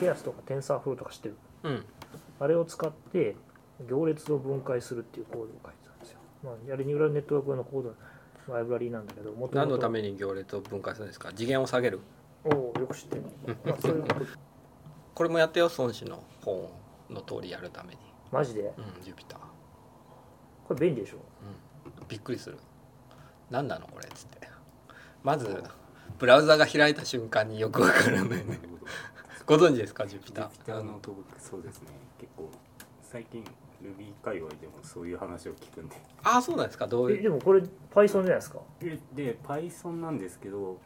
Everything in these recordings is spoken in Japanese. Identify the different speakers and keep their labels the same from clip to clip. Speaker 1: ケアスとかテンサーフローとか知ってる
Speaker 2: うん
Speaker 1: あれを使って行列を分解するっていうコードを書いてたんですよ、まあ、あれニューラルネットワーク用のコードのライブラリーなんだけども
Speaker 2: 何のために行列を分解するんですか次元を下げる
Speaker 1: おおよく知ってる、まあ、そういうこと
Speaker 2: これもやったよ孫子の本の通りやるために
Speaker 1: マジで
Speaker 2: うんジュピター、
Speaker 1: これ便利でしょ
Speaker 2: うん、びっくりする何なのこれっつってまずブラウザが開いた瞬間によくわからないね ご存知ですかジュピ
Speaker 3: ジ
Speaker 2: ター
Speaker 3: ュピターのトークそうですね結構最近 Ruby 界隈でもそういう話を聞くんで
Speaker 2: ああそうなんですかどう
Speaker 1: え
Speaker 2: いう
Speaker 1: でもこれ Python じゃないですか
Speaker 3: でで Python なんですけど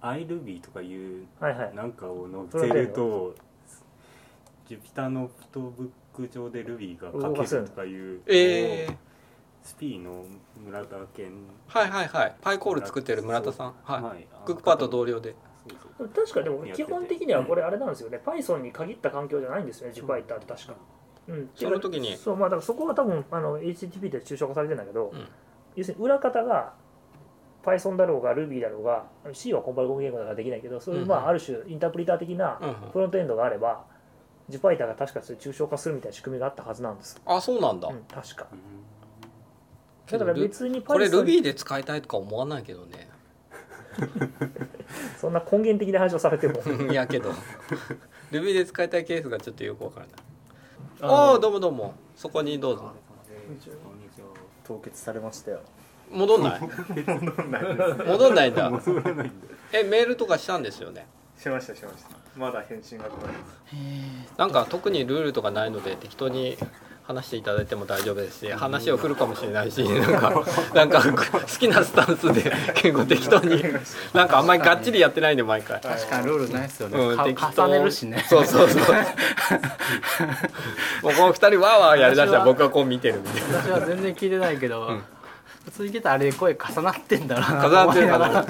Speaker 3: iRuby とかいう
Speaker 1: はいはい
Speaker 3: なんかを載せると Jupyter のフットブック上で Ruby が書
Speaker 1: 動かせ
Speaker 3: け
Speaker 1: る
Speaker 3: るとかいう
Speaker 2: ええ
Speaker 3: スピーの村田健
Speaker 2: はいはいはいパイコール作ってる村田さんはい、
Speaker 3: あの
Speaker 2: クックパッド同僚で
Speaker 3: そうそう
Speaker 1: 確かでも基本的にはこれあれなんですよね Python に限った環境じゃないんですよね Jupyter って確かうん、
Speaker 2: その時に
Speaker 1: そうまあだからそこは多分あの HTTP で抽象化されてるんだけど、
Speaker 2: うん
Speaker 1: 要するに裏方が Python だろうが Ruby だろうが C はコンパイルコミュ言語だからできないけどそういう、
Speaker 2: うんうん
Speaker 1: まあ、ある種インタープリター的な
Speaker 2: うんうん
Speaker 1: フロントエンドがあれば、Jupyter が確かそれ抽象化するみたいな仕組みがあったはずなんです、
Speaker 2: あそうなんだ、
Speaker 1: うん、確か
Speaker 2: け
Speaker 1: だか
Speaker 2: ど
Speaker 1: ら別に
Speaker 2: これ
Speaker 1: Python に
Speaker 2: Ruby で使いたいとか思わないけどね
Speaker 1: そんな根源的な話をされても
Speaker 2: い やけど Ruby で使いたいケースがちょっとよくわからないああどうもどうもそこにどうぞ
Speaker 4: 凍結されましたよ
Speaker 2: 戻んない戻んないんだ
Speaker 3: 戻らないんだ
Speaker 2: えメールとかしたんですよね
Speaker 4: しましたしましたまだ返信が来ないです
Speaker 2: なんか特にルールとかないので適当に話していただいても大丈夫ですし話を振るかもしれないしなん かなんか好きなスタンスで結構適当になんかあんまりがっちりやってないんで毎回
Speaker 5: 確かにルールないっすよね、
Speaker 2: うん
Speaker 5: か
Speaker 2: 適当
Speaker 5: 重ねるしね
Speaker 2: そうそう そうもうこの二人わーわーやりだしたら僕はこう見てるみたいな
Speaker 5: 私は全然聞いてないけど、
Speaker 2: うん
Speaker 5: 普通に聞いたらあれ声重なってんだな
Speaker 2: 重なってるか
Speaker 5: な
Speaker 2: な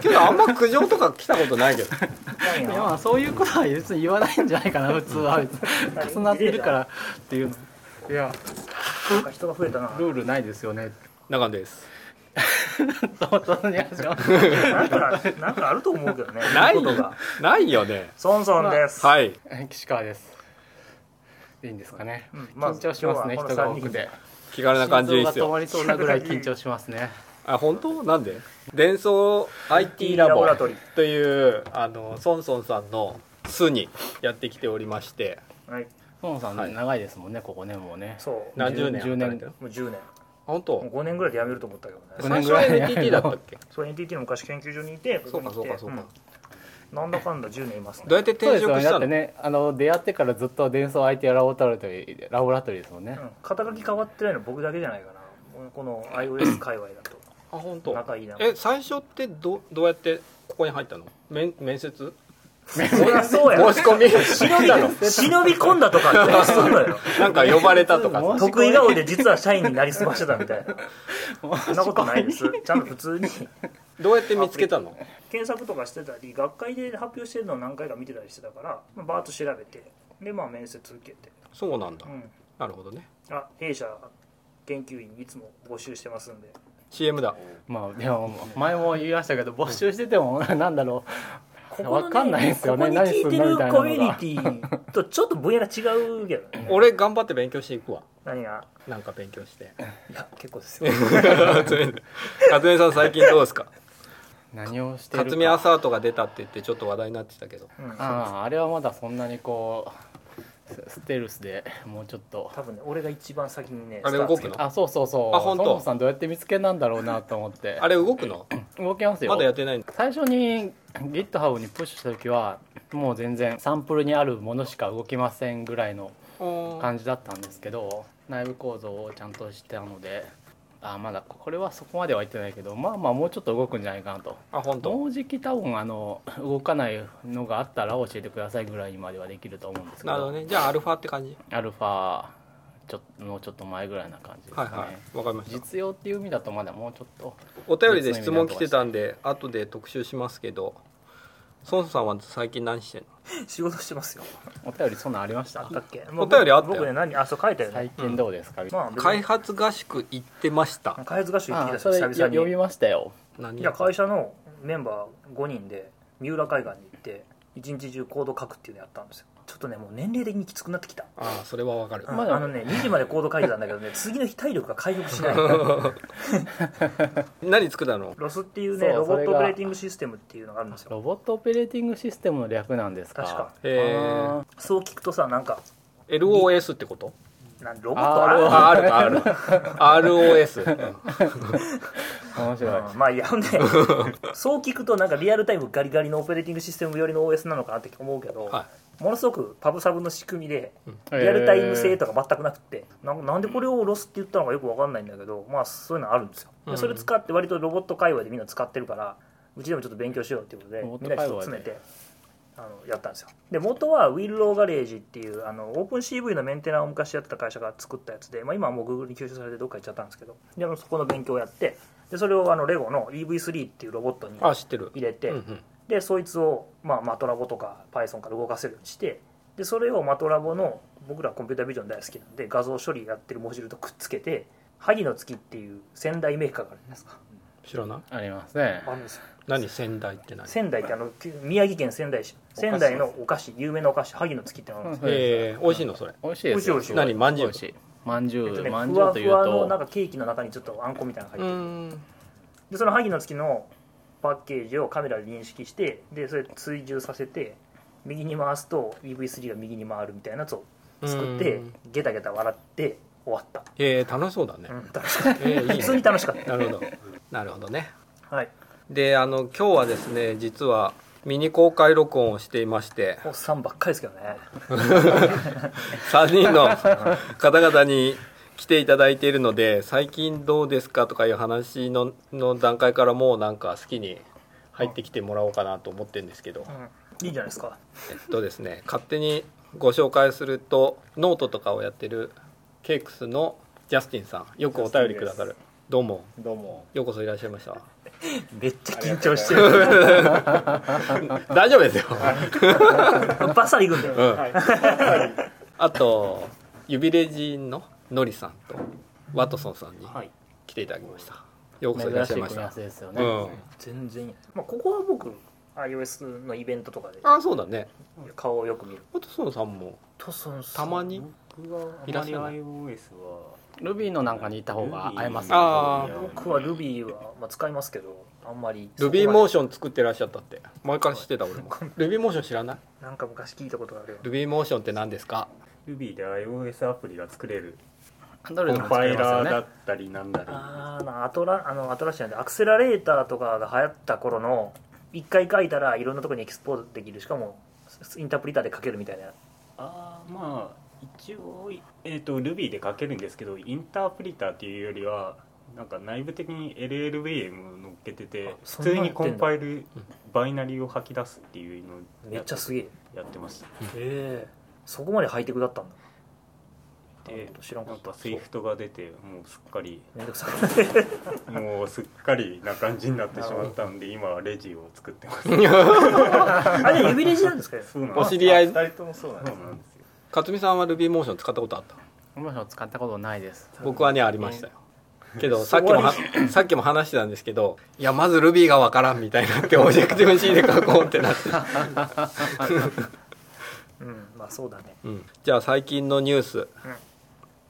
Speaker 2: けどあんま苦情とか来たことないけど
Speaker 5: いやまあそういうことは別に言わないんじゃないかな普通 は別に重なってるからっていうのいや
Speaker 1: なんか人が増えた な
Speaker 5: ルールないですよね
Speaker 2: 中野です
Speaker 5: そうそうに話します
Speaker 1: なんかなんかあると思うけどね
Speaker 2: ない
Speaker 1: ことが
Speaker 2: ないよね
Speaker 1: ソンソンです、
Speaker 2: はい
Speaker 5: 岸川ですいいんですかね、
Speaker 1: うんまあ
Speaker 5: 緊張しますね
Speaker 1: 今日はこの
Speaker 5: 人が多くて
Speaker 2: 気軽な感じでいいっす
Speaker 5: 心臓が止
Speaker 2: よ
Speaker 5: まりそうなぐらい緊張します ね
Speaker 2: あ本当なんで伝送 IT ラ
Speaker 1: ラ
Speaker 2: ボ
Speaker 1: ボラトリ
Speaker 2: というあのソンソンさんの巣にやってきておりまして
Speaker 1: はい
Speaker 5: 孫さん、
Speaker 2: はい
Speaker 5: 長いですもんねここねもうね
Speaker 1: そう
Speaker 2: 何十年
Speaker 5: 10年
Speaker 2: 働いてる
Speaker 1: もう10年
Speaker 2: 本
Speaker 1: もう
Speaker 2: 当
Speaker 1: 5年ぐらいで辞めると思ったけどね
Speaker 2: 最
Speaker 5: 5年
Speaker 2: 初
Speaker 5: ぐら
Speaker 2: はい NTT だったっけ
Speaker 1: そう NTT の昔研究所にいてこ
Speaker 2: そ
Speaker 1: こ
Speaker 2: う
Speaker 1: に
Speaker 2: か
Speaker 1: 来て
Speaker 2: そうかそうか
Speaker 1: うんなんだかんだ10年いますね
Speaker 2: どうやって
Speaker 5: そうで
Speaker 2: 転
Speaker 5: すよ
Speaker 2: 職
Speaker 5: ね
Speaker 2: し
Speaker 5: だ
Speaker 2: た
Speaker 5: って
Speaker 2: の
Speaker 5: ねあの出会ってからずっと伝送 IT ラボラトリーラボラトリーですもんね、
Speaker 1: うん肩書き変わってないの僕だけじゃないかなこの iOS 界隈だと
Speaker 2: あ本当
Speaker 1: 仲いいな
Speaker 2: え最初ってどどうやってここに入ったの面面接
Speaker 1: そりゃそうや
Speaker 2: 申し込み
Speaker 1: 忍び忍び込んだとかってそりゃ そうだよ
Speaker 2: なんか呼ばれたとか
Speaker 5: 申し込み
Speaker 1: 得意顔で実は社員になりすましてたみたいなそんなことないですちゃんと普通に
Speaker 2: どうやって見つけたの
Speaker 1: 検索とかしてたり学会で発表してるのを何回か見てたりしてたから、まあ、バーッと調べてでまあ面接受けて
Speaker 2: そうなんだ
Speaker 1: うん
Speaker 2: なるほどね
Speaker 1: あ弊社研究員いつも募集してますんで
Speaker 2: CM だ
Speaker 5: まあでも前も言いましたけど募集してても なんだろ
Speaker 1: こ
Speaker 5: わかんないですよね
Speaker 1: ここに聞いてる
Speaker 5: 何すんの
Speaker 1: コミュニティとちょっと分野が違うけどね
Speaker 2: 俺頑張って勉強していくわ
Speaker 1: 何が
Speaker 2: なんか勉強 して
Speaker 1: いや結構ですよ
Speaker 2: 勝美さん最近どうです か
Speaker 5: う何をしてる
Speaker 2: 勝
Speaker 5: か
Speaker 2: 美アサートが出たって言ってちょっと話題になってたけど
Speaker 1: うん
Speaker 5: あああれはまだそんなにこうスステルスでもうちょっと
Speaker 1: 多分ね俺が一番先にね
Speaker 2: あれ
Speaker 1: スタート
Speaker 2: 動くの
Speaker 5: あそうそうそう
Speaker 2: あ本当
Speaker 5: 孫さんどうやって見つけなんだろうなと思って
Speaker 2: あれ動くの
Speaker 5: 動きますよ
Speaker 2: まだやってないの
Speaker 5: 最初に GitHub にプッシュした時はもう全然サンプルにあるものしか動きませんぐらいの感じだったんですけど内部構造をちゃんとしてたのであまだこれはそこまではいってないけどまあまあもうちょっと動くんじゃないかなと
Speaker 2: あ本当
Speaker 5: もうじき多分あの動かないのがあったら教えてくださいぐらいにまではできると思うんですけど
Speaker 2: なるほどねじゃあアルファって感じ
Speaker 5: アルファちょっとのちょっと前ぐらいな感じですか
Speaker 2: はい
Speaker 5: ね、
Speaker 2: はいわかりました
Speaker 5: 実用っていう意味だとまだもうちょっと
Speaker 2: お便りで質問来てたんで後で特集しますけど孫さんは最近何してん
Speaker 1: 仕事してますよ
Speaker 5: お便りそんなんありまし
Speaker 1: あ
Speaker 5: た
Speaker 1: ったっけ
Speaker 2: お便りあったよ
Speaker 1: 僕ね何あそう書いたよ
Speaker 5: 最
Speaker 1: ね
Speaker 5: 近どうですか、
Speaker 1: まあ別に
Speaker 2: の開発合宿行ってました
Speaker 1: 開発合宿行って
Speaker 5: あ
Speaker 1: きたし
Speaker 5: それ
Speaker 1: 久
Speaker 5: よ
Speaker 1: 々
Speaker 5: 呼
Speaker 1: に
Speaker 5: びましたよ
Speaker 2: 何
Speaker 1: いや会社のメンバー5人で三浦海岸に行って一日中コード書くっていうのやったんですよちょっとねもう年齢的にきつくなってきた
Speaker 2: ああそれはわかる、
Speaker 1: うん
Speaker 5: まあ
Speaker 1: あ、
Speaker 5: でも
Speaker 1: のね2時までコード書いてたんだけど ね次の日体力が回復しない
Speaker 2: 何作ったの
Speaker 1: ロスっていうね
Speaker 5: そう
Speaker 1: ロボッ
Speaker 5: そ
Speaker 1: ト
Speaker 5: れ
Speaker 1: オ
Speaker 5: が
Speaker 1: ペレーティングシステムっていうのがあるんですよ
Speaker 5: ロボットオペレーティングシステムの略なんですか
Speaker 1: 確か
Speaker 2: え
Speaker 5: あー
Speaker 1: そう聞くとさなんか
Speaker 2: ー、LOS ってこと
Speaker 1: なんロボットある
Speaker 2: ああるある ROS
Speaker 5: 面白い、
Speaker 1: うんまあいやほん でそう聞くとなんかリアルタイムガリガリのオペレーティングシステム寄りの OS なのかなって思うけど、
Speaker 2: は
Speaker 1: ものすごくパブサブの仕組みで
Speaker 5: えー
Speaker 1: リアルタイム性とか全くなくてなんなんでこれをロスって言ったのかよく分かんないんだけどまあそういうのあるんですよ
Speaker 2: う
Speaker 1: で
Speaker 2: ん
Speaker 1: それ使って割とロボット界隈でみんな使ってるからうちでもちょっと勉強しようっていうことで
Speaker 5: ロボッ
Speaker 1: み
Speaker 5: ト
Speaker 1: んな
Speaker 5: 界
Speaker 1: ちょっ
Speaker 5: 隈
Speaker 1: と
Speaker 5: で
Speaker 1: 詰めてあのやったんですよで元はウィルローガレージっていうあのオープン CV のメンテナーを昔やってた会社が作ったやつで、まあ、今はもう Google に吸収されてどっか行っちゃったんですけどであのそこの勉強をやってでそれをあのレゴの EV3 っていうロボットに
Speaker 2: あ知ってる
Speaker 1: 入れて、
Speaker 2: うんうん
Speaker 1: でそいつを、まあ、マトラボとか Python から動かせるようにしてでそれをマトラボの僕らコンピュータービジョン大好きなんで画像処理やってるモジュールとくっつけて萩の月っていう仙台メーカーがあるんですか
Speaker 2: 知らない
Speaker 5: ありますね
Speaker 1: あるんですよ
Speaker 2: 何仙台って何
Speaker 1: 仙台ってあのき宮城県仙台市
Speaker 4: お菓子
Speaker 1: 仙台のお菓子有名なお菓子萩の月ってのがあるんですよ
Speaker 2: えー、美味しいのそれ
Speaker 5: 美味しいですよ
Speaker 1: 美味しい美
Speaker 2: 何まんじゅう
Speaker 5: 美味しいまんじゅ
Speaker 1: えっとね
Speaker 5: うまん
Speaker 1: ふ
Speaker 5: じゅう
Speaker 1: わふ
Speaker 5: という
Speaker 1: わのなん
Speaker 5: と
Speaker 1: かケーキの中にちょっとあんこみたいなのが
Speaker 2: う
Speaker 1: 入ってる
Speaker 2: ん
Speaker 1: でその萩の月のパッケージをカメラで認識してでそれ追従させて右に回すと EV3 が右に回るみたいなやつを作って
Speaker 2: うん
Speaker 1: ゲタゲタ笑って終わった、
Speaker 2: えー、楽しそうだね
Speaker 1: うん、楽しかっ
Speaker 2: えー、いい
Speaker 1: た
Speaker 2: ね
Speaker 1: 普通に楽しかっ
Speaker 2: なるほどなるほどね
Speaker 1: たはい
Speaker 2: であの今日はですね実はミニ公開録音をしていまして
Speaker 1: おっさんばっかりですけどね
Speaker 2: 3人の方々に来ていただいているので最近どうですかとかいう話のの段階からもうなんか好きに入ってきてもらおうかなと思ってるんですけど、
Speaker 1: うんいいんじゃないですか
Speaker 2: えっとですね勝手にご紹介するとノートとかをやってるケイクスのジャスティンさんよくお便りくださるどうも
Speaker 4: どうも
Speaker 2: ようこそいらっしゃいました
Speaker 1: めっちゃ緊張してる
Speaker 2: 大丈夫ですよ、
Speaker 1: バサリ行くんだよ
Speaker 2: うん、あと指レジのノリさんとワトソンさんに
Speaker 1: はい
Speaker 2: 来ていただきましたようこそいら
Speaker 5: 珍
Speaker 2: っしゃいまし
Speaker 5: しい組み合
Speaker 2: た
Speaker 5: わせですよ
Speaker 2: う
Speaker 5: ね、
Speaker 2: ん、
Speaker 1: 全然いい、まあ、ここは僕 iOS のイベントとかで
Speaker 2: あそうだね
Speaker 1: 顔をよく見る
Speaker 2: ワトソンさんも
Speaker 1: とその
Speaker 2: たまに
Speaker 3: 僕はあ
Speaker 2: いらっ
Speaker 3: ま
Speaker 2: し
Speaker 3: り
Speaker 2: ゃらない
Speaker 3: iOS は
Speaker 5: ルビーのなんかにいた方が合います
Speaker 2: あ
Speaker 5: よ
Speaker 2: ー
Speaker 1: 僕は Ruby は、まあ、使いますけどあんまり
Speaker 2: ルビーモー
Speaker 1: シ
Speaker 2: ション作ってらっしゃったって前から知ってた俺もルビーモーション知らない
Speaker 1: ョンなんか昔聞いたことがあるよ
Speaker 2: ルビーモーションって何ですか
Speaker 3: Ruby で iOS アプリが作れる
Speaker 5: ど
Speaker 3: コ
Speaker 5: れでも
Speaker 3: ン
Speaker 5: 使
Speaker 3: パ
Speaker 5: え
Speaker 3: イ
Speaker 5: ます
Speaker 3: ラ
Speaker 5: よ
Speaker 3: ーだ
Speaker 5: ね
Speaker 3: ったりなんだり
Speaker 1: あーなアトラあのアトラシアンでアクセラレーターとかが流行った頃の一回書いたらいろんなところにエキスポートできるしかもインタープリターで書けるみたいな
Speaker 3: あーまあ一応、えー、と Ruby で書けるんですけどインタープリターっていうよりはなんか内部的に LLVM を乗っけてて
Speaker 1: そ
Speaker 3: 普
Speaker 1: んな
Speaker 3: 通
Speaker 1: のやってんだ
Speaker 3: にコンパイルバイナリーを吐き出すっていうのを
Speaker 1: め
Speaker 3: や
Speaker 1: っ
Speaker 3: っ
Speaker 1: ちゃすげえへ
Speaker 3: やってました
Speaker 1: えそこまでハイテクだったんだなる
Speaker 3: で
Speaker 1: ほど知らんか
Speaker 3: な
Speaker 1: っ
Speaker 3: ん
Speaker 1: た
Speaker 3: か SWIFT が出てもうすっかり
Speaker 1: めんどくさい
Speaker 3: もうすっかりな感じになってしまったんで今はレジを作って ま す
Speaker 1: あれ指レジなんですか
Speaker 3: そうなん
Speaker 2: お
Speaker 3: です
Speaker 2: 知り合い
Speaker 4: 二人ともそうなんで
Speaker 3: そう
Speaker 4: す
Speaker 3: なんですよ
Speaker 2: 勝美さんはルビーモーション使ったことあった
Speaker 5: ルビーモーション使ったことないです
Speaker 2: 僕はねありましたよけどさっきもはさっきも話してたんですけどいやまずルビーがわからんみたいになってオブジェクティブ C で書こうってなって、
Speaker 1: うんまあそうだね
Speaker 2: うん、じゃあ最近のニュース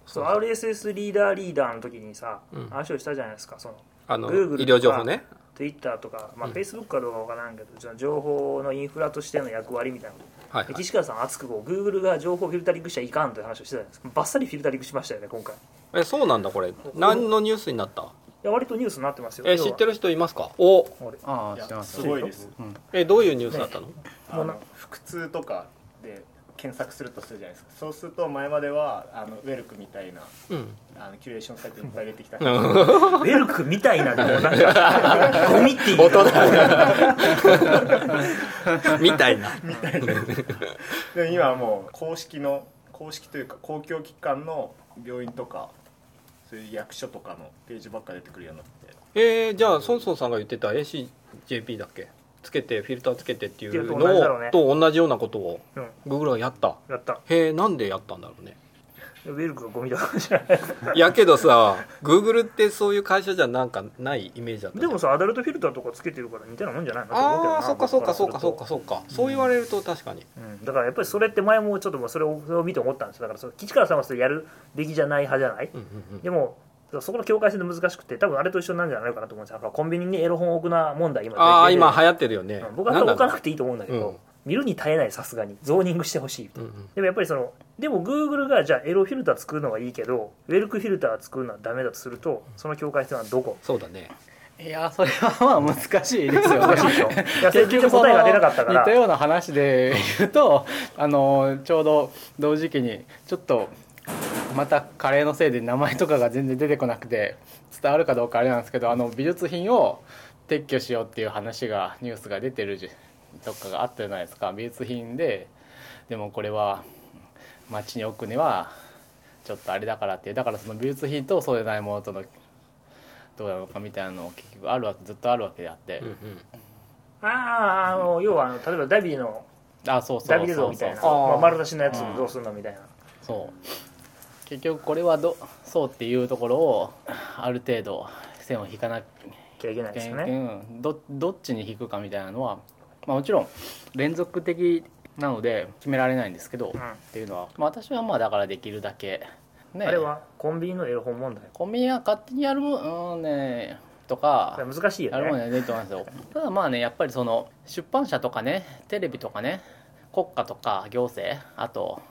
Speaker 1: そう RSS リーダーリーダーの時にさ、
Speaker 2: うん
Speaker 1: 話をしたじゃないですかその
Speaker 2: あの
Speaker 1: Google とか
Speaker 2: 医療情報ね
Speaker 1: Twitter とか、まあ、
Speaker 2: うん
Speaker 1: Facebook かどうかわからんけど、その情報のインフラとしての役割みたいなこと
Speaker 2: はい、はい
Speaker 1: 岸川さん熱くこう Google が情報をフィルタリングしちゃいかんという話をしてたじゃないですかバッサリフィルタリングしましたよね今回い
Speaker 2: えそうなんだこれ何のニュースになった
Speaker 1: や割とニュースになってますよ
Speaker 2: え知って
Speaker 1: る
Speaker 2: る人いますかお
Speaker 5: ああ知ってます
Speaker 4: すごいです
Speaker 2: えどういうニュースだったの、
Speaker 4: あの腹痛とかで検索するとするじゃないですかそうすると前まではあのウェルクみたいな
Speaker 2: うん
Speaker 4: あのキュレーションサイトいっぱい入れてきた
Speaker 1: ウェルクみたいなのもなんかゴミっていうか
Speaker 2: みたいな
Speaker 4: でも今はもう公式の公式というか公共機関の病院とかそういう役所とかのページばっか出てくるようになって
Speaker 2: えー、じゃあソンソンさんが言ってた ACJP だっけつけてフィルターつけてっていうの
Speaker 1: っていうと同じだろう
Speaker 2: を
Speaker 1: ね
Speaker 2: と同じようなことを
Speaker 1: うん
Speaker 2: Google がやった
Speaker 1: やった
Speaker 2: へえなんでやったんだろうね
Speaker 1: ウェルクがゴミだからじゃない
Speaker 2: やけどさグーグルってそういう会社じゃなんかないイメージだったじ
Speaker 1: で
Speaker 2: ゃん
Speaker 1: もさアダルトフィルターとかつけてるから似たようなもんじゃないのと思うけど
Speaker 2: あ
Speaker 1: な
Speaker 2: あそっかそっかそっかそっ
Speaker 1: 僕
Speaker 2: からそっかそう言われると確かに
Speaker 1: するとうんだからやっぱりそれって前もちょっともうそれをそれを見て思ったんですよだからその基地から覚ますとやるべきじゃない派じゃない、
Speaker 2: うんうんうん
Speaker 1: でもそこの境界線で難しくて多分あれと一緒なんじゃないかなと思うんですよだからコンビニにエロ本置くな問題今
Speaker 2: ああ
Speaker 1: 出てて
Speaker 2: 今流行ってるよね
Speaker 1: うん僕はそれ置かなく
Speaker 2: て
Speaker 1: ていいと思うんだけど、
Speaker 2: うん
Speaker 1: 見るに耐えないさすがにゾーニングしてほしいでもやっぱりそのでも Google がじゃあエロフィルター作るのはいいけどウェルクフィルター作るのはダメだとするとその境界線はどこ
Speaker 2: そうだね
Speaker 5: いやそれはまあ難しいで すよ
Speaker 1: 難
Speaker 5: ね
Speaker 1: しいでしょいや結局
Speaker 5: その
Speaker 1: 答えが出なかったか
Speaker 5: 似た
Speaker 1: ら
Speaker 5: ような話で言うとあのちょうど同時期にちょっとまたカレーのせいで名前とかが全然出てこなくて伝わるかどうかあれなんですけどあの美術品を撤去しようっていう話がニュースが出てるじどっかがあったじゃないですか美術品ででもこれは街に置くにはちょっとあれだからっていうだからその美術品とそうでないものとのどうなのかみたいなのを結局あるわけずっとあるわけであって、
Speaker 2: うんうん
Speaker 1: あああの要はあの例えばダビデの
Speaker 5: あそうそう
Speaker 1: ダビ
Speaker 5: そ
Speaker 1: デ
Speaker 5: う
Speaker 1: 像
Speaker 5: そう
Speaker 1: みたいな
Speaker 5: そう
Speaker 1: まあ丸出しのやつどうするのみたいな
Speaker 5: そう結局これはどそうっていうところをある程度線を引かなき
Speaker 1: きゃいけな
Speaker 5: ゃ
Speaker 1: い
Speaker 5: い
Speaker 1: です
Speaker 5: け
Speaker 1: よ
Speaker 5: ない、
Speaker 1: ね
Speaker 5: うんどどっちに引くかみたいなのは、まあ、もちろん連続的なので決められないんですけど、
Speaker 1: うん
Speaker 5: っていうのは、まあ、私はまあだからできるだけね
Speaker 1: あれはコンビニのエロ本問題
Speaker 5: コンビニは勝手にやるもん、うん、ねと
Speaker 1: こ
Speaker 5: か
Speaker 1: れ難しいよ
Speaker 5: あれも
Speaker 1: ね
Speaker 5: ね、出てます よ。ただまあね、やっぱりその出版社とかね、テレビとかね、国家とか行政、あと、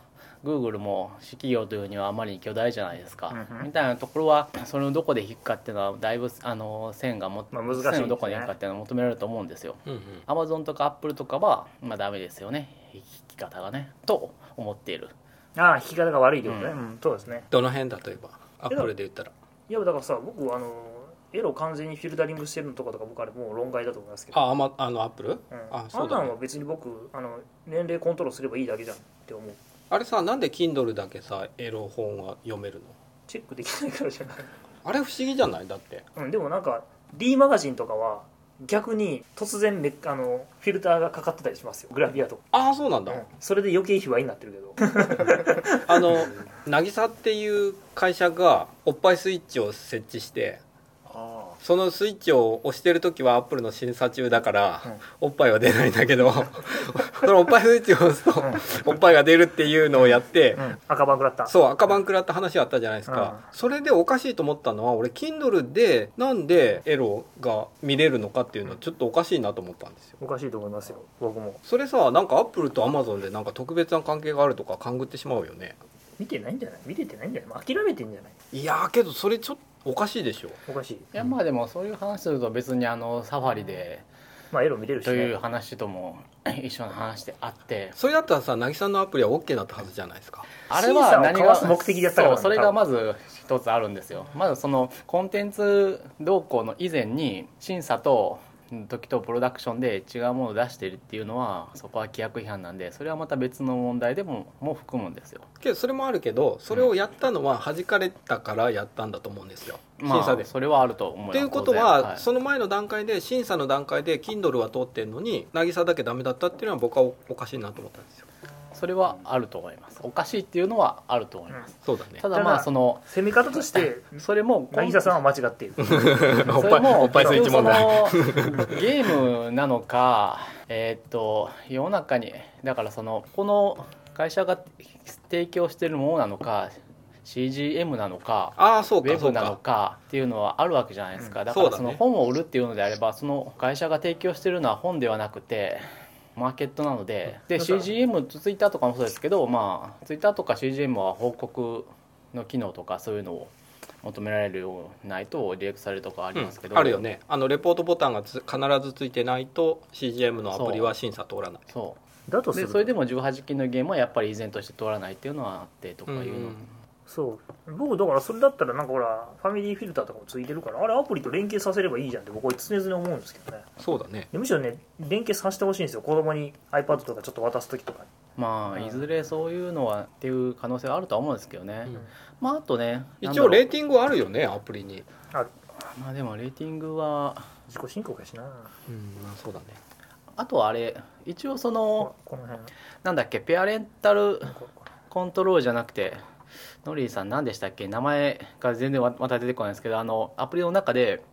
Speaker 5: グーグルも私企業というにはあまりに巨大じゃないですか、
Speaker 1: うんうん
Speaker 5: みたいなところはそれをどこで引くかっていうのはだいぶあの線がも、
Speaker 1: まあ難しいですね
Speaker 5: 線をどこに引くかっていうのは求められると思うんですよ
Speaker 2: うんうん
Speaker 5: アマゾンとかアップルとかはまあダメですよね引き方がねと思っている
Speaker 1: ああ引き方が悪いってことね
Speaker 5: う
Speaker 1: うんそうですね
Speaker 2: どの辺だといえばあこれで言ったら
Speaker 1: いやだからさ僕あのエロ完全にフィルタリングしてるのとかとか僕あれもう論外だと思いますけど
Speaker 2: ああ,、まあのアップル
Speaker 1: うんあ
Speaker 2: あそうん
Speaker 1: な
Speaker 2: だ
Speaker 1: ん
Speaker 2: ね
Speaker 1: は別に僕あの年齢コントロールすればいいだけじゃんって思う
Speaker 2: あれさなんで Kindle だけさエロ本は読めるの
Speaker 1: チェックできないからじゃない
Speaker 2: あれ不思議じゃないだって
Speaker 1: うん、でもなんか D マガジンとかは逆に突然めあのフィルターがかかってたりしますよグラビアとか、
Speaker 2: ああそうなんだ、
Speaker 1: それで余計卑猥になってるけ ど
Speaker 2: あの 渚っていう会社がおっぱいスイッチを設置して
Speaker 4: あ
Speaker 2: そのスイッチを押してる時はアップルの審査中だから、
Speaker 1: うん
Speaker 2: おっぱいは出ないんだけど そのおっぱいスイッチを押すと、おっぱいが出るっていうのをやって、
Speaker 1: うん赤番食らった
Speaker 2: そう赤番食らった話あったじゃないですか、それでおかしいと思ったのは俺 Kindle でなんでエロが見れるのかっていうのはちょっとおかしいなと思ったんですよ
Speaker 1: おかしいと思いますよ僕も
Speaker 2: それさなんかアップルとアマゾンでなんか特別な関係があるとか勘ぐってしまうよね
Speaker 1: 見てないんじゃない見れてないんじゃないもう諦めてんじゃない
Speaker 2: いやーけどそれちょっとおかしいでしょ
Speaker 1: おかしい
Speaker 5: いやまあでもそういう話すると別にあのサファリで
Speaker 1: まあエロ見れるし、
Speaker 5: と
Speaker 1: ね、
Speaker 5: いう話とも 一緒の話であって
Speaker 2: それだったらさ渚のアプリは OK だったはずじゃないですか
Speaker 5: あれは
Speaker 1: 審査を
Speaker 5: 何
Speaker 1: かわ
Speaker 5: が
Speaker 1: す目的でやったからなんだ
Speaker 5: そうそれがまず一つあるんですよまずそのコンテンツ動向の以前に審査とうん時とプロダクションで違うものを出しているっていうのはそこは規約違反なんでそれはまた別の問題でもも含むんですよ
Speaker 2: けどそれもあるけどそれをやったのは弾かれたからやったんだと思うんですよ、
Speaker 5: ま
Speaker 2: 審査で
Speaker 5: あ。それはあると思いま
Speaker 2: と
Speaker 5: す
Speaker 2: いうこと
Speaker 5: 当
Speaker 2: は、
Speaker 5: 然い
Speaker 2: その前の段階で審査の段階で Kindle は通ってんのに渚だけダメだったっていうのは僕はおおかしいなと思ったんですよ
Speaker 5: それはあると思いますおかしいっていうのはあると思います、
Speaker 2: そうだね
Speaker 5: た
Speaker 1: た
Speaker 5: だ
Speaker 1: だ
Speaker 5: まあその
Speaker 1: 攻め方として
Speaker 5: それもコン
Speaker 1: 渚さんは間違ってい る
Speaker 2: おっぱいおっぱいスイッチ問題
Speaker 5: それもゲームなのかえーっと世の中にだからそのこの会社が提供してるものなのか CGM なのか
Speaker 2: ああそ
Speaker 5: ウ
Speaker 2: うか
Speaker 5: ェ
Speaker 2: そ
Speaker 5: ブ
Speaker 2: う
Speaker 5: なの
Speaker 2: か
Speaker 5: かっていうのはあるわけじゃないですかだか
Speaker 2: そう
Speaker 5: ら
Speaker 2: だ
Speaker 5: そ
Speaker 2: ね
Speaker 5: の本を売るっていうのであればその会社が提供してるのは本ではなくてマーケットなのでで
Speaker 1: だから
Speaker 5: CGM ツイッターとかもそうですけどまあツイッターとか CGM は報告の機能とかそういうのを求められるようないとリエクされるとかありますけど、
Speaker 2: うんあるよねあのレポートボタンがつ必ずついてないと CGM のアプリは審査通らない
Speaker 5: そ
Speaker 1: だと
Speaker 5: う
Speaker 1: す
Speaker 5: で
Speaker 1: る
Speaker 5: それで
Speaker 1: と
Speaker 5: も18禁のゲームはやっぱり依然として通らないっていうのはあってとかいうの、
Speaker 2: うん
Speaker 1: そう僕だからそれだったらなんかほらファミリーフィルターとかもついてるからあれアプリと連携させればいいじゃんって僕は常々思うんですけどね
Speaker 2: そうだね
Speaker 1: でむしろね連携させてほしいんですよ子供に iPad とかちょっと渡す時とか
Speaker 5: まあいずれそういうのはっていう可能性はあるとは思うんですけどね、
Speaker 2: うん
Speaker 5: まああとねなん
Speaker 2: 一
Speaker 5: だろ
Speaker 2: 応
Speaker 5: う
Speaker 2: レーティングはあるよねアプリに
Speaker 1: あ
Speaker 5: まあでもレーティングは
Speaker 1: 自己申告やしな
Speaker 2: うんまあそうだね
Speaker 5: あとはあれ一応そ
Speaker 1: こ
Speaker 5: の
Speaker 1: この辺
Speaker 5: なんだっけペアレンタル
Speaker 1: ここ
Speaker 5: コントロールじゃなくてノリーさん何でしたっけ名前が全然わまた出てこないんですけどあのアプリの中で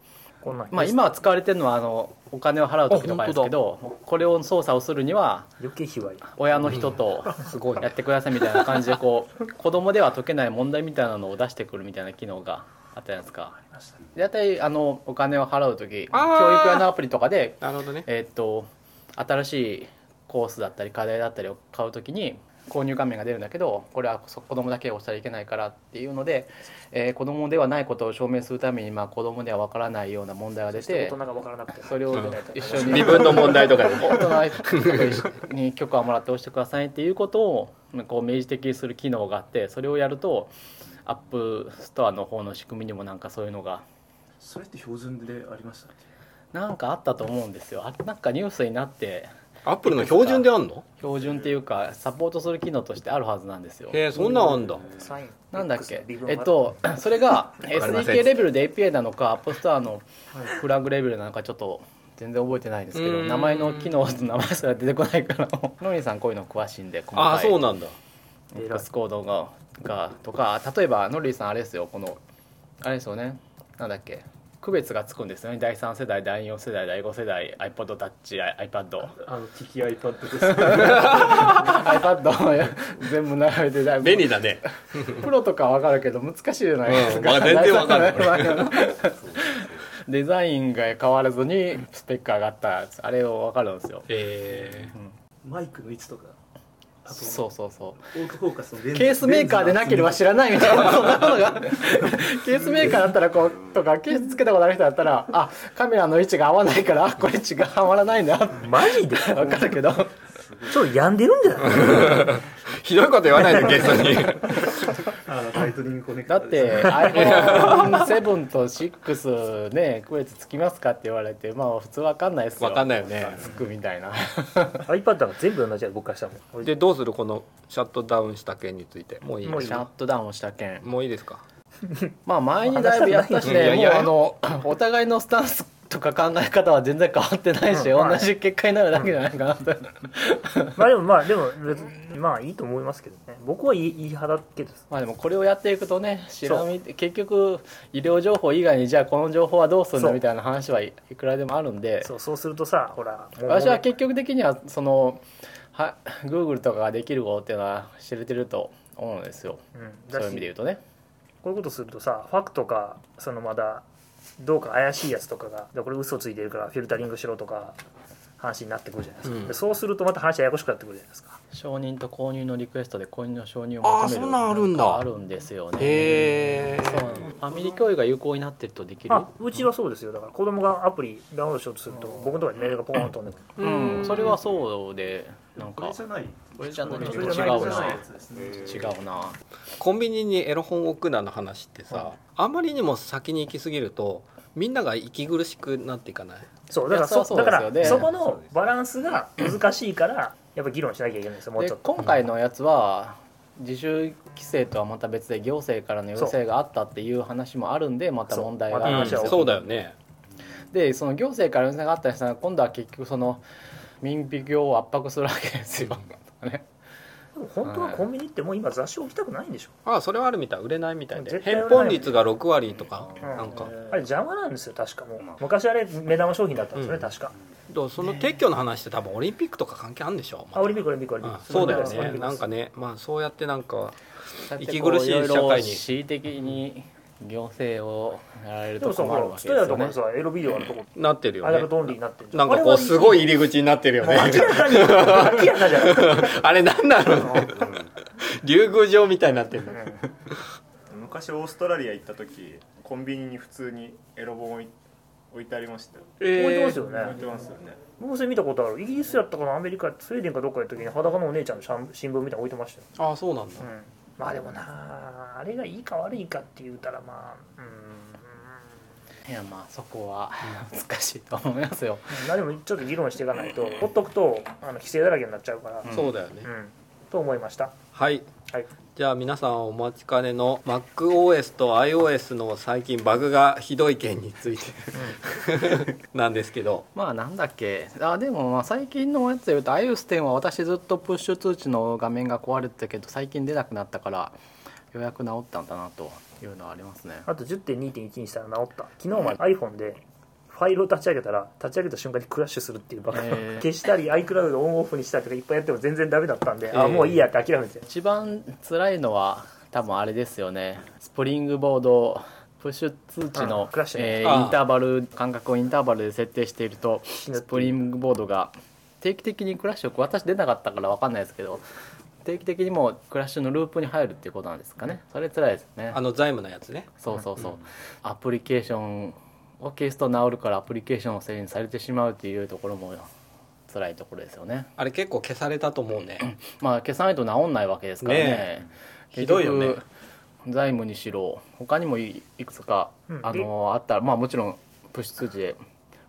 Speaker 1: こんなん
Speaker 5: まあ、今は使われてるのはあのお金を払う時とかですけどこれを操作をするには
Speaker 1: 余計卑猥
Speaker 5: 親の人と
Speaker 2: すごい
Speaker 5: やってくださいみたいな感じでこう 子供では解けない問題みたいなのを出してくるみたいな機能があったじゃないですか大体あのお金を払う時
Speaker 2: あー
Speaker 5: 教育用のアプリとかで、
Speaker 2: なるほどね
Speaker 5: えーっと新しいコースだったり課題だったりを買う時に購入画面が出るんだけどこれはそ子供だけ押したらいけないからっていうので、えー子供ではないことを証明するために、まあ、子供ではわからないような問題が出
Speaker 1: そして
Speaker 5: て
Speaker 1: 大人が分からなくて
Speaker 5: それを一緒に
Speaker 2: 身分の問題とかで
Speaker 5: 大人に許可をもらって押してくださいっていうことをこう明示的にする機能があってそれをやるとアップストアの方の仕組みにもなんかそういうのが
Speaker 6: それって標準でありましたっ
Speaker 5: なんかあったと思うんですよあなんかニュースになって
Speaker 2: アップルの標準であんの
Speaker 5: 標準っていうかサポートする機能としてあるはずなんですよ
Speaker 2: へえそんなんあんだ
Speaker 1: サイン
Speaker 5: なんだっけ
Speaker 1: X 微分
Speaker 5: え
Speaker 1: 割
Speaker 5: っと それが
Speaker 2: かりません
Speaker 5: SDK レベルで API なのかアップストアのフラグレベルなのかちょっと全然覚えてないですけ
Speaker 2: う
Speaker 5: ど
Speaker 2: ん
Speaker 5: 名前の機能と名前すら出てこないから もうノリさんこういうの詳しいんで細かい
Speaker 2: ああそうなんだ
Speaker 5: X コードががとか例えばノリーさんあれですよこのあれですよねなんだっけ区別がつくんですよね第3世代第4世代第5世 代 iPodTouchiPadiPad
Speaker 6: けあの TTiPad ですけど
Speaker 5: 全部並べてだい
Speaker 2: 便
Speaker 5: ぶ
Speaker 2: 利だね
Speaker 5: プロとかわかるけど難しいじゃないですか、
Speaker 2: うんまあ全然わかんない
Speaker 5: 第三世代のデザインが変わらずにスペック上がったやつあれをわかるんですよ
Speaker 2: え
Speaker 6: マイクの位置とかあと
Speaker 5: そうそうそう
Speaker 6: オートフォーカスのレンズ
Speaker 5: ケースメーカーでなければ知らないみたいなそんなことがケースメーカーだったらこうとかケースつけたことある人だったらあカメラの位置が合わないからあこれ違うはまらないんだ
Speaker 1: マジで
Speaker 5: 分かるけど
Speaker 1: ちょっと病んでるんじゃない
Speaker 2: ー、 ひどいこと言わないでゲストに
Speaker 6: あのライトニングコネク
Speaker 5: だ
Speaker 6: タ
Speaker 5: っ
Speaker 6: です
Speaker 5: て iPhone7 と6ね区別つきますかって言われてまあ普通分かんないですよ
Speaker 2: わかん
Speaker 5: ない
Speaker 2: ないよね
Speaker 5: つくみたいな
Speaker 1: iPad が全部同じやつ僕からしたもん
Speaker 2: でどうするこのシャットダウンした件についてもういい
Speaker 1: もうい
Speaker 5: シ
Speaker 1: い
Speaker 5: ャットダウンをした件
Speaker 2: もういいですか
Speaker 5: まあ前にだいぶやったしね
Speaker 2: いやいや
Speaker 5: もうあのお互いのスタンスとか考え方は全然変わってないし、
Speaker 1: うんまあ
Speaker 5: 同じ結果になるだけじゃないかなと、
Speaker 1: まあでもまあでも別にまあいいと思いますけどね僕はいいいい派だけど
Speaker 5: まあでもこれをやっていくとね知らみ結局医療情報以外にじゃあこの情報はどうするんだ
Speaker 1: そう
Speaker 5: みたいな話はいいくらでもあるんで
Speaker 1: そうそうするとさほらもう
Speaker 5: 私は結局的にはそのは Google とかができる方っていうのは知れてると思うんですよ
Speaker 1: うん、だ
Speaker 5: そういう
Speaker 1: し
Speaker 5: 意味で言うとね
Speaker 1: こういうことするとさファクとかそのまだどうか怪しいやつとかがでこれ嘘ついてるからフィルタリングしろとか話になってくるじゃないですか、
Speaker 2: うん
Speaker 1: でそうするとまた話ややこしくなってくるじゃないですか
Speaker 5: 承認と購入のリクエストで購入の承認を
Speaker 2: あー
Speaker 5: 求める
Speaker 2: そんなんあるんだ
Speaker 5: なかあるんですよね
Speaker 2: へえ
Speaker 5: そうなのファミリー教育が有効になってるとできる
Speaker 1: あうちはそうですよだから子供がアプリダウンロードしようとすると僕のところにメールがポーンと飛んでくる
Speaker 5: うんそれはそうでなん
Speaker 6: これ
Speaker 5: か
Speaker 6: じゃない
Speaker 5: これじゃない
Speaker 6: こ
Speaker 5: ち
Speaker 6: れ
Speaker 5: ょっ
Speaker 6: じ
Speaker 5: と
Speaker 6: ゃ
Speaker 5: 違
Speaker 6: ないうじゃない
Speaker 5: な
Speaker 6: やつですね
Speaker 5: 違うな
Speaker 2: コンビニにエロ本を置くなの話ってさ、あまりにも先に行き過ぎるとみんなが息苦しくなっていかない
Speaker 1: そうだから
Speaker 5: い
Speaker 1: そ
Speaker 5: やそう
Speaker 1: だか
Speaker 5: そう
Speaker 1: ら
Speaker 5: です
Speaker 1: そ
Speaker 5: よね
Speaker 1: このバランスが難しいからやっぱ議論しなきゃいけないんですよもう
Speaker 5: で
Speaker 1: ちょっと
Speaker 5: 今回のやつは自主規制とはまた別で行政からの要請があったっていう話もあるんでまた問題が
Speaker 1: そ
Speaker 5: あ
Speaker 1: う
Speaker 5: るん
Speaker 1: ま
Speaker 5: ですよ、
Speaker 1: た話は
Speaker 2: そうだよね
Speaker 5: でその行政から要請があったりしたら今度は結局その民費業を圧迫するわけですよ、 ね
Speaker 1: でも本当はコンビニってもう今雑誌置きたくないんでしょ
Speaker 2: ああそれはあるみたい売れないみたいで
Speaker 1: 絶対売れな
Speaker 2: 返
Speaker 1: い
Speaker 2: 本率が6割とか、
Speaker 1: うん
Speaker 2: なんか
Speaker 1: あれ邪魔なんですよ確かもう昔あれ目玉商品だったんですよね、
Speaker 2: うん
Speaker 1: 確か
Speaker 2: どうその撤去の話って多分オリンピックとか関係あるんでしょ、また
Speaker 1: あオリンピックオリンピックオリンピッ
Speaker 2: あ
Speaker 1: ク
Speaker 2: そうだよ
Speaker 1: オリンピッ
Speaker 2: ね
Speaker 1: ク
Speaker 2: なんかねまあそうやってなんか息
Speaker 5: 息
Speaker 2: 苦
Speaker 5: 苦
Speaker 2: し
Speaker 5: し
Speaker 2: い社会に
Speaker 5: い社会に恣意的に行政をやられ
Speaker 1: で
Speaker 5: ると
Speaker 1: もさ
Speaker 5: 困
Speaker 1: ほ
Speaker 5: る
Speaker 1: ら
Speaker 5: わ
Speaker 1: ス
Speaker 5: け
Speaker 1: ト
Speaker 5: で
Speaker 1: ヤ
Speaker 5: す
Speaker 1: と
Speaker 5: よ
Speaker 1: か
Speaker 5: ね
Speaker 1: にさ LB ビデオあるとこ
Speaker 2: なってるよ
Speaker 1: アダ
Speaker 2: ね
Speaker 1: ルトオンリーになってるじゃ
Speaker 2: なんかこうすごい入り口になってるよ
Speaker 1: もう
Speaker 2: ね
Speaker 1: 明らかに明らかじゃん
Speaker 2: あれなんなの竜宮城みたいになってる
Speaker 4: 昔オーストラリア行った時コンビニに普通にエロ本置い置いてありましたよ
Speaker 1: 覚えてます
Speaker 2: え
Speaker 1: よ
Speaker 4: 置い
Speaker 1: ね
Speaker 4: てますよね
Speaker 1: 僕それ見たことあるイギリスやったかなアメリカスウェーデンかどっかの時に裸のお姉ちゃんのシャン新聞みたいなの置いてましたよ、
Speaker 2: ああそうなんだ
Speaker 1: うん、まあでもなあれがいいか悪いかって言うたらまあう
Speaker 5: いやまあそこは 難しいと思いますよ
Speaker 1: んまあでもちょっと議論していかないとほっとくとあの規制だらけになっちゃうから、うん
Speaker 2: そうだよね
Speaker 1: と思いました
Speaker 2: はい
Speaker 1: はい
Speaker 2: じゃあ皆さんお待ちかねの MacOS と iOS の最近バグがひどい件について なんですけど
Speaker 5: まあなんだっけあでもまあ最近のやつで言うと iOS10 は私ずっとプッシュ通知の画面が壊れてたけど最近出なくなったからようやく治ったんだなというのはありますね
Speaker 1: あと10.2.1にしたら治った昨日まで iPhone でファイルを立ち上げたら立ち上げた瞬間にクラッシュするっていうバカ、
Speaker 5: えー
Speaker 1: 消したり iCloud をオンオフにしたりとかいっぱいやっても全然ダメだったんで、
Speaker 2: え
Speaker 1: あ
Speaker 2: ー
Speaker 1: もういいやって諦めて
Speaker 5: 一番辛いのは多分あれですよねスプリングボードプッシュ通知
Speaker 1: うん
Speaker 5: の、
Speaker 1: クラッシュね
Speaker 5: え
Speaker 2: あ
Speaker 5: ー
Speaker 2: あ
Speaker 5: インターバル間隔をインターバルで設定している
Speaker 1: ぬ
Speaker 5: と
Speaker 1: っていう
Speaker 5: スプリングボードが定期的にクラッシュを私出なかったから分かんないですけど定期的にもうクラッシュのループに入るっていうことなんですかねそれ辛いですね
Speaker 2: あの財務のやつね
Speaker 5: そうそうそう、アプリケーションを消すと治るからアプリケーションをせいにされてしまうっていうところも辛いところですよね
Speaker 2: あれ結構消されたと思うね
Speaker 5: まあ消さないと治んないわけですからね
Speaker 2: ねえひどいよね
Speaker 5: 結局財務にしろ他にもいいくつか、
Speaker 1: うん
Speaker 5: あのあったらまあもちろんプッシュ通知で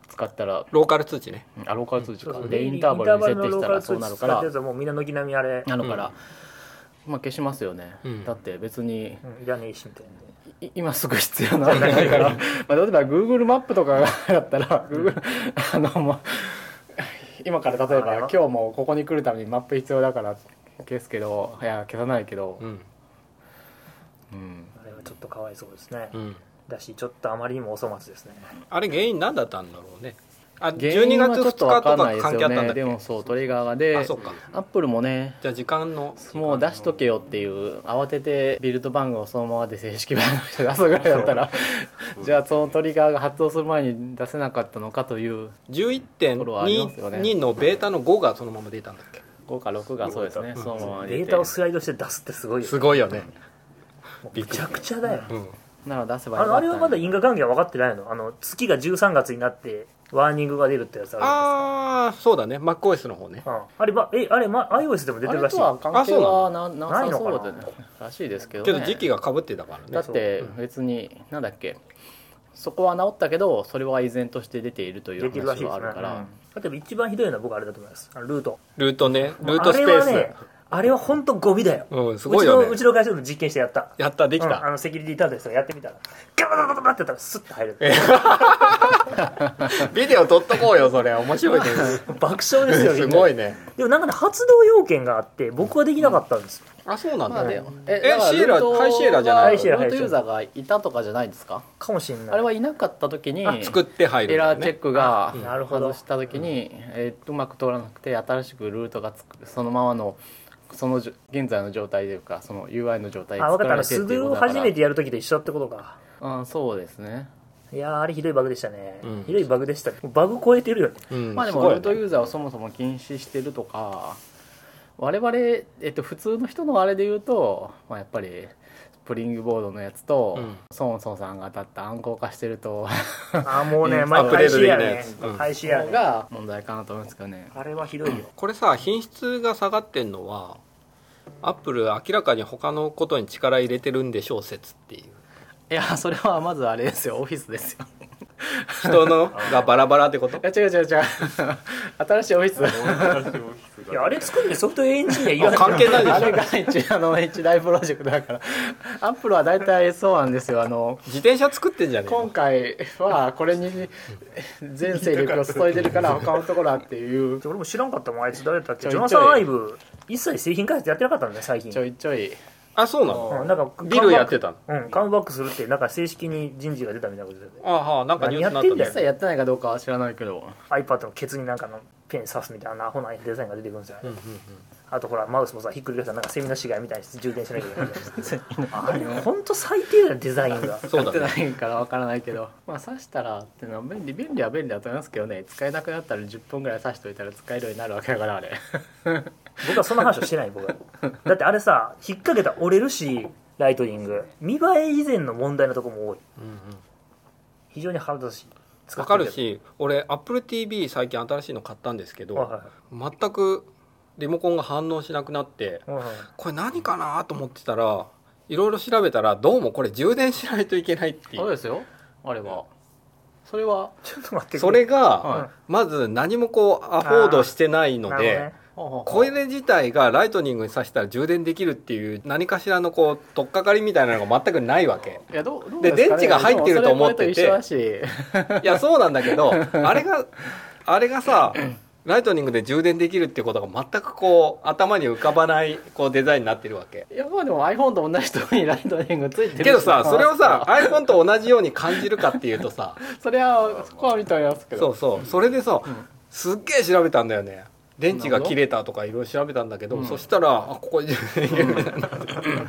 Speaker 5: 使ったら
Speaker 2: ローカル通知ね
Speaker 5: あローカル通知
Speaker 1: そう
Speaker 5: か
Speaker 1: そう
Speaker 5: でインターバルに設定したらそうなるか
Speaker 1: インターバルのローカル通知使って
Speaker 5: ら
Speaker 1: やつはもうみんな軒並みあれ、
Speaker 5: なのから、まあ消しますよね、
Speaker 2: うん
Speaker 5: だって別に
Speaker 1: うん、いらねえしみたいない
Speaker 5: 今すぐ必要なわけないか らまあ例えば Google マップとかだったら Google あのまあ今から例え
Speaker 1: あ
Speaker 5: ば
Speaker 1: れ
Speaker 5: 今
Speaker 1: は
Speaker 5: 日もここに来るためにマップ必要だから消すけどいや消さないけど、
Speaker 2: うん
Speaker 5: うん
Speaker 1: あれはちょっとかわいそうですね、
Speaker 2: うん
Speaker 1: だしちょっとあまりにもお粗末ですね
Speaker 2: あれ原因何だったんだろうねあ
Speaker 5: 原
Speaker 2: 12
Speaker 5: 因は
Speaker 2: 月
Speaker 5: ちょ
Speaker 2: 2日とか
Speaker 5: っと分かんないです
Speaker 2: 関係あ
Speaker 5: よ
Speaker 2: ったんだ
Speaker 5: ね
Speaker 2: っけ
Speaker 5: でもそうトリガーがで
Speaker 2: あそっか
Speaker 5: アップルもね
Speaker 2: じゃあ時間の
Speaker 5: もう出しとけよっていう慌ててビルド番号をそのままで正式番号で出すぐらいだったらじゃあそのトリガーが発動する前に出せなかったのかというところはありますよね
Speaker 2: 11.2のベータの5がそのまま出たんだっけ
Speaker 5: 5か6がそうですねそのまま入れ
Speaker 1: デー
Speaker 5: て
Speaker 1: タをスライドして出すってすごいよ
Speaker 2: すごいよね
Speaker 1: もうめちゃくちゃだよ
Speaker 2: うん
Speaker 5: なら出せばよ
Speaker 1: あ
Speaker 5: かった
Speaker 1: のあれはまだ
Speaker 5: い
Speaker 1: 因果関係は分かってないのあの月が13月になってワーニングが出るってやつある
Speaker 2: ああそうだね MacOS の方ね
Speaker 1: じゃないですかうんあればえあれ、ま、iOS でも出て
Speaker 5: あ
Speaker 1: る
Speaker 5: れ
Speaker 1: らし
Speaker 5: と
Speaker 1: い
Speaker 5: は
Speaker 1: よ
Speaker 5: 関係はなな
Speaker 1: な
Speaker 5: さ
Speaker 1: いのかな
Speaker 5: そうでねらしいですけど
Speaker 2: け
Speaker 5: ね
Speaker 2: ど時期が被ってたからね
Speaker 5: だって別になんだっけそこは治ったけどそれは依然として出ているとい
Speaker 1: 出
Speaker 5: う
Speaker 1: てるらしいで
Speaker 5: 話は
Speaker 1: す
Speaker 5: あ
Speaker 1: ね
Speaker 5: るから、
Speaker 1: 例えば一番ひどいのは僕あれだと思いますあのルート
Speaker 2: ルートねルートスペー
Speaker 1: あ
Speaker 2: ス、
Speaker 1: れはねあれは本当ゴミだよ、
Speaker 2: うんすごいよね
Speaker 1: うちのうちの会社でも実験してやった
Speaker 2: やったでき
Speaker 1: うんあ
Speaker 2: た、
Speaker 1: のセキュリティ担当の人がやってみたらガバガバガバってやったらスッと入る
Speaker 2: ビデオ撮っとこうよそれ面白いね
Speaker 1: 爆笑ですよ
Speaker 2: すご
Speaker 1: みん
Speaker 2: いね
Speaker 1: なでもなんかね発動要件があって僕はできなかったんですよ、
Speaker 2: あそうなん
Speaker 5: ま
Speaker 2: だ
Speaker 5: あ
Speaker 2: ね、
Speaker 5: でも
Speaker 2: え
Speaker 5: だから
Speaker 2: シエラ
Speaker 5: ルート
Speaker 2: ハイシエラじゃない
Speaker 5: は
Speaker 1: ハイシエラ
Speaker 5: ルートユーザーがいたとかじゃないですか
Speaker 1: かもしれない
Speaker 5: あれはいなかった時に
Speaker 2: 作って入る
Speaker 5: エ
Speaker 2: んだ
Speaker 5: ラ
Speaker 2: よ
Speaker 5: ーチェッ
Speaker 2: ね
Speaker 5: クが
Speaker 1: なるほど
Speaker 5: 外した時に、えーうまく通らなくて新しくルートがつくそのままのそのじょ現在の状態というかその UI の状態で
Speaker 1: あ分かっ
Speaker 5: 作
Speaker 1: た
Speaker 5: ら
Speaker 1: あの
Speaker 5: れて
Speaker 1: 素
Speaker 5: ってい
Speaker 1: 手
Speaker 5: うこ
Speaker 1: を
Speaker 5: とだから
Speaker 1: 初めてやるときと一緒ってことか
Speaker 5: うん、そうですね
Speaker 1: いやーあれひどいバグでしたね、
Speaker 2: うん
Speaker 1: ひどいバグでしたバグ超えてるよね
Speaker 2: うん
Speaker 5: まあです
Speaker 2: ごい
Speaker 5: もル
Speaker 2: ね
Speaker 5: ートユーザーをそもそも禁止してるとか我々、えっと、普通の人のあれで言うと、まあ、やっぱりスプリングボードのやつと、
Speaker 2: うん
Speaker 5: ソンソンさんが当たった暗号化してる と
Speaker 1: あーもうね
Speaker 5: うん
Speaker 1: 毎回シェアね
Speaker 2: アップデートできないやつうん
Speaker 1: 廃止や
Speaker 5: の
Speaker 1: ね
Speaker 5: が問題かなと思うんですけどね
Speaker 1: あれはひどいよ
Speaker 2: これさ品質が下がってんのはアップル明らかに他のことに力入れてるんでしょう説っていう
Speaker 5: いやそれはまずあれですよオフィスですよ
Speaker 2: 人のがバラバラってこと
Speaker 5: いや違う違う違う新しいオフィス
Speaker 1: いやあれ作るのソフトウェアエンジニアいら
Speaker 2: あ
Speaker 1: ない
Speaker 2: 関係ないで
Speaker 5: あ
Speaker 2: し
Speaker 5: れ
Speaker 2: ょ
Speaker 5: が一あの一大プロジェクトだからアップルは大体そうなんですよあの
Speaker 2: 自転車作ってんじゃねえ
Speaker 5: 今
Speaker 2: の
Speaker 5: 回はこれに全勢力を注いでるから他のところはっていう
Speaker 1: 俺も知らんかったもんあいつ誰だったっけ
Speaker 5: ち
Speaker 1: ジョ
Speaker 5: ょい
Speaker 1: ナ
Speaker 5: ちょい
Speaker 1: サン・アイブ一切製品開発やってなかったんだね最近
Speaker 5: ちょいちょい
Speaker 2: あそうなの
Speaker 1: うんなんか
Speaker 2: ビルやってたの
Speaker 1: うんカムバックするってなんか正式に人事が出たみたいなことで
Speaker 2: ああはあなんかニュースになっ
Speaker 1: 何や
Speaker 2: た
Speaker 5: 一
Speaker 1: ってん
Speaker 2: ね
Speaker 1: だ
Speaker 5: 切やってないかどうかは知らないけど
Speaker 1: iPad のケツになんかのペン刺すみたいなアホなデザインが出てくるんですよ、ねあとほらマウスもさひっくり返したらなんかセミの死骸みたいにして充電しなきゃいけないじゃないあれ本当最低だよデザインが
Speaker 2: そう
Speaker 5: や
Speaker 2: だ
Speaker 5: って
Speaker 2: ね
Speaker 5: ないからわからないけどまあ刺したらっていうのは便利便利は便利だと思いますけどね使えなくなったら10分ぐらい刺しておいたら使えるようになるわけだ からあれ
Speaker 1: 僕はその話をしてない僕はだってあれさ引っ掛けたら折れるしライトニング見栄え以前の問題のとこも多い
Speaker 2: うんうん
Speaker 1: 非常に腹立つし使
Speaker 2: わ
Speaker 1: って
Speaker 2: か
Speaker 1: み
Speaker 2: る
Speaker 1: て
Speaker 2: し俺 AppleTV 最近新しいの買ったんですけ
Speaker 1: はいはい
Speaker 2: ど全くリモコンが反応しなくなって
Speaker 1: はいはい
Speaker 2: これ何かなと思ってたらいろいろ調べたらどうもこれ充電しないといけないってい
Speaker 5: そう
Speaker 2: う
Speaker 5: ですよあれはそれは
Speaker 1: ちょっと待って
Speaker 2: それが
Speaker 5: は
Speaker 2: まず何もこうアフォードしてないの
Speaker 1: なるほど
Speaker 2: で
Speaker 1: ね
Speaker 2: これ自体がライトニングに挿したら充電できるっていう何かしらのこう取っかかりみたいなのが全くないわけ
Speaker 5: いやどうどう
Speaker 2: で
Speaker 5: ですか
Speaker 2: 電
Speaker 5: ね
Speaker 2: 池が入ってると思ってて
Speaker 5: でもそれこれと一緒だし
Speaker 2: いやそうなんだけどあれがあれがさライトニングで充電できるっていうことが全くこう頭に浮かばないこうデザインになってるわけ
Speaker 5: いやまあでも iPhone と同じとこにライトニングついてる
Speaker 2: けどさそれをさ iPhone と同じように感じるかっていうとさ
Speaker 5: それはそこは認めますけ
Speaker 2: そ
Speaker 5: ど
Speaker 2: うそうそれでさ、すっげえ調べたんだよね電池が切れたとかいろいろ調べたんだけど、
Speaker 5: うん
Speaker 2: そしたらあここ充電できる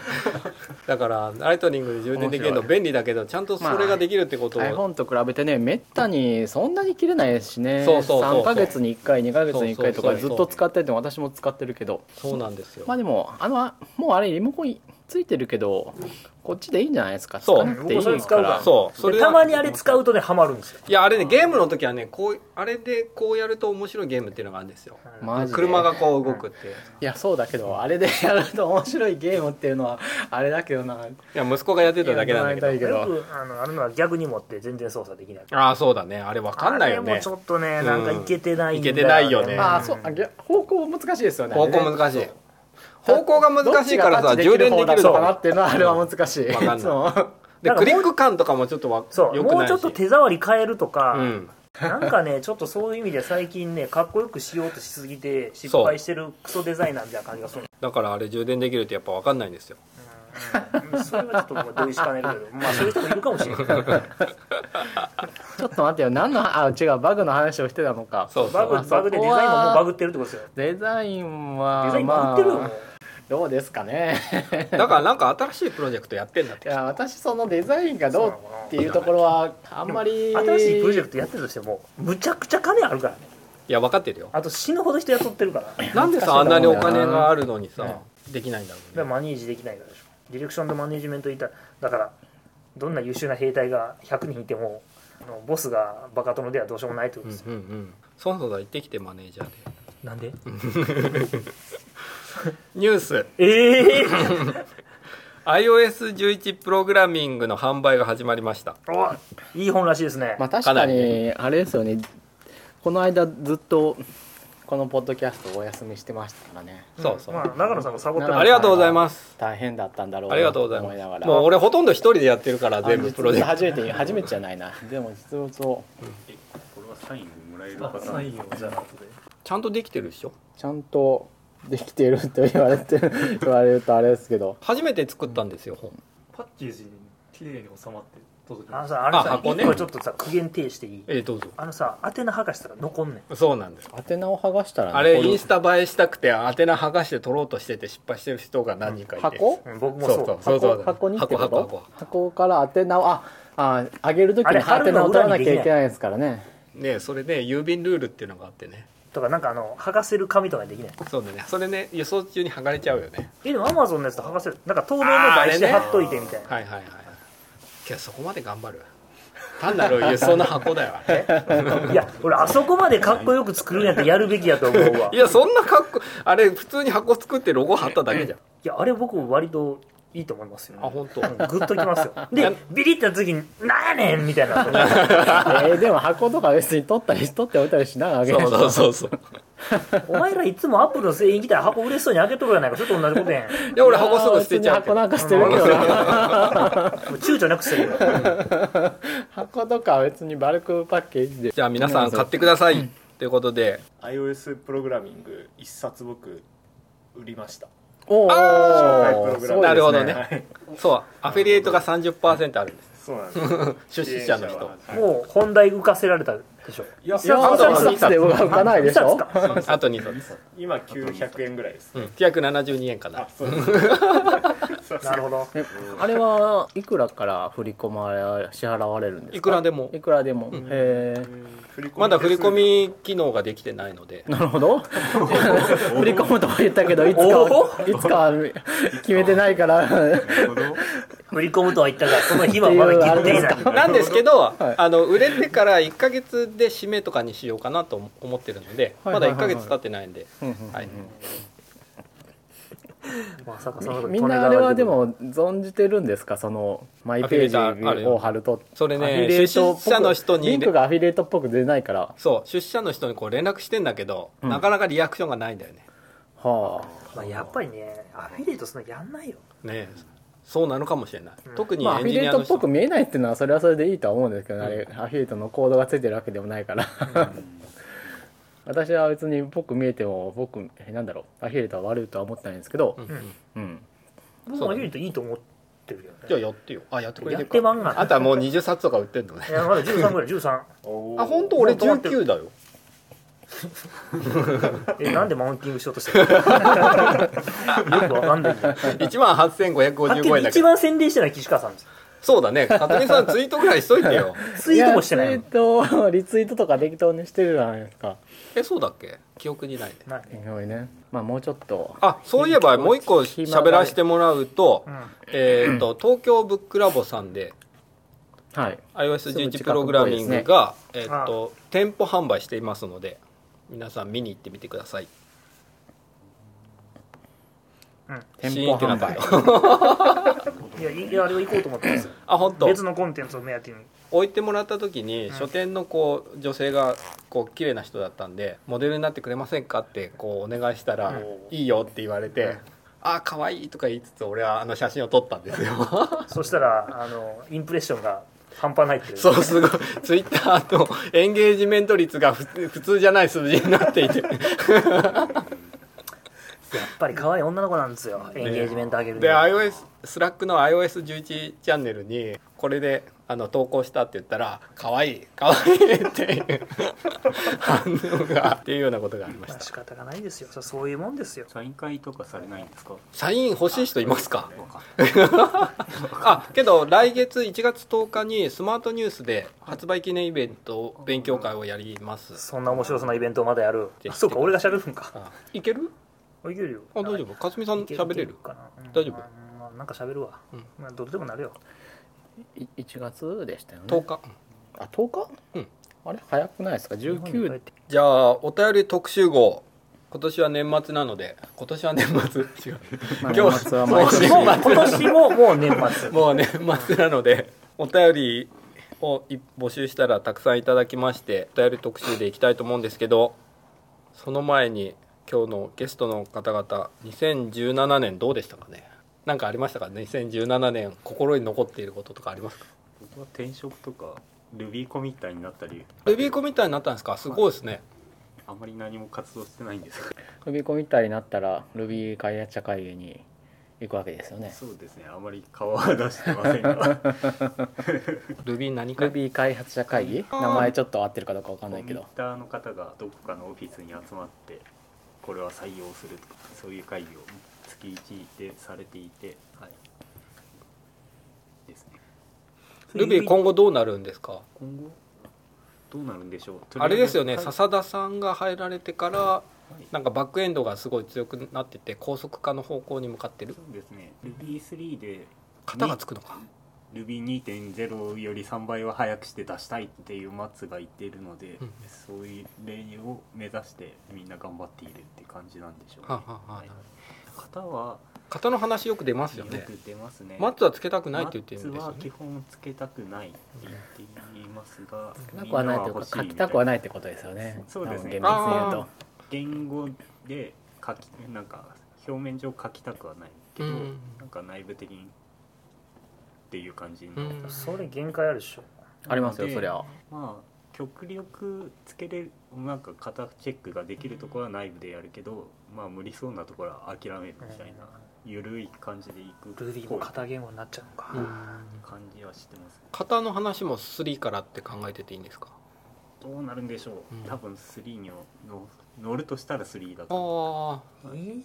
Speaker 2: だからライトニングで充電できるの
Speaker 5: 面
Speaker 2: 便利だけどちゃんとそれができるってことを、
Speaker 5: iPhone と比べてねめったにそんなに切れないしね
Speaker 2: そうそうそうそう
Speaker 5: 3ヶ月に1回2ヶ月に1回
Speaker 2: そ
Speaker 5: とか
Speaker 2: うそうそうそ
Speaker 5: ず
Speaker 2: う
Speaker 5: っと使ってて私も使ってるけど
Speaker 2: そうなんですよ、
Speaker 5: まあでもあのもうあれリモコンついてるけどこっちでいいんじゃないですか
Speaker 2: そう
Speaker 5: 使わなくて
Speaker 1: 僕
Speaker 5: いい
Speaker 1: もそれ使うか
Speaker 5: からら
Speaker 2: そうそ
Speaker 1: で
Speaker 2: れ
Speaker 1: た
Speaker 2: は
Speaker 1: まにあれ使うとねハマるんですよ
Speaker 2: いやあれねゲームの時はねこうあれでこうやると面白いゲームっていうのがあるんですよ
Speaker 5: マジで
Speaker 2: 車がこう動くっていう
Speaker 5: いやそうだけどあれでやると面白いゲームっていうのはあれだけどない
Speaker 2: や息子がやってただけなんだけど
Speaker 5: いけど
Speaker 1: よくあのあるのは逆に持って全然操作できない
Speaker 2: ああそうだねあれわかんないよ
Speaker 1: あれも
Speaker 2: ね
Speaker 1: ちょっとねなんかいけてないんだ
Speaker 2: いけてないよね
Speaker 5: ああそうあいや方向難しいですよね
Speaker 2: 方向難しい方向が難しいからさ充電できる
Speaker 5: の
Speaker 2: の
Speaker 5: かな
Speaker 2: か
Speaker 5: っていうのはあれは難しい
Speaker 2: わかんない
Speaker 5: つも
Speaker 2: で
Speaker 1: なんか
Speaker 2: クリック感とかもちょっとわ
Speaker 1: そう
Speaker 2: よく
Speaker 1: もう
Speaker 2: ないし
Speaker 1: ちょっと手触り変えるとか、
Speaker 2: うん
Speaker 1: なんかねちょっとそういう意味で最近ねかっこよくしようとしすぎて失敗してるクソデザイナーみたいな感じがする
Speaker 2: だからあれ充電できるってやっぱわかんないんですよ
Speaker 1: うんそれはちょっともう同意しかねるけどまあそういう人もいるかもしれない
Speaker 5: ちょっと待ってよ何のあ違うバグの話をしてたのか
Speaker 2: そう そ
Speaker 1: バ
Speaker 2: う
Speaker 1: グバグでデザインももうバグってるってことですよ
Speaker 5: デザイン
Speaker 1: デ
Speaker 5: は
Speaker 1: ザインバ
Speaker 5: ま
Speaker 1: グってるよ、
Speaker 5: あどうですかね
Speaker 2: だからなんか新しいプロジェクトやってんだっ
Speaker 5: い
Speaker 2: て
Speaker 5: や私そのデザインがどうっていうところはあんまり
Speaker 1: 新しいプロジェク
Speaker 5: ト
Speaker 1: トやってるとしてもむちゃくちゃ金あるからね
Speaker 2: いや分かってるよ
Speaker 1: あと死ぬほど人雇ってるからだか
Speaker 2: なんで
Speaker 5: 難しい
Speaker 2: さ
Speaker 5: と
Speaker 2: あ
Speaker 5: 思うんんだ
Speaker 2: な
Speaker 5: よ
Speaker 2: に
Speaker 5: な
Speaker 2: お金があるのにさできないんだろう
Speaker 1: ら
Speaker 2: ね
Speaker 1: マネージできないからでしょディレクションとマネージメントいただからどんな優秀な兵隊が100人いてもあのボスがバカ殿ではどうしようもないってこと
Speaker 2: うん
Speaker 1: ですよ、
Speaker 2: うんうんそうそうだ行ってきてマネージャーで
Speaker 1: なんで
Speaker 2: ニュース
Speaker 1: ええ
Speaker 2: iOS11 プログラミングの販売が始まりました
Speaker 1: おいい本らしいですね、
Speaker 5: まあ確
Speaker 2: かな
Speaker 5: か
Speaker 2: り
Speaker 5: にあれですよねこの間ずっとこのポッドキャストお休みしてましたからね
Speaker 2: そうそう
Speaker 1: まあ、長野さんもサボって
Speaker 5: 長野さん
Speaker 2: ありがとうございます
Speaker 5: 大変だったんだろう
Speaker 2: ありがとうござい
Speaker 5: 思な
Speaker 2: ま
Speaker 5: が
Speaker 2: す
Speaker 5: ら
Speaker 2: もう俺ほとんど一人でやってるから全部プロジェク
Speaker 5: 初めて初めてじゃないなでも実物を
Speaker 3: えこれはサインもらえる
Speaker 6: ま
Speaker 3: パ
Speaker 6: あ
Speaker 3: ター
Speaker 6: サ
Speaker 3: ン
Speaker 6: インをじゃあ後で
Speaker 2: トちゃんとできてるでしょ
Speaker 5: ちゃんとできてると言われて言われるとあれです けど
Speaker 2: 初めて作ったんですよ本
Speaker 6: パッケージに綺麗に収まって届き
Speaker 1: あ
Speaker 6: ま
Speaker 1: の
Speaker 6: した
Speaker 1: さあれ
Speaker 2: あ
Speaker 1: さ
Speaker 2: 箱ね
Speaker 1: 一個ちょっとさ苦言呈していい
Speaker 2: ええどうぞ
Speaker 1: あのさ宛名博士とか残んねん
Speaker 2: そうなんです
Speaker 5: 宛名を剥がしたらね
Speaker 2: あれ
Speaker 5: こういう
Speaker 2: インスタ映えしたくて宛名剥がして取ろうとしてて失敗してる人が何人かいて
Speaker 5: 箱
Speaker 1: うん僕も
Speaker 2: そ
Speaker 1: そうう
Speaker 2: そうそうそう
Speaker 5: 箱箱にってこと
Speaker 2: 箱箱箱
Speaker 5: 箱から宛名をああ上げるとき
Speaker 1: あ
Speaker 5: に
Speaker 1: れ貼
Speaker 5: 宛
Speaker 1: る
Speaker 5: 名
Speaker 1: の
Speaker 5: を取ら
Speaker 1: 裏
Speaker 5: な
Speaker 1: に
Speaker 5: き
Speaker 1: でき
Speaker 5: ゃ
Speaker 1: ない
Speaker 5: いけないですからね
Speaker 2: ねそれね郵便ルールっていうのがあってね
Speaker 1: とかなんかあの剥がせる紙とかできない
Speaker 2: そうだねそれね輸送中に剥がれちゃうよね
Speaker 1: えでもアマゾンのやつと剥がせるなんか透明の
Speaker 2: あーあれ
Speaker 1: 台
Speaker 2: ね
Speaker 1: 紙貼っといてみたいな
Speaker 2: はいはいはいけどそこまで頑張る単なる輸送の箱だよあれ
Speaker 1: いや俺あそこまでかっこよく作るんやったらやるべきやと思うわ
Speaker 2: い
Speaker 1: い
Speaker 2: やそんな格好あれ普通に箱作ってロゴ貼っただけじゃん
Speaker 1: やあれ僕割といいと思いますよ、
Speaker 2: あ本当。
Speaker 1: うんグッときますよでビリってやった時に「なんやねん!」みたい な
Speaker 5: えーでも箱とか別に取ったり取っておいたりしながらあげる
Speaker 2: そうそうそうそ う
Speaker 1: お前らいつもアップルの製品来たら箱嬉しそうに開けとるやないかそれと同じことや ん
Speaker 2: いや俺箱すぐ捨てちゃう
Speaker 5: 別
Speaker 2: けど
Speaker 5: に箱なんか捨てるけどな
Speaker 1: もう躊躇なくしてるから
Speaker 5: 箱とかは別にバルクパッケージで
Speaker 2: じゃあ皆さん買ってくださいということで
Speaker 4: iOS プログラミング一冊僕売りました
Speaker 5: お
Speaker 4: はいプ
Speaker 5: お
Speaker 4: ロ
Speaker 5: す
Speaker 4: グ
Speaker 5: ご
Speaker 4: ラ
Speaker 2: な
Speaker 4: ミング
Speaker 5: い
Speaker 2: るほど
Speaker 4: は
Speaker 2: ね
Speaker 4: い
Speaker 2: そうアフィリエイトが30%あるんです
Speaker 4: そうなんですよ
Speaker 2: 出 資者の人
Speaker 1: もう本題浮かせられたでしょ
Speaker 4: いや
Speaker 5: いや
Speaker 2: あとは
Speaker 5: 3冊で僕は浮かないでしょ
Speaker 1: 二冊か
Speaker 2: あと2冊
Speaker 4: 今900円ぐらいです
Speaker 2: うん972円かな
Speaker 4: あそうですそうです
Speaker 1: なるほど
Speaker 5: えあれはいくらから振り込まれ支払われるんですか
Speaker 2: いくらでも
Speaker 5: いくらでも、え
Speaker 4: 振り込 み
Speaker 2: まだ振り込み機能ができてないので
Speaker 5: なる ほど振り込むとは言ったけどいつかはいつかは決めてないから
Speaker 1: 振り込むとは言ったがその日はまだ決定ない
Speaker 2: なんですけど、
Speaker 5: い
Speaker 2: あの売れてから1か月で締めとかにしようかなと思思ってるので、
Speaker 5: はいはいはいはい
Speaker 2: まだ1か月経ってないんで、
Speaker 5: うんうん
Speaker 2: はい、
Speaker 1: まさかその
Speaker 5: みんなあれはでも存じてるんですかそのマイペ
Speaker 2: アフィリエイトあ
Speaker 5: ー
Speaker 2: る
Speaker 5: ジ
Speaker 2: よ
Speaker 5: を貼ると
Speaker 2: それね
Speaker 5: アフィリエイトっぽく
Speaker 2: 出資者の人に
Speaker 5: リンクがアフィリエイトっぽく出ないから
Speaker 2: そう出社の人にこう連絡してんだけど、なかなかリアクションがないんだよね
Speaker 5: は
Speaker 1: まあ、やっぱりねアフィリエイトそんなやんないよ
Speaker 2: ねそうなのかもしれない、特
Speaker 5: あ
Speaker 2: に
Speaker 5: まあア
Speaker 2: エ
Speaker 5: フ
Speaker 2: ン
Speaker 5: ィ
Speaker 2: ジニ
Speaker 5: リエイ
Speaker 2: ア
Speaker 5: ト
Speaker 2: の
Speaker 5: っ
Speaker 2: 人、
Speaker 5: ぽく見えないっていうのはそれはそれでいいとは思うんですけどね、あれアフィリエイトのコードがついてるわけでもないから私は別に僕見えても僕なんだろうアヒルとは悪いとは思ってないんですけど
Speaker 2: う、んうん
Speaker 5: うん、
Speaker 1: 僕もアヒルといいと思ってるけ
Speaker 2: じ
Speaker 1: ど
Speaker 2: ゃあ
Speaker 1: ね
Speaker 2: やってよあやってくれ
Speaker 1: や
Speaker 2: て
Speaker 1: っ
Speaker 2: る
Speaker 1: て
Speaker 2: か
Speaker 1: まんが
Speaker 2: あ
Speaker 1: な
Speaker 2: とはもう20冊とか売ってんのね
Speaker 1: いやまだ13ぐらい13
Speaker 2: あ本当俺19だよ
Speaker 1: えなんでマウンティングしようとしてるのよくわかんないけど
Speaker 2: 1万
Speaker 1: はっき
Speaker 2: 8555円
Speaker 1: り
Speaker 2: だけ
Speaker 1: 一
Speaker 2: ど
Speaker 1: 番宣伝してない岸川さんです
Speaker 2: そうだね里見さんツイートぐらいしといてよ
Speaker 1: ツイートもしてない
Speaker 5: や
Speaker 1: の
Speaker 5: ツイート リツイートとか適当にしてるじゃないですか
Speaker 2: えそうだっけ記憶にないね
Speaker 1: ないね
Speaker 5: すごいねまあもうちょっと
Speaker 2: あそういえばもう一個喋らせてもらうと
Speaker 1: うん
Speaker 2: えっと東京ブックラボさんで
Speaker 5: はい
Speaker 2: iOS11 プログラミングが、え
Speaker 1: 近くっぽいですね
Speaker 2: っと店舗販売していますので皆さん見に行ってみてください
Speaker 5: 店舗販売
Speaker 1: いやいいやあれは行こうと思って ます
Speaker 2: あ本当。
Speaker 1: 別のコンテンツを目当てに
Speaker 2: 置いてもらった時に、
Speaker 1: うん
Speaker 2: 書店のこう女性がこう綺麗な人だったんでモデルになってくれませんかってこうお願いしたら、
Speaker 1: うん
Speaker 2: いいよって言われて、
Speaker 1: うん
Speaker 2: あー可愛いとか言いつつ俺はあの写真を撮ったんですよ
Speaker 1: そしたらあのインプレッションが半端ないっていう
Speaker 2: そうすごいツイッターとエンゲージメント率がふ普通じゃない数字になっていて
Speaker 1: やっぱり可愛い女の子なんですよエンゲージメント上げるに
Speaker 2: で
Speaker 1: は
Speaker 2: iOS スラックの iOS11 チャンネルにこれであの投稿したって言ったら「可愛い可愛いっていう反応がっていうようなことがありまし
Speaker 1: まあ
Speaker 2: た
Speaker 1: 仕方がないですよそそういうもんですよ
Speaker 3: サイン会とかされないんですか
Speaker 2: サイン欲しい人いますか
Speaker 3: わかんない
Speaker 2: あけど来月1月10日にスマートニュースで発売記念イベントを勉強会をやります
Speaker 1: そんな面白そうなイベントをまだやる
Speaker 2: ぜひ
Speaker 1: あそうか俺が喋るんか
Speaker 2: あいける
Speaker 1: あいけるよ
Speaker 2: あ大丈夫かすみさん
Speaker 1: いけいけ
Speaker 2: 喋れる
Speaker 1: かな、うん
Speaker 2: 大丈夫
Speaker 1: まあまあなんか喋るわ、
Speaker 2: うん
Speaker 1: まあ、どうでもなるよ
Speaker 5: い1月でしたよね
Speaker 2: 10日
Speaker 5: あ10日、
Speaker 2: うん
Speaker 5: あれ早くないですか
Speaker 1: 日本に帰っ
Speaker 5: 19
Speaker 1: て
Speaker 2: じゃあお便り特集号今年は年末なので今年は年末 違う
Speaker 5: ま
Speaker 2: 今
Speaker 5: あ
Speaker 2: 日
Speaker 5: 年末は毎年
Speaker 1: もう今年ももう年末
Speaker 2: もう年末なのでお便りをい募集したらたくさんいただきましてお便り特集でいきたいと思うんですけどその前に今日のゲストの方々2017年どうでしたかね何かありましたか2017年心に残っていることとかありますか
Speaker 3: 僕は転職とかルビーコみたいになったり
Speaker 2: ルビーコみたいになったんですかすごいですね
Speaker 3: あんまり何も活動してないんですけど
Speaker 5: 飛び込みたいになったら Ruby 開発者会議に行くわけですよね
Speaker 3: そうですねあまり顔は出してません が
Speaker 2: ルビー何か
Speaker 5: Ruby 開発者会議
Speaker 2: あー
Speaker 5: 名前ちょっと合ってるかどうかわか
Speaker 3: コ
Speaker 5: んない
Speaker 3: ミ
Speaker 5: け
Speaker 3: ッ
Speaker 5: ど
Speaker 3: ターの方がどこかのオフィスに集まってこれは採用するとかそういう会議を月1でされていてはいですね
Speaker 2: ルビー今後どうなるんですか
Speaker 3: 今後どうなるんでしょう
Speaker 2: あれですよね
Speaker 3: とりあえず
Speaker 2: 笹田さんが入られてから
Speaker 3: はい
Speaker 2: なんかバックエンドがすごい強くなってて高速化の方向に向かってる
Speaker 3: そうですね Ruby3 で
Speaker 2: 型がつくのか
Speaker 3: Ruby2.0 より3倍は早くして出したいっていうマッツが言っているので、
Speaker 2: うん
Speaker 3: そういう例を目指してみんな頑張っているって感じなんでしょうね、
Speaker 2: はあはあはあ
Speaker 3: い型は
Speaker 2: 型の話よく出ます
Speaker 3: よ
Speaker 2: よね
Speaker 3: く出ますね
Speaker 2: マッツはつけたくないって言ってるんです
Speaker 3: マ
Speaker 2: よ
Speaker 3: ッツは基
Speaker 2: ね
Speaker 3: 本つけたくないって言っていますが
Speaker 5: なくはないというか書きたくはないってことですよね
Speaker 3: そうですね
Speaker 5: 多分厳密に言うと
Speaker 2: あ
Speaker 3: 言語で書きなんか表面上書きたくはないけど、
Speaker 2: うん
Speaker 3: なんか内部的にっていう感じに
Speaker 2: う
Speaker 3: なった、
Speaker 2: ん
Speaker 1: それ限界あるでしょ
Speaker 5: ありますよそりゃ
Speaker 3: まあ極力つけれるなんか型チェックができるところは内部でやるけどまあ無理そうなところは諦めるみたいな緩い感じでいく
Speaker 1: ルーディー
Speaker 3: ぽ
Speaker 1: も
Speaker 3: い
Speaker 1: 型言語になっちゃうのか、
Speaker 3: 感じはしてますね
Speaker 2: 型の話も3からって考えてていいんですか
Speaker 3: どうなるんでしょう、
Speaker 2: うん
Speaker 3: 多分3にのの乗るとしたら3だと
Speaker 2: あ
Speaker 1: 2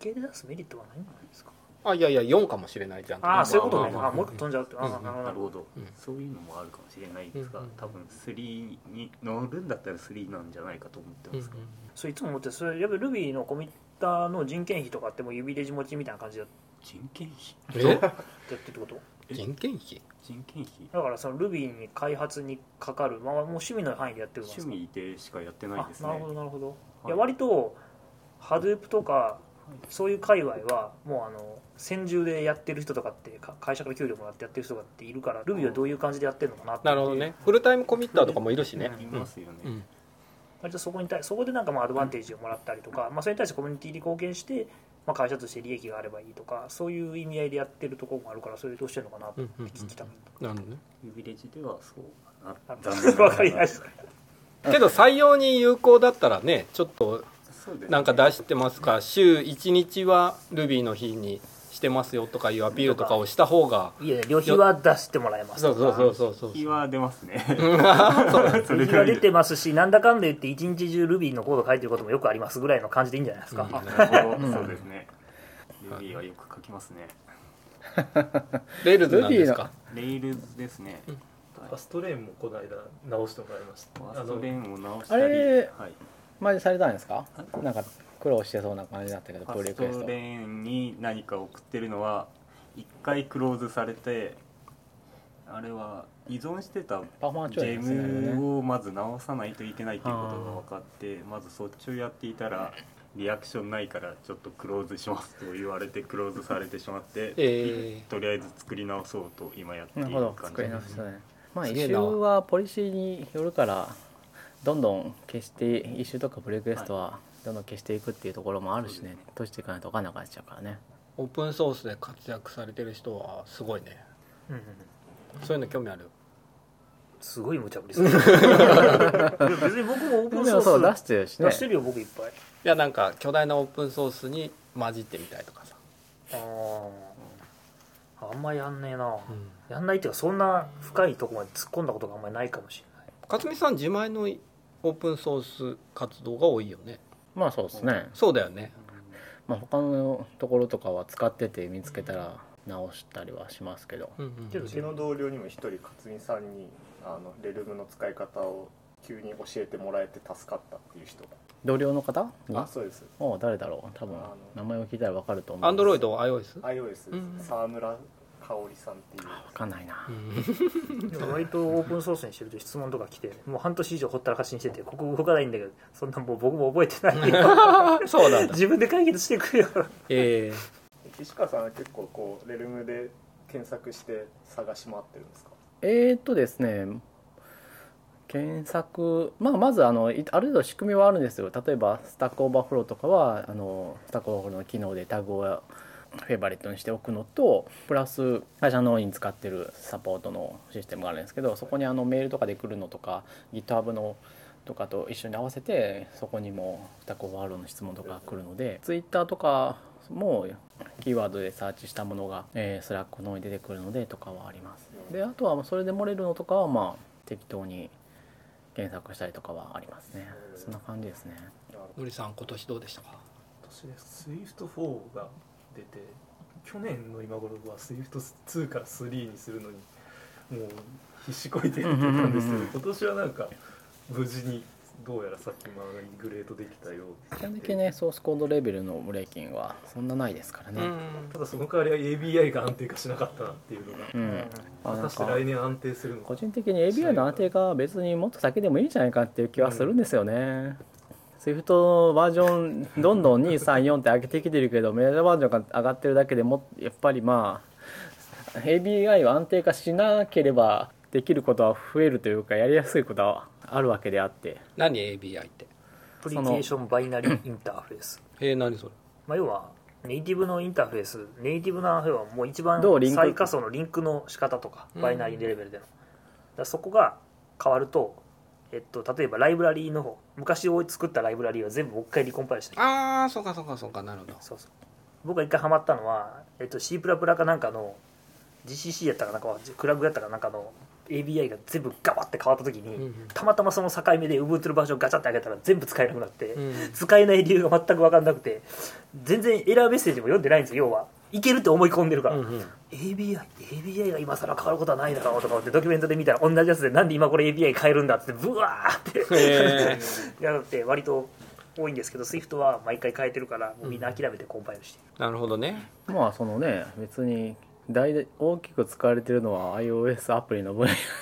Speaker 1: 系で出すメリットはないんじゃないですか
Speaker 2: ああいやいや4かもしれないじゃん
Speaker 1: ああそういうことね、
Speaker 2: まあ
Speaker 1: あ
Speaker 2: まあ
Speaker 1: もう一個飛んじゃうって、あ
Speaker 2: う
Speaker 1: あ
Speaker 2: ん
Speaker 1: なるほど
Speaker 3: なるほど、
Speaker 2: うん
Speaker 3: そういうのもあるかもしれないですが、
Speaker 2: うんうん
Speaker 3: 多分3に乗るんだったら3なんじゃないかと思って
Speaker 2: うん
Speaker 3: ますけど、
Speaker 1: そういつも思ってそれやっぱり Ruby のコミッターの人件費とかってもう指レジ持ちみたいな感じでや
Speaker 3: 人件費
Speaker 2: え
Speaker 1: ってるってこと
Speaker 2: 人件費
Speaker 3: 人件費
Speaker 1: だからその Ruby に開発にかかる、まあ、もう趣味の範囲でやってるんです
Speaker 3: 趣
Speaker 1: か
Speaker 3: 味でしかやってないですね
Speaker 1: あなるほどなるほど、い、
Speaker 3: い
Speaker 1: や割と Hadoop とかそういう界隈はもうあの専従でやってる人とかってか会社から給料もらってやってる人とかっているから Ruby はどういう感じでやってるのかなって
Speaker 2: なるほどねフルタイムコミッターとかもいるしね
Speaker 3: いますよね、
Speaker 2: うん
Speaker 1: 割とそこに対そこでなんかまあアドバンテージをもらったりとか、まあ、それに対してコミュニティに貢献して、まあ、会社として利益があればいいとかそういう意味合いでやってるところもあるからそれどうしてるのかなと
Speaker 2: うんうんうん
Speaker 1: 聞きたい、
Speaker 2: なるほどね
Speaker 3: 指レジではそうかな
Speaker 1: わかりま
Speaker 3: な
Speaker 1: した
Speaker 2: けど採用に有効だったらねちょっと
Speaker 4: そうです
Speaker 2: なんか出してますか週1日は Ruby の日にしてますよとかいうアピールとかをした方が
Speaker 1: いや旅費は出してもらえます
Speaker 2: そうそうそうそうそう
Speaker 3: 日は出ますねそ
Speaker 1: 旅
Speaker 3: れ
Speaker 1: 費
Speaker 3: が
Speaker 1: はい出
Speaker 3: い
Speaker 1: てますしなんだかんだ言って一日中 Ruby のコード書いてることもよくありますぐらいの感じでいいんじゃないですか、
Speaker 2: うん
Speaker 3: なるほどそうですねルビーはよく書きますね
Speaker 2: レールズなんですか
Speaker 3: レイルですね
Speaker 6: ファストレーンもこの間直してもらいました
Speaker 3: ファ
Speaker 6: あ
Speaker 3: ース
Speaker 6: の
Speaker 3: トレーンを直したり
Speaker 5: あれ
Speaker 3: はい
Speaker 5: 前にされたんですかなんか苦労してそうな感じだったけど
Speaker 3: フ
Speaker 5: プ
Speaker 3: ァ
Speaker 5: ロリ
Speaker 3: ス
Speaker 5: クエス
Speaker 3: ト
Speaker 5: ト
Speaker 3: レーンに何か送ってるのは一回クローズされてあれは依存してた
Speaker 5: パフォーマンス
Speaker 3: ジ
Speaker 5: 調整
Speaker 3: ェ
Speaker 5: ですねあれね
Speaker 3: ムをまず直さないといけないっていうことが分かってまずそっちをやっていたらリアクションないからちょっとクローズしますと言われてクローズされてしまって、
Speaker 2: え
Speaker 3: とりあえず作り直そうと今やってい
Speaker 5: な
Speaker 3: る
Speaker 5: るほど
Speaker 3: 感じ
Speaker 5: 作り直し
Speaker 3: です
Speaker 5: たねまあ
Speaker 2: す
Speaker 5: イ
Speaker 2: げ
Speaker 5: シ
Speaker 2: え
Speaker 5: ュ
Speaker 2: な
Speaker 5: ーはポリシーによるからどんどん消してイシューとかプロリクエストはどんどん消していくっていうところもあるし
Speaker 3: そうで
Speaker 5: ね
Speaker 3: すね
Speaker 5: 閉じていかないと分かんなくなっちゃうからね
Speaker 2: ーオープンソースで活躍されてる人はすごいね
Speaker 1: うんうん
Speaker 2: そういうの興味ある
Speaker 1: すごい無茶ぶりするいや別に僕もオー
Speaker 5: で
Speaker 1: プン
Speaker 5: も
Speaker 1: ソ
Speaker 5: そう出
Speaker 1: ー
Speaker 5: し
Speaker 1: ス
Speaker 5: てるしね
Speaker 1: 出してるよ僕いっぱい
Speaker 2: いやなんか巨大なオープンソースに混じってみたいとかさ、
Speaker 1: あーあんまやんねえなやんないっていうかそんな深いとこまで突っ込んだことがあんまりないかもしれない
Speaker 2: 勝美さん自前のオープンソース活動が多いよね
Speaker 5: まあそうですね
Speaker 2: そうだよね
Speaker 5: まあ他のところとかは使ってて見つけたら直したりはしますけど
Speaker 2: うん
Speaker 1: けど
Speaker 4: うちの同僚にも一人勝美さんにあのレルムの使い方を急に教えてもらえて助かったっていう人が
Speaker 5: 同僚の方に
Speaker 4: そうです
Speaker 5: おう誰だろう多分
Speaker 4: あの
Speaker 5: 名前を聞いたら分かると思う
Speaker 2: アンドロイド iOS?
Speaker 4: iOS ですね
Speaker 2: うん
Speaker 4: 沢村香織さんっていう
Speaker 5: 分かんないな
Speaker 1: でも割とオープンソースにしてると質問とか来てもう半年以上ほったらかしにしててここ動かないんだけどそんなもう僕も覚えてない よ
Speaker 2: そうなんだ
Speaker 1: 自分で解決してくれよ
Speaker 2: え
Speaker 4: 岸川さんは結構こうレルムで検索して探し回ってるんですか
Speaker 5: えー、っとですね検索、まあ、まずあのいある程度仕組みはあるんですよ例えばスタックオーバーフローとかはあのスタックオーバーフローの機能でタグをフェイバリットにしておくのとプラス会社のに使ってるサポートのシステムがあるんですけどそこにあのメールとかで来るのとか GitHub のとかと一緒に合わせてそこにもスタックオーバーフローの質問とかが来るので Twitter とかもキーワードでサーチしたものが、えー、スラックの方に出てくるのでとかはありますであとはそれで漏れるのとかはまあ適当に検索したりとかはありますねそんな感じですね
Speaker 2: ー、のりさん今年どうでしたか
Speaker 6: 今年で SWIFT4 が出て去年の今頃は SWIFT2 から3にするのにもう必死こいてやってたんですけ
Speaker 5: うんうんうんう
Speaker 6: ど
Speaker 5: ん
Speaker 6: 今年はなんか無事にどうやら先回りグレートできたよう
Speaker 5: 基本的にねソースコードレベルのブレーキンはそんなないですからね
Speaker 6: ただその代わりは ABI が安定化しなかったなっていうのが
Speaker 5: うん、まあ
Speaker 6: 果
Speaker 5: なん
Speaker 6: たして
Speaker 5: か
Speaker 6: 来年安定するのか
Speaker 5: 個人的に ABI の安定が別にもっと先でもいいんじゃないかっていう気はするんですよね。Swift バージョンどんどん234って上げてきてるけどメジャーバージョンが上がってるだけでもやっぱりまあ ABI は安定化しなければできることは増えるというかやりやすいことはあるわけであって
Speaker 2: 何 ABI って
Speaker 1: プリケーションバイナリーインターフェース、
Speaker 2: えー、何それ
Speaker 1: まあ、要はネイティブのインターフェースネイティブのインターフェースはもう一番
Speaker 5: どうリンク
Speaker 1: 最下層のリンクの仕方とか
Speaker 2: うん
Speaker 1: バイナリーレベルでの、だからそこが変わると、えっと、例えばライブラリーの方昔作ったライブラリーは全部もう一回リコンパイルして
Speaker 2: ああそうかそうかそうかなるほど
Speaker 1: そうそう僕が一回ハマったのは、えっと、C プラプラかなんかの GCC やったかなんかクラブやったかなんかの ABI が全部ガバって変わった時に、
Speaker 2: うんうん
Speaker 1: たまたまその境目で Ubuntu のバージョンガチャって上げたら全部使えなくなって、
Speaker 2: うん
Speaker 1: 使えない理由が全く分かんなくて全然エラーメッセージも読んでないんですよ要はいけるって思い込んでるから、
Speaker 2: うんうん
Speaker 1: ABI、ABI が今更変わることはないだろうとか思ってドキュメントで見たら同じやつでなんで今これ ABI 変えるんだっつってブワーって
Speaker 2: へ
Speaker 1: やるって割と多いんですけど SWIFT は毎回変えてるからもうみんな諦めてコンパイルして
Speaker 2: ー、なるほどね
Speaker 5: まあそのね別に大々大きく使われてるのは iOS アプリの分野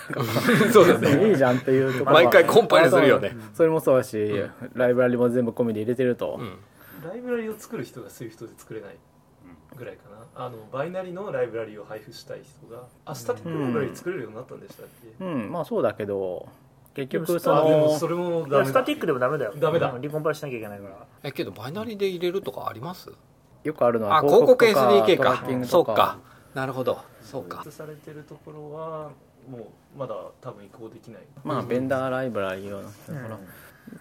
Speaker 2: そうだ
Speaker 5: いいじゃんっていうところは
Speaker 2: 毎回コンパイルするよね
Speaker 5: それもそうだし、ライブラリも全部込みで入れてると、
Speaker 2: うん
Speaker 6: ライブラリを作る人が SWIFT で作れないぐらいかなあのバイナリのライブラリを配布したい人が明日テクノラリ作れるようになったんでしたっけ、
Speaker 5: うんまあそうだけど結
Speaker 1: でも
Speaker 5: 局
Speaker 1: スタ
Speaker 5: そ
Speaker 1: ー
Speaker 6: あでも
Speaker 5: の
Speaker 6: それも
Speaker 1: いや
Speaker 6: ダメ
Speaker 1: ス
Speaker 6: だ
Speaker 1: タティックでもダメだよ
Speaker 6: ダメだ
Speaker 1: うんリコンパイルしなきゃいけないから
Speaker 2: えけどバイナリーで入れるとかあります
Speaker 5: よくあるの
Speaker 2: あ
Speaker 5: は
Speaker 2: 広告
Speaker 5: とか
Speaker 2: SDK
Speaker 5: トラッキン
Speaker 2: か
Speaker 5: グ
Speaker 2: そ
Speaker 5: と
Speaker 2: うかなるほどそうか
Speaker 6: されてるところはもうまだ多分移行できない
Speaker 5: まあベンダーライブラリーをなってから、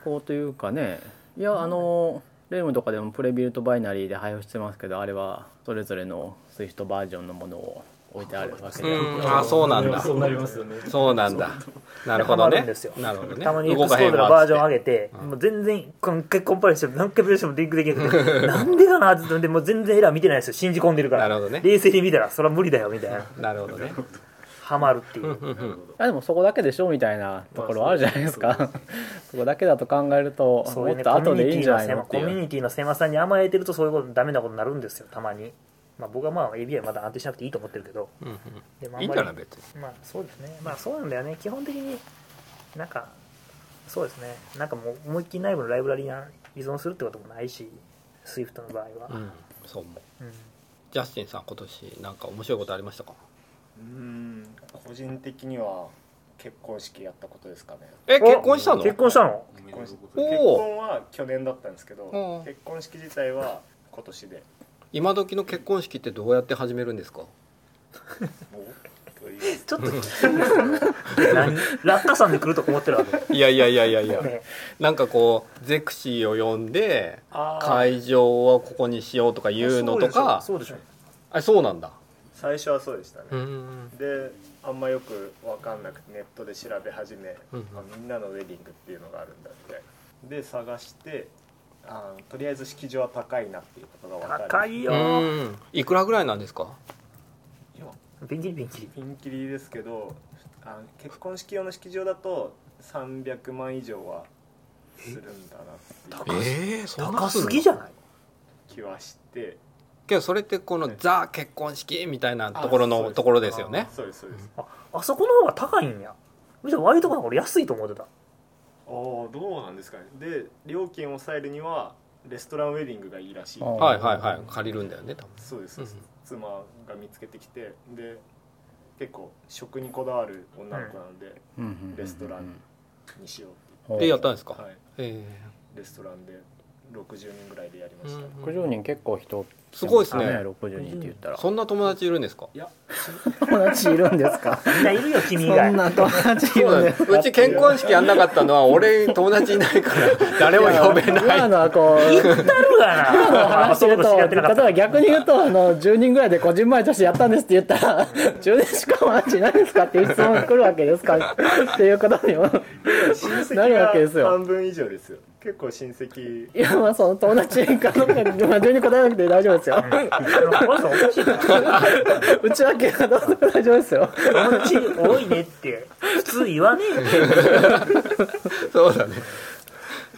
Speaker 5: こうというかねいやあのレームとかでもプレビルトバイナリーで配布してますけどあれはそれぞれのスイフトバージョンのものを置いてあるわけで、
Speaker 2: うんあそうなんだ
Speaker 6: そうなりますよね
Speaker 2: そうなんだなるほど
Speaker 1: ハマる
Speaker 2: ね
Speaker 1: んですよ
Speaker 2: なるほどね
Speaker 1: たまにエク
Speaker 2: 動
Speaker 1: ス
Speaker 2: か
Speaker 1: コ
Speaker 2: へ
Speaker 1: ー
Speaker 2: ん
Speaker 1: ド
Speaker 2: わ
Speaker 1: の
Speaker 2: っつ
Speaker 1: バ
Speaker 2: っ
Speaker 1: ー
Speaker 2: て
Speaker 1: ジョン上げて、もう全然何回コンパイルしても何回プレイしてもリンクできなくてなんでかなってでも全然エラー見てないですよ信じ込んでるから
Speaker 2: なるほどね
Speaker 1: 冷静に見たらそれは無理だよみたいな
Speaker 2: なるほどね
Speaker 1: ハマるっていう
Speaker 2: うんうん
Speaker 5: あでもそこだけでしょみたいなところあるじゃないですか、そこだけだと考えると
Speaker 1: そう
Speaker 5: も
Speaker 1: いう
Speaker 5: っ
Speaker 1: ね
Speaker 5: と
Speaker 1: コ
Speaker 5: 後
Speaker 1: ミュ
Speaker 5: でいいん
Speaker 1: ニテ
Speaker 5: じ
Speaker 1: ィ
Speaker 5: ゃ
Speaker 1: の
Speaker 5: ないの
Speaker 1: 狭
Speaker 5: って
Speaker 1: コ
Speaker 5: い
Speaker 1: ミュ
Speaker 5: う
Speaker 1: ニティの狭さに甘えてるとそういうことダメなことになるんですよたまに、まあ、僕はまあ ABI まだ安定しなくていいと思ってるけど
Speaker 2: うん
Speaker 1: でもあ
Speaker 2: うん
Speaker 1: ん
Speaker 2: いいん
Speaker 1: ま
Speaker 2: だ
Speaker 1: り
Speaker 2: な別に
Speaker 1: まあそうですねまあそうなんだよね基本的になんかそうですねなんかもう思いっきり内部のライブラリに依存するってこともないし SWIFT の場合は、
Speaker 2: うんそう思う
Speaker 1: うん
Speaker 2: ジャスティンさん今年なんか面白いことありましたか
Speaker 4: うん個人的には結婚式やったことですかね
Speaker 2: え結婚したの
Speaker 1: 結婚したの
Speaker 4: 結婚し結
Speaker 2: お
Speaker 4: 婚は去年だったんですけ
Speaker 2: う
Speaker 4: ど
Speaker 2: ん
Speaker 4: 結婚式自体は今年で
Speaker 2: 今時の結婚式ってどうやって始めるんですか
Speaker 4: もうと言います
Speaker 1: ちょっと 何落下さんで来ると思ってるわけ
Speaker 2: いやいやいやいやいや
Speaker 1: ね
Speaker 2: なんかこうゼクシーを呼んで
Speaker 4: あー
Speaker 2: 会場をここにしようとか言うのとか
Speaker 1: そうでしょそうでし
Speaker 2: あそうなんだ
Speaker 4: 最初はそうでしたね
Speaker 2: うん
Speaker 4: であんまよく分かんなくてネットで調べ始め、
Speaker 2: うんうん
Speaker 4: あみんなのウェディングっていうのがあるんだみたいなで探してあのとりあえず式場は高いなっていうことが
Speaker 1: ょ
Speaker 4: 分かる
Speaker 1: 高いよ
Speaker 2: うんいくらぐらいなんですか
Speaker 4: いや
Speaker 1: ピンキリピンキリ
Speaker 4: ピンキリですけどあの結婚式用の式場だと300万以上はするんだなっていう
Speaker 2: ええそ
Speaker 1: 高すぎじゃない
Speaker 4: 気はして
Speaker 2: けどそれってこのザ結婚式みたいなところ
Speaker 4: あそう
Speaker 2: の
Speaker 4: です
Speaker 2: ところですよね
Speaker 4: そうですそうですあ
Speaker 1: ああそこの方が高いんやむしろワイドかの方が安いと思ってた
Speaker 4: あーどうなんですかねで料金を抑えるにはレストランウェディングがいいらしい
Speaker 5: あー
Speaker 2: はいはいはい借りるんだよね多分
Speaker 4: そうですそうです、
Speaker 2: うん
Speaker 4: 妻が見つけてきてで結構食にこだわる女の子なので、
Speaker 5: うんうんうんうん
Speaker 4: レストランにしようって
Speaker 5: ほう
Speaker 2: でやったんですか、
Speaker 4: 言って、はい、
Speaker 2: え
Speaker 4: レストランで60人ぐらいでやりましたね、
Speaker 2: うん
Speaker 5: 60人結構人
Speaker 2: すごいですね
Speaker 5: 60人って言った
Speaker 2: え
Speaker 5: ら
Speaker 2: そんな友達いるんですか
Speaker 4: いや
Speaker 5: 友達いるんですか
Speaker 1: みんないるよ君以
Speaker 5: そん
Speaker 1: 外
Speaker 5: な友達い
Speaker 2: そう
Speaker 5: るん
Speaker 2: だ
Speaker 5: で
Speaker 2: よ
Speaker 5: す
Speaker 2: うち結婚式やんなかったのは俺友達いないから誰も呼べな
Speaker 5: 今
Speaker 2: い
Speaker 5: のは こう
Speaker 1: なるがな
Speaker 5: 話してると
Speaker 1: あ
Speaker 5: 例
Speaker 1: や
Speaker 5: え
Speaker 1: ってなかった
Speaker 5: ば逆に言うとあの10人ぐらいで個人前としてやったんですって言ったら10年 しかマッチないですかっていう質問が来るわけですかっていうことにも
Speaker 4: 親
Speaker 5: なるわけです
Speaker 4: 戚
Speaker 5: よ
Speaker 4: が半分以上ですよ結構親戚
Speaker 5: いやまあその友達かどうかにまあ順に答えなくて大丈夫です よ
Speaker 1: あのこの人おかしいな
Speaker 5: うちはけがどうでも大丈夫ですよ
Speaker 1: 友達多いねって普通言わねえよ
Speaker 2: そうだね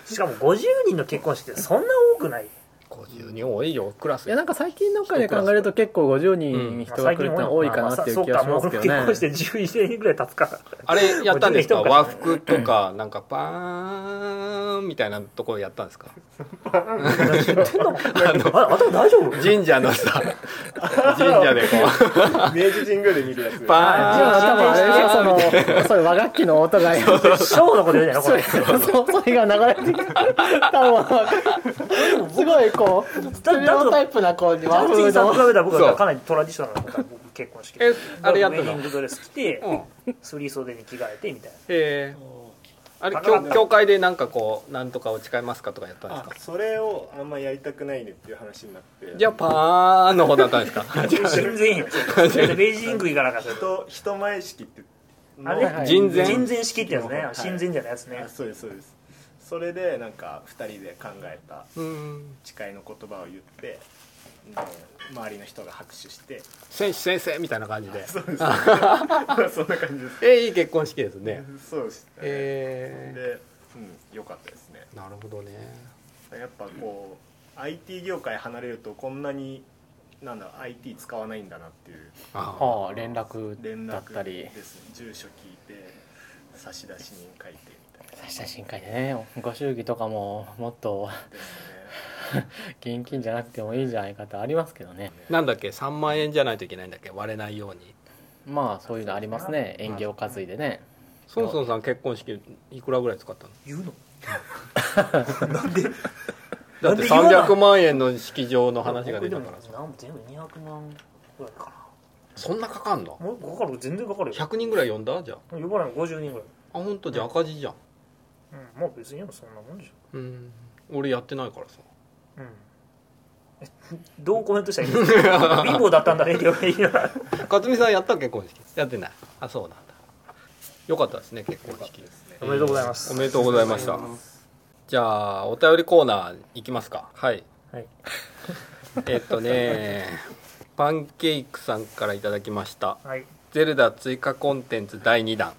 Speaker 1: しかも50人の結婚式ってそんな多くない
Speaker 2: 50人多いよクラス
Speaker 5: いやなんか最近のかで考えると結構50人人が来るってのは多いかなっていう気がしますけどね
Speaker 1: まあそうかもう結婚して11年ぐらい経つ から
Speaker 2: あれやったんですか
Speaker 1: もう準
Speaker 2: 和
Speaker 1: 備し
Speaker 2: 服と かなんかパーンみたいなところやったんですか
Speaker 1: あのあと大丈夫
Speaker 2: 神社のさ神社でこう
Speaker 4: 明治神宮で見るやつ
Speaker 2: パ
Speaker 5: じゃあ多分あれでしょそ
Speaker 2: ーン
Speaker 5: のそういう和楽器の音が
Speaker 1: ショーのこと言うじゃないこれ
Speaker 5: そうそれが流れてくる多分すごいこうステレオタイプなこう
Speaker 1: ジャ
Speaker 5: 和
Speaker 1: スティ
Speaker 5: 風
Speaker 1: ンさんと比
Speaker 5: の
Speaker 1: べたら僕
Speaker 2: そ
Speaker 1: は
Speaker 2: う
Speaker 1: かなりトラディショナルなことは僕結婚式
Speaker 2: えあれやった
Speaker 1: ウェディン
Speaker 2: の
Speaker 1: グドレス着て
Speaker 2: うん
Speaker 1: スリー袖に着替えてみたいな
Speaker 2: ええあれ教教会でなんかこうなんとかを誓いますかとかやったんです
Speaker 4: あ
Speaker 2: か
Speaker 4: それをあんまやりたくないねっていう話になって
Speaker 2: じゃあパーンの方だったんですか
Speaker 1: 全然いいよベージング行かなかったと
Speaker 4: 人人前式っての
Speaker 1: あ
Speaker 5: はいは
Speaker 1: れ
Speaker 5: い
Speaker 2: 人前
Speaker 1: 人前式ってやつね
Speaker 4: はい
Speaker 1: 神前じゃないやつね
Speaker 4: あそうですそうですそれでなんか2人で考えた
Speaker 2: うん
Speaker 4: 誓いの言葉を言ってうん周りの人が拍手して
Speaker 2: 選手先生みたいな感じで
Speaker 4: そうです そんな感じで
Speaker 2: ええいい結婚式ですね
Speaker 4: すそうですね
Speaker 2: え
Speaker 4: で、うん、良かったですね
Speaker 2: えなるほどね
Speaker 4: やっぱこう IT 業界離れるとこんなになんだ IT 使わないんだなっていう
Speaker 2: ああ
Speaker 5: ああ連絡
Speaker 4: 連
Speaker 5: だっ
Speaker 4: 絡
Speaker 5: たり
Speaker 4: ですね住所聞いて差出人書いてみたい
Speaker 5: 写真会でねご祝儀とかももっと
Speaker 4: なです
Speaker 5: 現金じゃなくてもいいんじゃないかってありますけどね
Speaker 2: なんだっけ3万円じゃないといけないんだっけ割れないように
Speaker 5: まあそういうのありますね縁起を担いでね
Speaker 2: そもそもさん結婚式いくらぐらい使ったの
Speaker 1: 言うの
Speaker 2: だって
Speaker 1: なんで言わない
Speaker 2: 300万円の式場の話が出たから
Speaker 1: 僕でもなん全部200万ぐらいか
Speaker 2: そんなかかんの
Speaker 1: もうかかる全然かかるよ
Speaker 2: 100人ぐらい呼んだじゃあ
Speaker 1: 呼ばないの50人ぐらい
Speaker 2: あ本当じゃあ赤字じゃん
Speaker 1: うんまあ別にでもそんなもんでし
Speaker 2: うん俺やってないからさ
Speaker 1: ょうんえどうコメントしたらいいんですか貧乏だったんだねって言えばいいよ
Speaker 2: 勝美さんやった結婚式やってないあそうなんだよかったですね結婚式
Speaker 1: おめでとうございます
Speaker 2: おめでとうございましたじゃあお便りコーナーいきますかはい
Speaker 1: はい
Speaker 2: えっと ねパンケーキさんからいただきました
Speaker 1: はい
Speaker 2: 「ゼルダ追加コンテンツ第2弾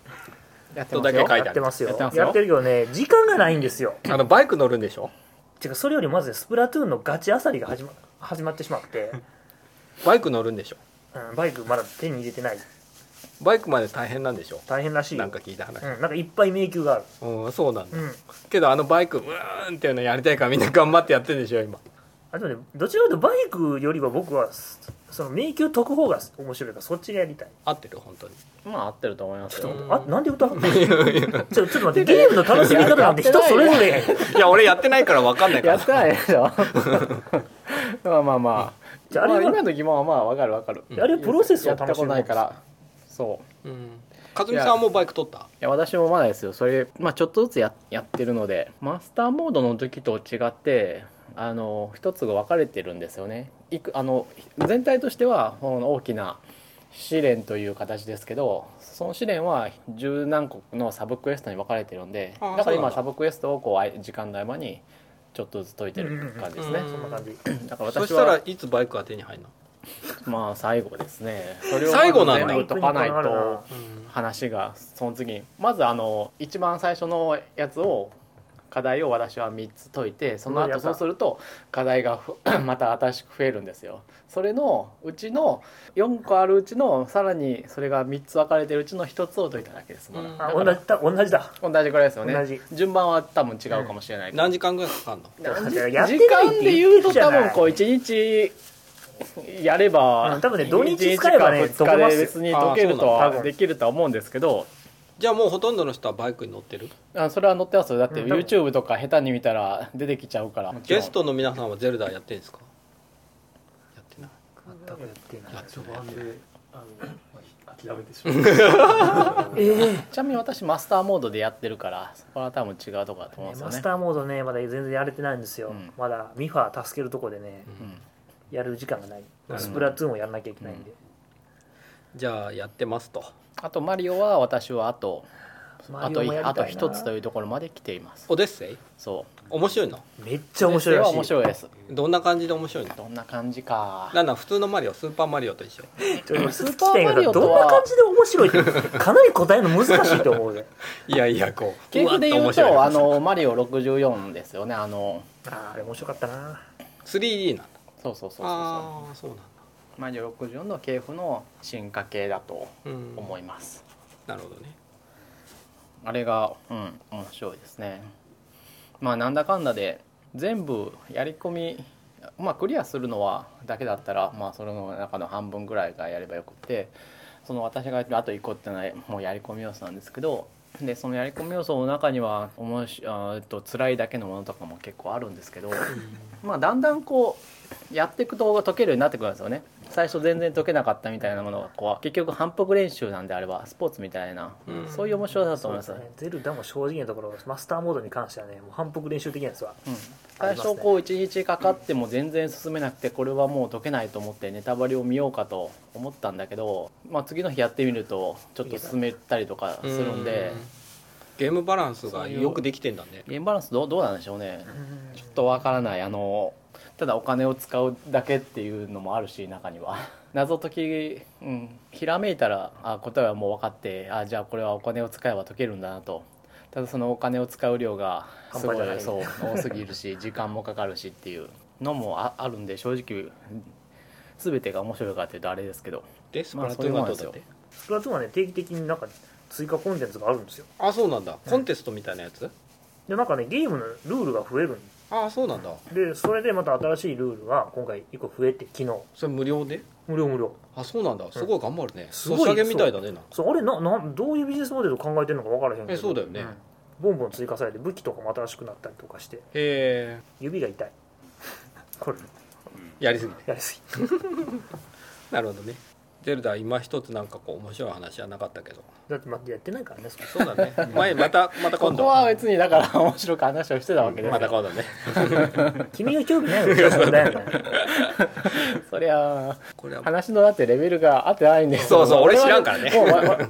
Speaker 5: やっ」
Speaker 2: とだけ書いてある
Speaker 1: やってますよ
Speaker 5: やってますよ
Speaker 1: やってるけどね時間がないんですよ
Speaker 2: あのバイク乗るんでしょ
Speaker 1: てかそれよりまずねスプラトゥーンのガチあさりが始ま始まってしま って、
Speaker 2: バイク乗るんでしょ
Speaker 1: うん、バイクまだ手に入れてない
Speaker 2: バイクまで大変なんでしょ
Speaker 1: 大変らしいよ
Speaker 2: なんか聞いた話
Speaker 1: うん、なんかいっぱい迷宮がある
Speaker 2: うんそうなんだ
Speaker 1: うん
Speaker 2: けどあのバイクうーんっていうのやりたいからみんな頑張ってやってるんでしょ今
Speaker 1: あでもねどちらかというとバイクよりは僕はそその迷宮解く方が面白いからそっちがやりたい
Speaker 2: 合ってる本当に
Speaker 5: まあ合ってると思いますよ
Speaker 1: あなんで 歌うのちょちょっと待ってゲームの楽しみ方なんて人 それぞれ
Speaker 2: いや俺やってないから分かんないか
Speaker 5: や
Speaker 2: ら
Speaker 5: ってないで しょまあまあま
Speaker 1: じ
Speaker 5: あ
Speaker 1: ゃああれ
Speaker 5: ま
Speaker 1: は
Speaker 5: あ今の疑問はまあわかるわかる
Speaker 2: うん
Speaker 1: あれはプロセスを
Speaker 5: やった
Speaker 1: 楽し
Speaker 5: こ
Speaker 1: む
Speaker 5: とないからそう
Speaker 2: うん勝美さんはもうバイク取った
Speaker 5: いや私もまだですよそれ、まあ、ちょっとずつややってるのでマスターモードの時と違ってあの一つが分かれてるんですよねいくあの全体としてはこの大きな試練という形ですけどその試練は十何個のサブクエストに分かれてるんで
Speaker 2: あー
Speaker 5: だから
Speaker 2: そうなん
Speaker 5: 今
Speaker 2: だ
Speaker 5: サブクエストをこうあい時間の合間にちょっとずつ解いてる感じですね
Speaker 2: うんうん
Speaker 1: そんな感じ
Speaker 5: だから
Speaker 2: そ
Speaker 5: 私
Speaker 2: したら
Speaker 5: はい
Speaker 2: つバイクが手に入るの
Speaker 5: まあ最後ですねそれを
Speaker 2: 最後なんだ
Speaker 5: 全部解かない
Speaker 1: 本当にこれある
Speaker 5: と
Speaker 1: な
Speaker 5: 話がその次にまずあの一番最初のやつを課題を私は3つ解いてその
Speaker 1: うわやっ
Speaker 5: 後
Speaker 1: た
Speaker 5: そうすると課題がふ また新しく増えるんですよそれのうちの4個あるうちのさらにそれが3つ分かれてるうちの1つを解いただけですまだ
Speaker 2: うん
Speaker 1: あ
Speaker 5: だか
Speaker 1: 同
Speaker 5: ら
Speaker 1: じだ同じだ
Speaker 5: 同じぐらいですよ
Speaker 1: 同
Speaker 5: ね
Speaker 1: じ
Speaker 5: 順番は多分違うかもしれないけど
Speaker 2: 何時間ぐらいかかるの
Speaker 1: 何
Speaker 5: 時
Speaker 1: 時やってないっ
Speaker 5: 間
Speaker 1: て
Speaker 5: で
Speaker 1: 言っ
Speaker 5: 言う
Speaker 1: て
Speaker 5: と
Speaker 1: たじゃ
Speaker 5: 多
Speaker 1: ない
Speaker 5: 分こう1日やれば
Speaker 1: うん多分ね土日使えばね
Speaker 5: 1日か2日
Speaker 1: 解けます
Speaker 5: で
Speaker 1: よ
Speaker 5: 別に解け
Speaker 1: あーそうな
Speaker 5: ると
Speaker 1: んだ多
Speaker 5: は
Speaker 1: 分
Speaker 5: できるとは思うんですけど
Speaker 2: じゃあもうほとんどの人はバイクに乗ってる
Speaker 5: あそれは載ってますよだって
Speaker 1: うん多分
Speaker 5: YouTube とか下手に見たら出てきちゃうから
Speaker 2: ゲストの皆さんはゼルダやってるんですかやってない
Speaker 1: 全くやってない
Speaker 2: やって
Speaker 6: 序
Speaker 2: ないやっ
Speaker 6: 盤
Speaker 2: て
Speaker 6: で
Speaker 2: ない
Speaker 6: あの、まあ、ひ諦めてしまう
Speaker 5: ちなみに私マスターモードでやってるからそこは多分違うとこだと思うんですよ
Speaker 1: マ
Speaker 5: ね
Speaker 1: スターモードねまだ全然やれてないんですよ、
Speaker 5: うん
Speaker 1: まだミファー助けるとこでね
Speaker 5: うん
Speaker 1: やる時間がない
Speaker 2: うん
Speaker 1: スプラトゥーンをやらなきゃいけないんで、
Speaker 2: じゃあやってますと
Speaker 5: あとマリオは私はあと
Speaker 1: マ
Speaker 5: あ
Speaker 1: リオ
Speaker 5: と
Speaker 1: もやりたいな
Speaker 5: あと一つというところまで来ています
Speaker 2: オデッセイ
Speaker 5: そう
Speaker 2: 面白いの
Speaker 1: めっちゃ面白いら
Speaker 5: は
Speaker 1: しい
Speaker 5: 面白いです
Speaker 2: どんな感じで面白いの
Speaker 5: どんな感じか
Speaker 2: なんなん普通のマリオスーパーマリオと一緒
Speaker 1: ちょっとスー
Speaker 5: パーマリオとは
Speaker 1: どんな感じで面白いってかなり答えるの難しいと思うで
Speaker 2: いやいやこう
Speaker 5: 系譜
Speaker 2: わ
Speaker 5: で言
Speaker 2: ー
Speaker 5: う
Speaker 2: っ面白い
Speaker 5: とあのマリオ64ですよねあの
Speaker 1: あーあれ面白かったな
Speaker 2: 3D なんだ
Speaker 5: そうそうそうそうそ
Speaker 2: ああそうなんだ
Speaker 5: うマリオ64の系譜の進化系だと
Speaker 2: うん
Speaker 5: 思います、
Speaker 2: なるほどね
Speaker 5: あれがうん面白いですねまあなんだかんだで全部やり込みまあクリアするのはだけだったらまあそれの中の半分ぐらいがやればよくってその私がやってるあと1個ってのはもうやり込み要素なんですけどでそのやり込み要素の中にはおもしあーえっと辛いだけのものとかも結構あるんですけどまあだんだんこうやっていくと解けるようになってくるんですよね最初全然解けなかったみたいなものがこう結局反復練習なんであればスポーツみたいな、
Speaker 2: うん
Speaker 5: そういう面白さだと
Speaker 1: そう
Speaker 5: 思い
Speaker 1: で
Speaker 5: ます
Speaker 1: すねゼルダも正直なところマスターモードに関してはねもう反復練習的なやつは
Speaker 5: うん最初こう1日かかっても全然進めなくてこれはもう解けないと思ってネタバレを見ようかと思ったんだけど、まあ、次の日やってみるとちょっと進めたりとかするんで
Speaker 2: うんゲームバランスがよくできてんだね
Speaker 5: ゲームバランスどうどうなんでしょうねちょっとわからないあのただお金を使うだけっていうのもあるし中には 謎解き、うん、ひらめいたらあ答えはもう分かってあじゃあこれはお金を使えば解けるんだなとただそのお金を使う量がすごい
Speaker 1: 半端じゃない
Speaker 5: そう多すぎるし時間もかかるしっていうのもああるんで正直全てが面白いかっていうとあれですけど
Speaker 2: でスプ
Speaker 5: まあ
Speaker 2: ラトゥーンはどうだっ
Speaker 5: そういうもんで
Speaker 2: て
Speaker 1: スプラトゥーンはね定期的になんか追加コンテンツがあるんですよ
Speaker 2: あそうなんだコンテストみたいなやつ
Speaker 1: でなんかねゲームのルールが増えるん
Speaker 2: あそうなんだ
Speaker 1: でそれでまた新しいルールが今回1個増えて昨日
Speaker 2: それ無料で
Speaker 1: 無料無料
Speaker 2: あそうなんだすごい頑張るね
Speaker 1: すご
Speaker 2: ソ
Speaker 1: い
Speaker 2: シャゲみたいだねなんか
Speaker 1: そうあれななどういうビジネスモデルを考えてるのか分からへんけど
Speaker 2: えそうだよね
Speaker 1: んボンボン追加されて武器とかも新しくなったりとかして
Speaker 2: へえ
Speaker 1: 指が痛い これ
Speaker 2: やりすぎて
Speaker 1: やりすぎ
Speaker 2: なるほどねゼルダ今一つなんかこう面白い話はなかったけど
Speaker 1: だってまだやってないから ねそれ
Speaker 2: そうだ ね前またまた
Speaker 5: こ
Speaker 2: 今
Speaker 5: こ
Speaker 2: 度
Speaker 5: は別にだから面白く話をしてたわけです
Speaker 2: また
Speaker 5: よ、
Speaker 2: 今度ね
Speaker 1: 君が興味ないのがそれだよ ね
Speaker 5: そりゃあ
Speaker 2: これは
Speaker 5: 話のだってレベルが合ってないんです
Speaker 2: そうそう俺
Speaker 5: は
Speaker 2: 知らんからね
Speaker 5: もうわわい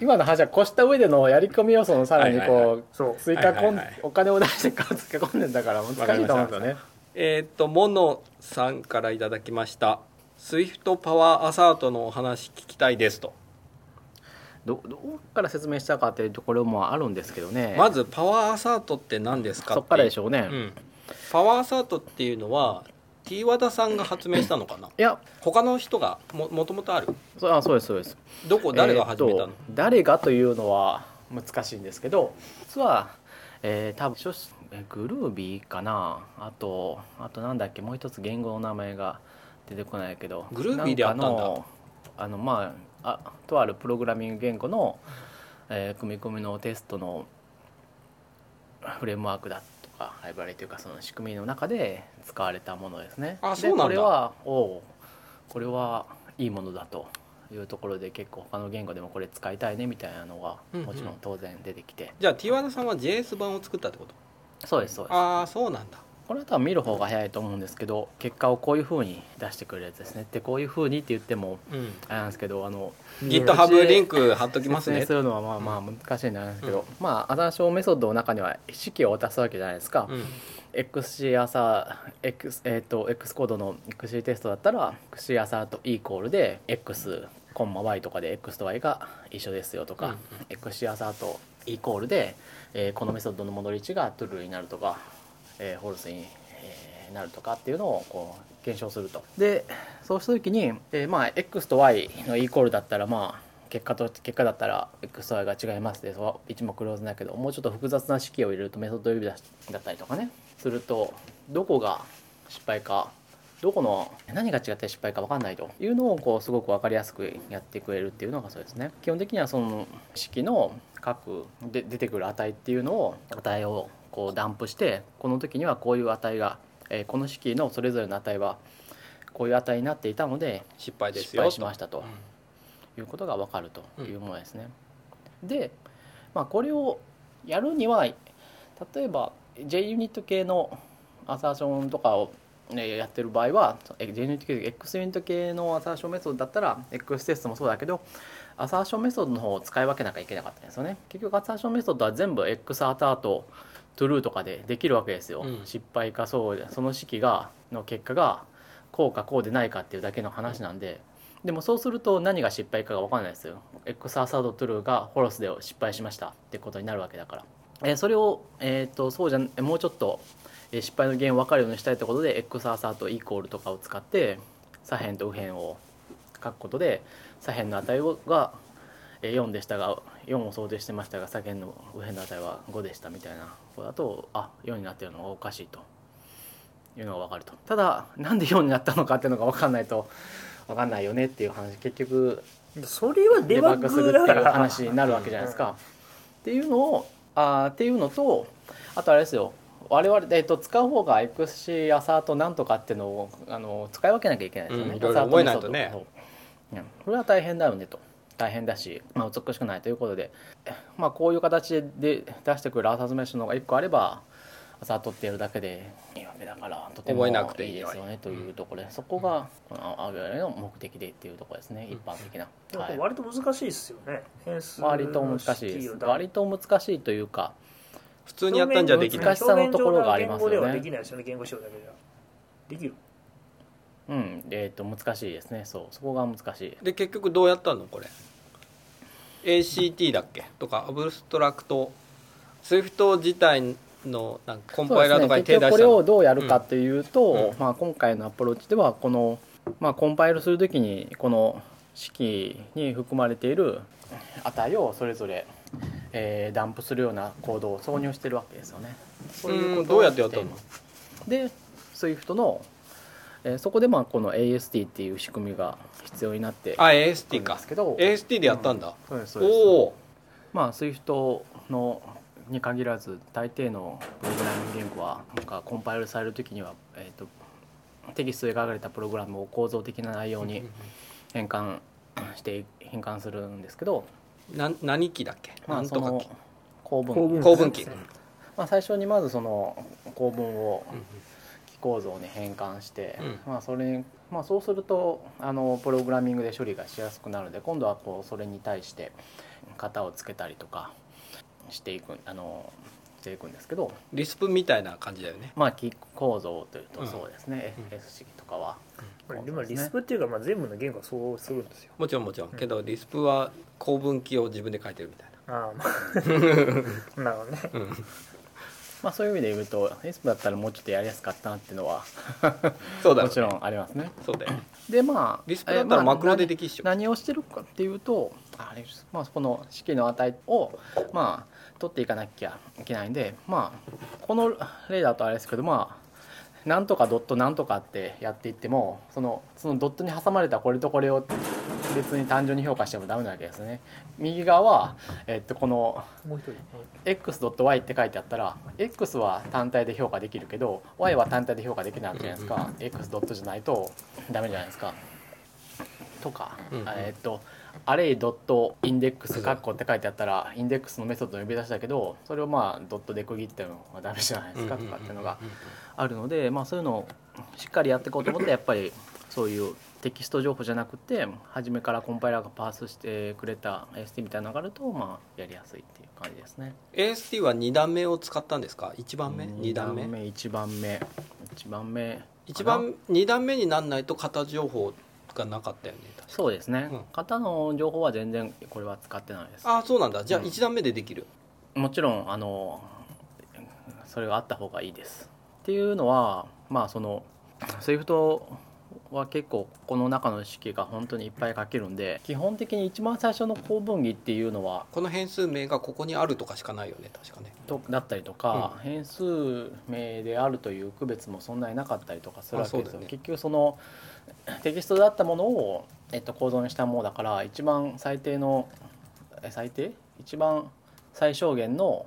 Speaker 5: 今の話は越した上でのやり込み要素のさらに
Speaker 2: はいはい
Speaker 5: こ
Speaker 1: そう
Speaker 5: う追加こ
Speaker 2: は
Speaker 5: ん
Speaker 2: いはいはい
Speaker 5: お金を出してか つけ込んでんだから難しいと思うんですよね
Speaker 2: えーっとモノさんからいただきましたスイフトパワーアサートのお話聞きたいですと、
Speaker 5: どどこから説明したかっていうところもあるんですけどね
Speaker 2: まずパワーアサートって何ですか
Speaker 5: そっからで
Speaker 2: ょ、
Speaker 5: しょうね、
Speaker 2: う
Speaker 5: い
Speaker 2: ん、パワーアサートっていうのは T 和田さんが発明したのかな
Speaker 5: や
Speaker 2: 他の人がももともとある
Speaker 5: そあそうですそうです
Speaker 2: どこ誰が始めたの、
Speaker 5: えーっと誰がというのは難しいんですけど実は、えー多分初しえーグルービーかなあとあとなんだっけもう一つ言語の名前が出てこないけど
Speaker 2: グルービーであったんだ
Speaker 5: なかのあのまああとあるプログラミング言語の、えー組み込みのテストのフレームワークだとかライブラリというかその仕組みの中で使われたものですね。
Speaker 2: あ
Speaker 5: で
Speaker 2: そうなんだ
Speaker 5: これはおうこれはいいものだというところで結構他の言語でもこれ使いたいねみたいなのが
Speaker 2: うんうん
Speaker 5: もちろん当然出てきて、
Speaker 2: じゃあ T 和田さんは JS 版を作ったってこと
Speaker 5: そうですそうです
Speaker 2: ああそうなんだ
Speaker 5: これは多分見る方が早いと思うんですけど結果をこういうふうに出してくれるやつですねでこういうふうにって言っても
Speaker 2: うん
Speaker 5: あれなんですけどあの
Speaker 2: GitHub リンク貼っときますね
Speaker 5: 説明するのはまあまあ難しいんであれなんですけど、まあアダンションメソッドの中には式を渡すわけじゃないですか、
Speaker 2: うん
Speaker 5: XC アサー X,、えー、と X コードの XC テストだったら XC アサーとイコールで X コンマ Y とかで X と Y が一緒ですよとか、
Speaker 2: うんうん
Speaker 5: XC アサーとイコールで、えーこのメソッドの戻り値がトゥルーになるとか、えーホルスに、えーなるとかっていうのをこう検証するとでそうした時に、えーまあ、X と Y のイコールだったらまあ結果と結果だったら X と Y が違いますでそうは一目瞭然だけどもうちょっと複雑な式を入れるとメソッド呼び出しだったりとかねするとどこが失敗かどこの何が違って失敗か分かんないというのをこうすごく分かりやすくやってくれるっていうのがそうですね基本的にはその式の各で出てくる値っていうのを値をこうダンプしてこの時にはこういう値が、えーこの式のそれぞれの値はこういう値になっていたので
Speaker 2: 失敗です
Speaker 5: 失
Speaker 2: よ
Speaker 5: 敗しましたと
Speaker 2: うん
Speaker 5: いうことが分かるというものですね。で、まあ、これをやるには例えば JUnit 系のアサーションとかを、ね、やってる場合はえ JUnit 系 XUnit 系のアサーションメソッドだったら X テストもそうだけどアサーションメソッドの方を使い分けなきゃいけなかったんですよね。結局アサーションメソッドは全部 X アターと true とかでできるわけですよ。
Speaker 2: うん
Speaker 5: 失敗かそうでその式がの結果がこうかこうでないかっていうだけの話なんで、でもそうすると何が失敗かが分かんないですよ。X アサードトゥルーがホロスで失敗しましたってことになるわけだから。えーそれを、えー、とそうじゃんえーもうちょっとえー失敗の原因を分かるようにしたいってことで X アサーとイコールとかを使って左辺と右辺を書くことで左辺の値をがえー4でしたが4を想定してましたが左辺の右辺の値は5でしたみたいなこだとあ4になってるのがおかしいというのが分かるとただなんで4になったのかっていうのが分かんないと分かんないよねっていう話結局
Speaker 1: それは
Speaker 5: デ
Speaker 1: デ
Speaker 5: バ
Speaker 1: バ
Speaker 5: ッ
Speaker 1: ッ
Speaker 5: グする
Speaker 1: グ
Speaker 5: って
Speaker 1: だ
Speaker 5: い
Speaker 1: か
Speaker 5: う
Speaker 1: ら
Speaker 5: 話になるわけじゃないですか。っていうのをあーっていうのとあとあれですよ我々、えっと、使う方が XC アサートなんとかっていうのをあの使い分けなきゃいけないですよね。
Speaker 2: うんいろいろ
Speaker 5: アサートメソッド
Speaker 2: 覚えないとね
Speaker 5: そううんこれは大変だよねと大変だし、まあ、美しくないということで、まあ、こういう形で出してくるアサートメッシュの方が1個あればアサートってやるだけでいいわけだからとても
Speaker 2: 覚え
Speaker 5: いい
Speaker 2: なくていい
Speaker 5: ですよねというところで、そこがこの我々の目的でっていうところですね一般的な。
Speaker 1: でも
Speaker 5: はい
Speaker 1: 割と難しいですよね変数
Speaker 5: 割と難しいで
Speaker 1: 式
Speaker 5: す
Speaker 1: をだ
Speaker 5: 割と難しいというか
Speaker 2: 普通にやったんじゃできない
Speaker 5: 難しさのところがありますよね
Speaker 1: 表面上では言語ではできないですよね言語使用だけじゃできる
Speaker 5: うんえっ、と難しいですねそうそこが難しい
Speaker 2: で結局どうやったのこれ ACT だっけとかアブストラクト SWIFT 自体のなんかコン
Speaker 5: そう
Speaker 2: パイ
Speaker 5: で
Speaker 2: ラー
Speaker 5: すね
Speaker 2: とかに手
Speaker 5: 結
Speaker 2: 出した
Speaker 5: 局
Speaker 2: の、
Speaker 5: これをどうやるかというと、
Speaker 2: うんうん
Speaker 5: まあ、今回のアプローチではこの、まあ、コンパイルするときにこの式に含まれている値をそれぞれ、えーダンプするようなコードを挿入してるわけですよねそういう
Speaker 2: う
Speaker 5: こ
Speaker 2: ん
Speaker 5: と
Speaker 2: ど
Speaker 5: を
Speaker 2: うやってやったの
Speaker 5: していますで SWIFT の、えーそこでまあこの AST っていう仕組みが必要になって
Speaker 2: あ
Speaker 5: く
Speaker 2: AST
Speaker 5: るんで
Speaker 2: か
Speaker 5: すけど
Speaker 2: AST でやったんだ、
Speaker 5: そうですそうです
Speaker 2: おお
Speaker 5: まあ SWIFT のに限らず大抵のプログラミング言語はなんかコンパイルされる時には、えー、とテキストで書かれたプログラムを構造的な内容に変換して変換するんですけど、
Speaker 2: な何期だっけ、
Speaker 5: ま
Speaker 2: な
Speaker 5: あ、
Speaker 2: ん
Speaker 5: そ
Speaker 2: とか
Speaker 5: の
Speaker 2: 期
Speaker 5: 構
Speaker 1: 構文
Speaker 5: 文、
Speaker 2: 公文期
Speaker 1: そうですね
Speaker 5: まあ、最初にまずその構文を
Speaker 2: うん
Speaker 5: 機構造に変換して、
Speaker 2: う
Speaker 5: まあ、それにまあ、そうするとあのプログラミングで処理がしやすくなるので今度はこうそれに対して型をつけたりとかしていくあのしていくんですけど、
Speaker 2: リスプみたいな感じだよね
Speaker 5: まあ、機構造というと
Speaker 2: うん
Speaker 5: そうですね、
Speaker 2: うん
Speaker 5: S 式とかは。
Speaker 1: これでもリスプっていうか、まあ、全部の言語はそうするんですよ
Speaker 2: もちろんもちろんけどリスプは公文期を自分で書いてるみたい
Speaker 1: ああま あなるほどね
Speaker 2: な、 うん、
Speaker 5: まあ、そういう意味で言うと S だったらもうちょっとやりやすかったなっていうのは
Speaker 2: そうだよ
Speaker 5: も
Speaker 2: ね
Speaker 5: ちろんありますね。
Speaker 2: そうだよね
Speaker 5: でまあ
Speaker 2: リスプだった
Speaker 5: え
Speaker 2: ら
Speaker 5: ー
Speaker 2: マクロ
Speaker 5: ま
Speaker 2: で
Speaker 5: あ
Speaker 2: できっしょ、
Speaker 5: 何をしてるかっていうとあれです、まあ、この式の値を、まあ、取っていかなきゃいけないんで、まあ、この例だとあれですけどまあなんとかドットなんとかってやっていってもそのそのドットに挟まれたこれとこれを別に単純に評価してもダメなわけですね。右側は、えっと、この
Speaker 1: もう一人
Speaker 5: x.y って書いてあったら x は単体で評価できるけど y は単体で評価できないわけじゃないですか x. ドットじゃないとダメじゃないですか。とか、
Speaker 2: うんうん
Speaker 5: えーっとアレイドットインデック
Speaker 2: そう
Speaker 5: ス
Speaker 2: そう
Speaker 5: カッコって書いてあったらインデックスのメソッドの呼び出しだけどそれをまあドットで区切ってもダメじゃないですかとかっていうのが
Speaker 2: うんうんうん
Speaker 5: あるので、まあ、そういうのをしっかりやっていこうと思ってやっぱりそういうテキスト情報じゃなくて初めからコンパイラーがパースしてくれた ST みたいなのがあるとまあやりやすいっていう感じですね。
Speaker 2: AST は2段目を使ったんですか1番目2段目
Speaker 5: 1番目1番目
Speaker 2: 一番2段目になんないと型情報がなかったよね確か
Speaker 5: そうですね、
Speaker 2: うん
Speaker 5: 型の情報は全然これは使ってないです
Speaker 2: ああそうなんだじゃあ
Speaker 5: うん
Speaker 2: 1段目でできる、
Speaker 5: もちろんあのそれがあった方がいいですっていうのはまあその SWIFT は結構この中の式が本当にいっぱい書けるんで基本的に一番最初の公文儀っていうのは
Speaker 2: この変数名がここにあるとかしかないよね確かね
Speaker 5: とだったりとか、変数名であるという区別もそんなになかったりとかするわけで
Speaker 2: あそうだ
Speaker 5: すよ、
Speaker 2: よね
Speaker 5: 結局その テキストだったものを、えっと、構造にしたものだから一番最低のえ最低一番最小限の、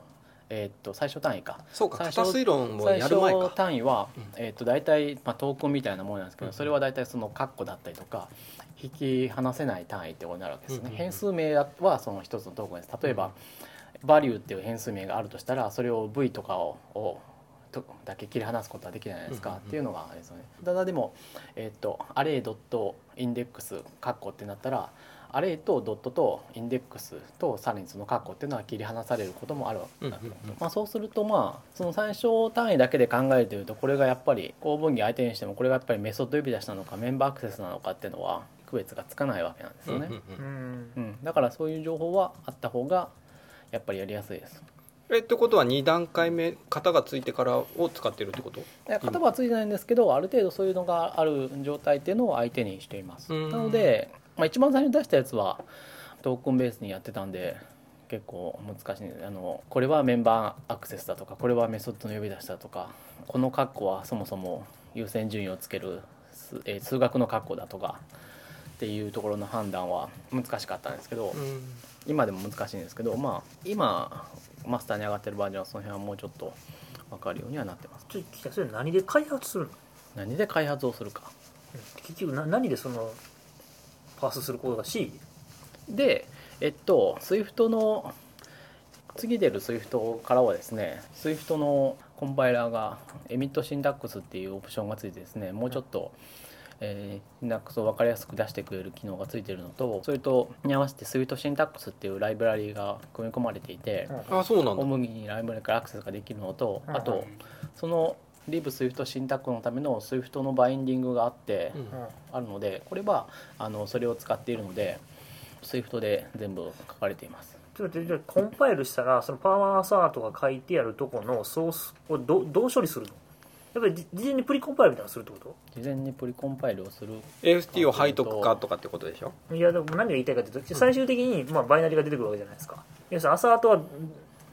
Speaker 5: えっと、最小単位か
Speaker 2: そうか
Speaker 5: 最初
Speaker 2: 型推論を
Speaker 5: 最
Speaker 2: やる前
Speaker 5: 小
Speaker 2: か
Speaker 5: 単位は
Speaker 2: うん、
Speaker 5: えっと、大体、まあ、トークンみたいなものなんですけ
Speaker 2: う
Speaker 5: ど
Speaker 2: ん
Speaker 5: それは大体そのカッコだったりとか引き離せない単位ってことになるわけですよ
Speaker 2: うん
Speaker 5: ね
Speaker 2: うんうん
Speaker 5: 変数名はその一つのトークンです例えばバリューっていう変数名があるとしたらそれを V とかををとだけ切り離すことはできないじゃないです
Speaker 2: うんう
Speaker 5: か
Speaker 2: んうん
Speaker 5: っていうのがあれですよねただでもえっとアレイドットインデックスカッコってなったらアレイとドットとインデックスとさらにそのカッコっていうのは切り離されることもあるわ
Speaker 2: うんうんうん
Speaker 5: まあ、そうするとまあその最小単位だけで考えてるとこれがやっぱり公文儀相手にしてもこれがやっぱりメソッド呼び出しなのかメンバーアクセスなのかっていうのは区別がつかないわけなんです
Speaker 2: うん
Speaker 5: よ
Speaker 2: うんう
Speaker 5: ね、
Speaker 2: ん
Speaker 1: うん
Speaker 5: うんだからそういう情報はあった方がやっぱりやりやすいです
Speaker 2: えってことは2段階目型がついてからを使ってるってこと
Speaker 5: いや言葉はついてないんですけど、ある程度そういうのがある状態っていうのを相手にしています、
Speaker 2: うん
Speaker 5: なので、まあ、一番最初に出したやつはトークンベースにやってたんで結構難しいあのこれはメンバーアクセスだとかこれはメソッドの呼び出しだとかこの括弧はそもそも優先順位をつける数,、えー数学の括弧だとかっていうところの判断は難しかったんですけど、
Speaker 2: うん
Speaker 5: 今でも難しいんですけどまあ今マスターに上がってるバージョンはその辺はもうちょっと分かるようにはなってます
Speaker 1: ちょっと聞きたいそれ何で開発するの
Speaker 5: 何で開発をするか
Speaker 1: 結局な何でそのパースすることが C?
Speaker 5: でえっと SWIFT の次出る SWIFT からはですね SWIFT のコンパイラーがエミットシンダックスっていうオプションがついてですねもうちょっと、えーシンダックスを分かりやすく出してくれる機能がついてるのとそれとに合わせて SWIFT シンダックスっていうライブラリが組み込まれていて
Speaker 2: あそうなん
Speaker 5: 小
Speaker 2: だ
Speaker 5: 麦にライブラリからアクセスができるのとあ
Speaker 1: うんう
Speaker 5: とその LibSWIFT シンダックスのための SWIFT のバインディングがあって、
Speaker 2: うん
Speaker 5: あるのでこれはあのそれを使っているので SWIFT で全部書かれています
Speaker 1: ちょっと待ってじゃあコンパイルしたらそのパワーアサーとか書いてあるとこのソースをどどう処理するのやっぱりじ事前にプリコンパイルみたいなのするってこ
Speaker 5: 事前にプリコンパイルをする
Speaker 2: AST をはいとくかとかってことでしょ
Speaker 1: といやでも何が言いたいかというと最終的にまあバイナリーが出てくるわけじゃないですか要するにアサートは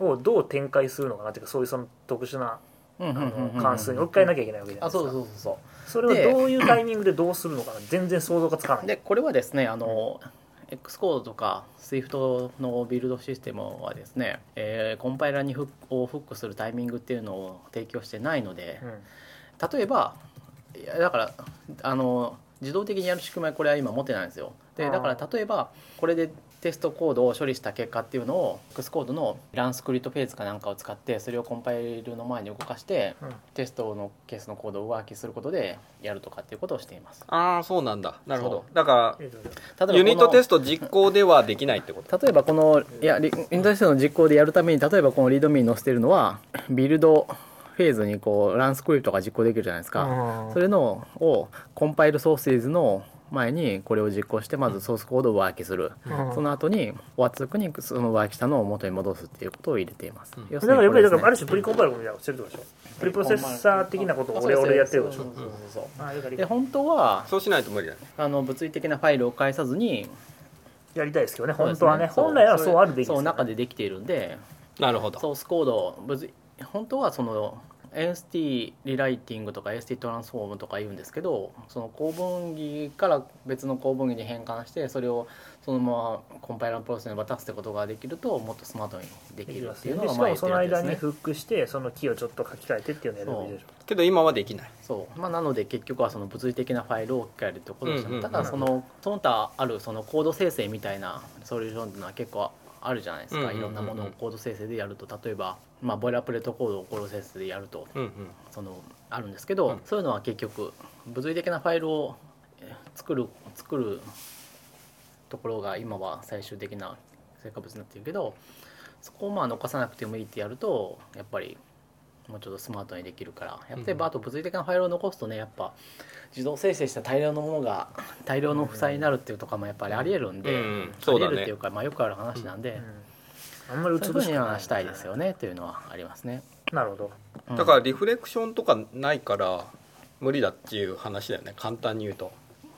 Speaker 1: をどう展開するのかなっていうかそういうその特殊な
Speaker 5: うんう
Speaker 1: あ
Speaker 5: んうん
Speaker 1: の
Speaker 5: うん
Speaker 1: 関数に置き換えなきゃいけないわけじゃない
Speaker 5: あ
Speaker 1: です
Speaker 5: そう
Speaker 1: か
Speaker 5: そうそうそ
Speaker 1: それをどういうタイミングでどうするのかな全然想像がつかな
Speaker 5: う
Speaker 1: い
Speaker 5: でこれはですねあの X コードとか SWIFT のビルドシステムはですね、えーコンパイラーにフックをフックするタイミングっていうのを提供してないので
Speaker 1: うん
Speaker 5: 例えばいやだからあの自動的にやる仕組みはこれは今持ってないんですよ
Speaker 1: あ
Speaker 5: で
Speaker 1: ー
Speaker 5: だから例えばこれでテストコードを処理した結果っていうのを X コードのランスクリプトページかなんかを使ってそれをコンパイルの前に動かして
Speaker 1: うん
Speaker 5: テストのケースのコードを上書きすることでやるとかっていうことをしています
Speaker 2: ああそうなんだなるほど
Speaker 5: そ
Speaker 2: だか
Speaker 1: えっと
Speaker 5: 例えば
Speaker 2: らユニットテ
Speaker 5: ス
Speaker 2: スト実行ではできないってこと
Speaker 5: ト例えばこのいやリユニットテストの実行でやるために例えばこのリードミーに載せてるのはビルドフェーズにこうランスクリプトが実行できるじゃないですか、それのをコンパイルソースーズの前にこれを実行してまずソースコードを上書きする、その後にワッツクにその上書きしたのを元に戻すっていうことを入れています、
Speaker 2: うん
Speaker 5: 要す
Speaker 1: だから
Speaker 5: る
Speaker 1: やっぱり
Speaker 5: にこれ
Speaker 1: だ
Speaker 5: で
Speaker 1: か
Speaker 5: すね
Speaker 1: らある種プリコンパイルのことやってるでしょプリプロセッサー的なことを
Speaker 5: あ
Speaker 1: 俺
Speaker 5: そう
Speaker 1: 俺
Speaker 5: で
Speaker 1: やっ
Speaker 5: す
Speaker 1: てるでし
Speaker 5: そう
Speaker 1: ょ
Speaker 5: ですそうですそうで
Speaker 1: ああいう
Speaker 5: す
Speaker 1: 感
Speaker 5: で
Speaker 1: じ
Speaker 5: 本当は
Speaker 2: そうしないと無理だね
Speaker 5: あの物理的なファイルを返さずに
Speaker 1: やりたいですけどね本当はね
Speaker 5: そう
Speaker 1: 本来はそうあるべき
Speaker 5: そ
Speaker 1: ですよ
Speaker 5: う
Speaker 1: ね
Speaker 5: 中でできているんで
Speaker 2: なるほど
Speaker 5: ソースコード物理本当はその AST リライティングとか AST トランスフォームとか言うんですけどその構文儀から別の構文儀に変換してそれをそのままコンパイラープロセスに渡すってことができるともっとスマートにできるっていうの
Speaker 1: で
Speaker 5: が
Speaker 1: しかも
Speaker 5: 前言って
Speaker 1: そ
Speaker 5: る
Speaker 1: の
Speaker 5: わけで
Speaker 1: 間
Speaker 5: す
Speaker 1: に
Speaker 5: ね
Speaker 1: フックしてその木をちょっと書き換えてっていうのをやるべきでしょ
Speaker 2: けど今はできない
Speaker 5: そう、まあ、なので結局はその物理的なファイルを置き換えるってことでした、
Speaker 2: うんうんうん
Speaker 5: ただそのその他あるそのコード生成みたいなソリューションっていうのは結構あるじゃないですか、
Speaker 2: うんうんうんうん
Speaker 5: いろんなものをコード生成でやると例えば、まあ、ボイラープレートコードをコード生成でやると
Speaker 2: うんうん
Speaker 5: そのあるんですけど、
Speaker 2: うん
Speaker 5: そういうのは結局物理的なファイルをえー作る作るところが今は最終的な成果物になってるけどそこをまあ残さなくてもいいってやるとやっぱりもうちょっとスマートにできるからやっぱ
Speaker 2: う
Speaker 5: り
Speaker 2: んうん
Speaker 5: あと物理的なファイルを残すとねやっぱ自動生成した大量のものが大量の負債になるっていうとかもやっぱりありえるんで、
Speaker 2: うんうんそうだね
Speaker 5: ありえるっていうか、まあ、よくある話なんで、
Speaker 1: うんあんまりう
Speaker 5: そう
Speaker 1: つ
Speaker 5: いうふ
Speaker 1: ぶ
Speaker 5: う
Speaker 1: しく
Speaker 5: に
Speaker 1: ない
Speaker 5: はしたいですよねというのはありますね。
Speaker 1: なるほど
Speaker 5: うん
Speaker 2: だからリフレクションとかないから無理だっていう話だよね簡単に言うと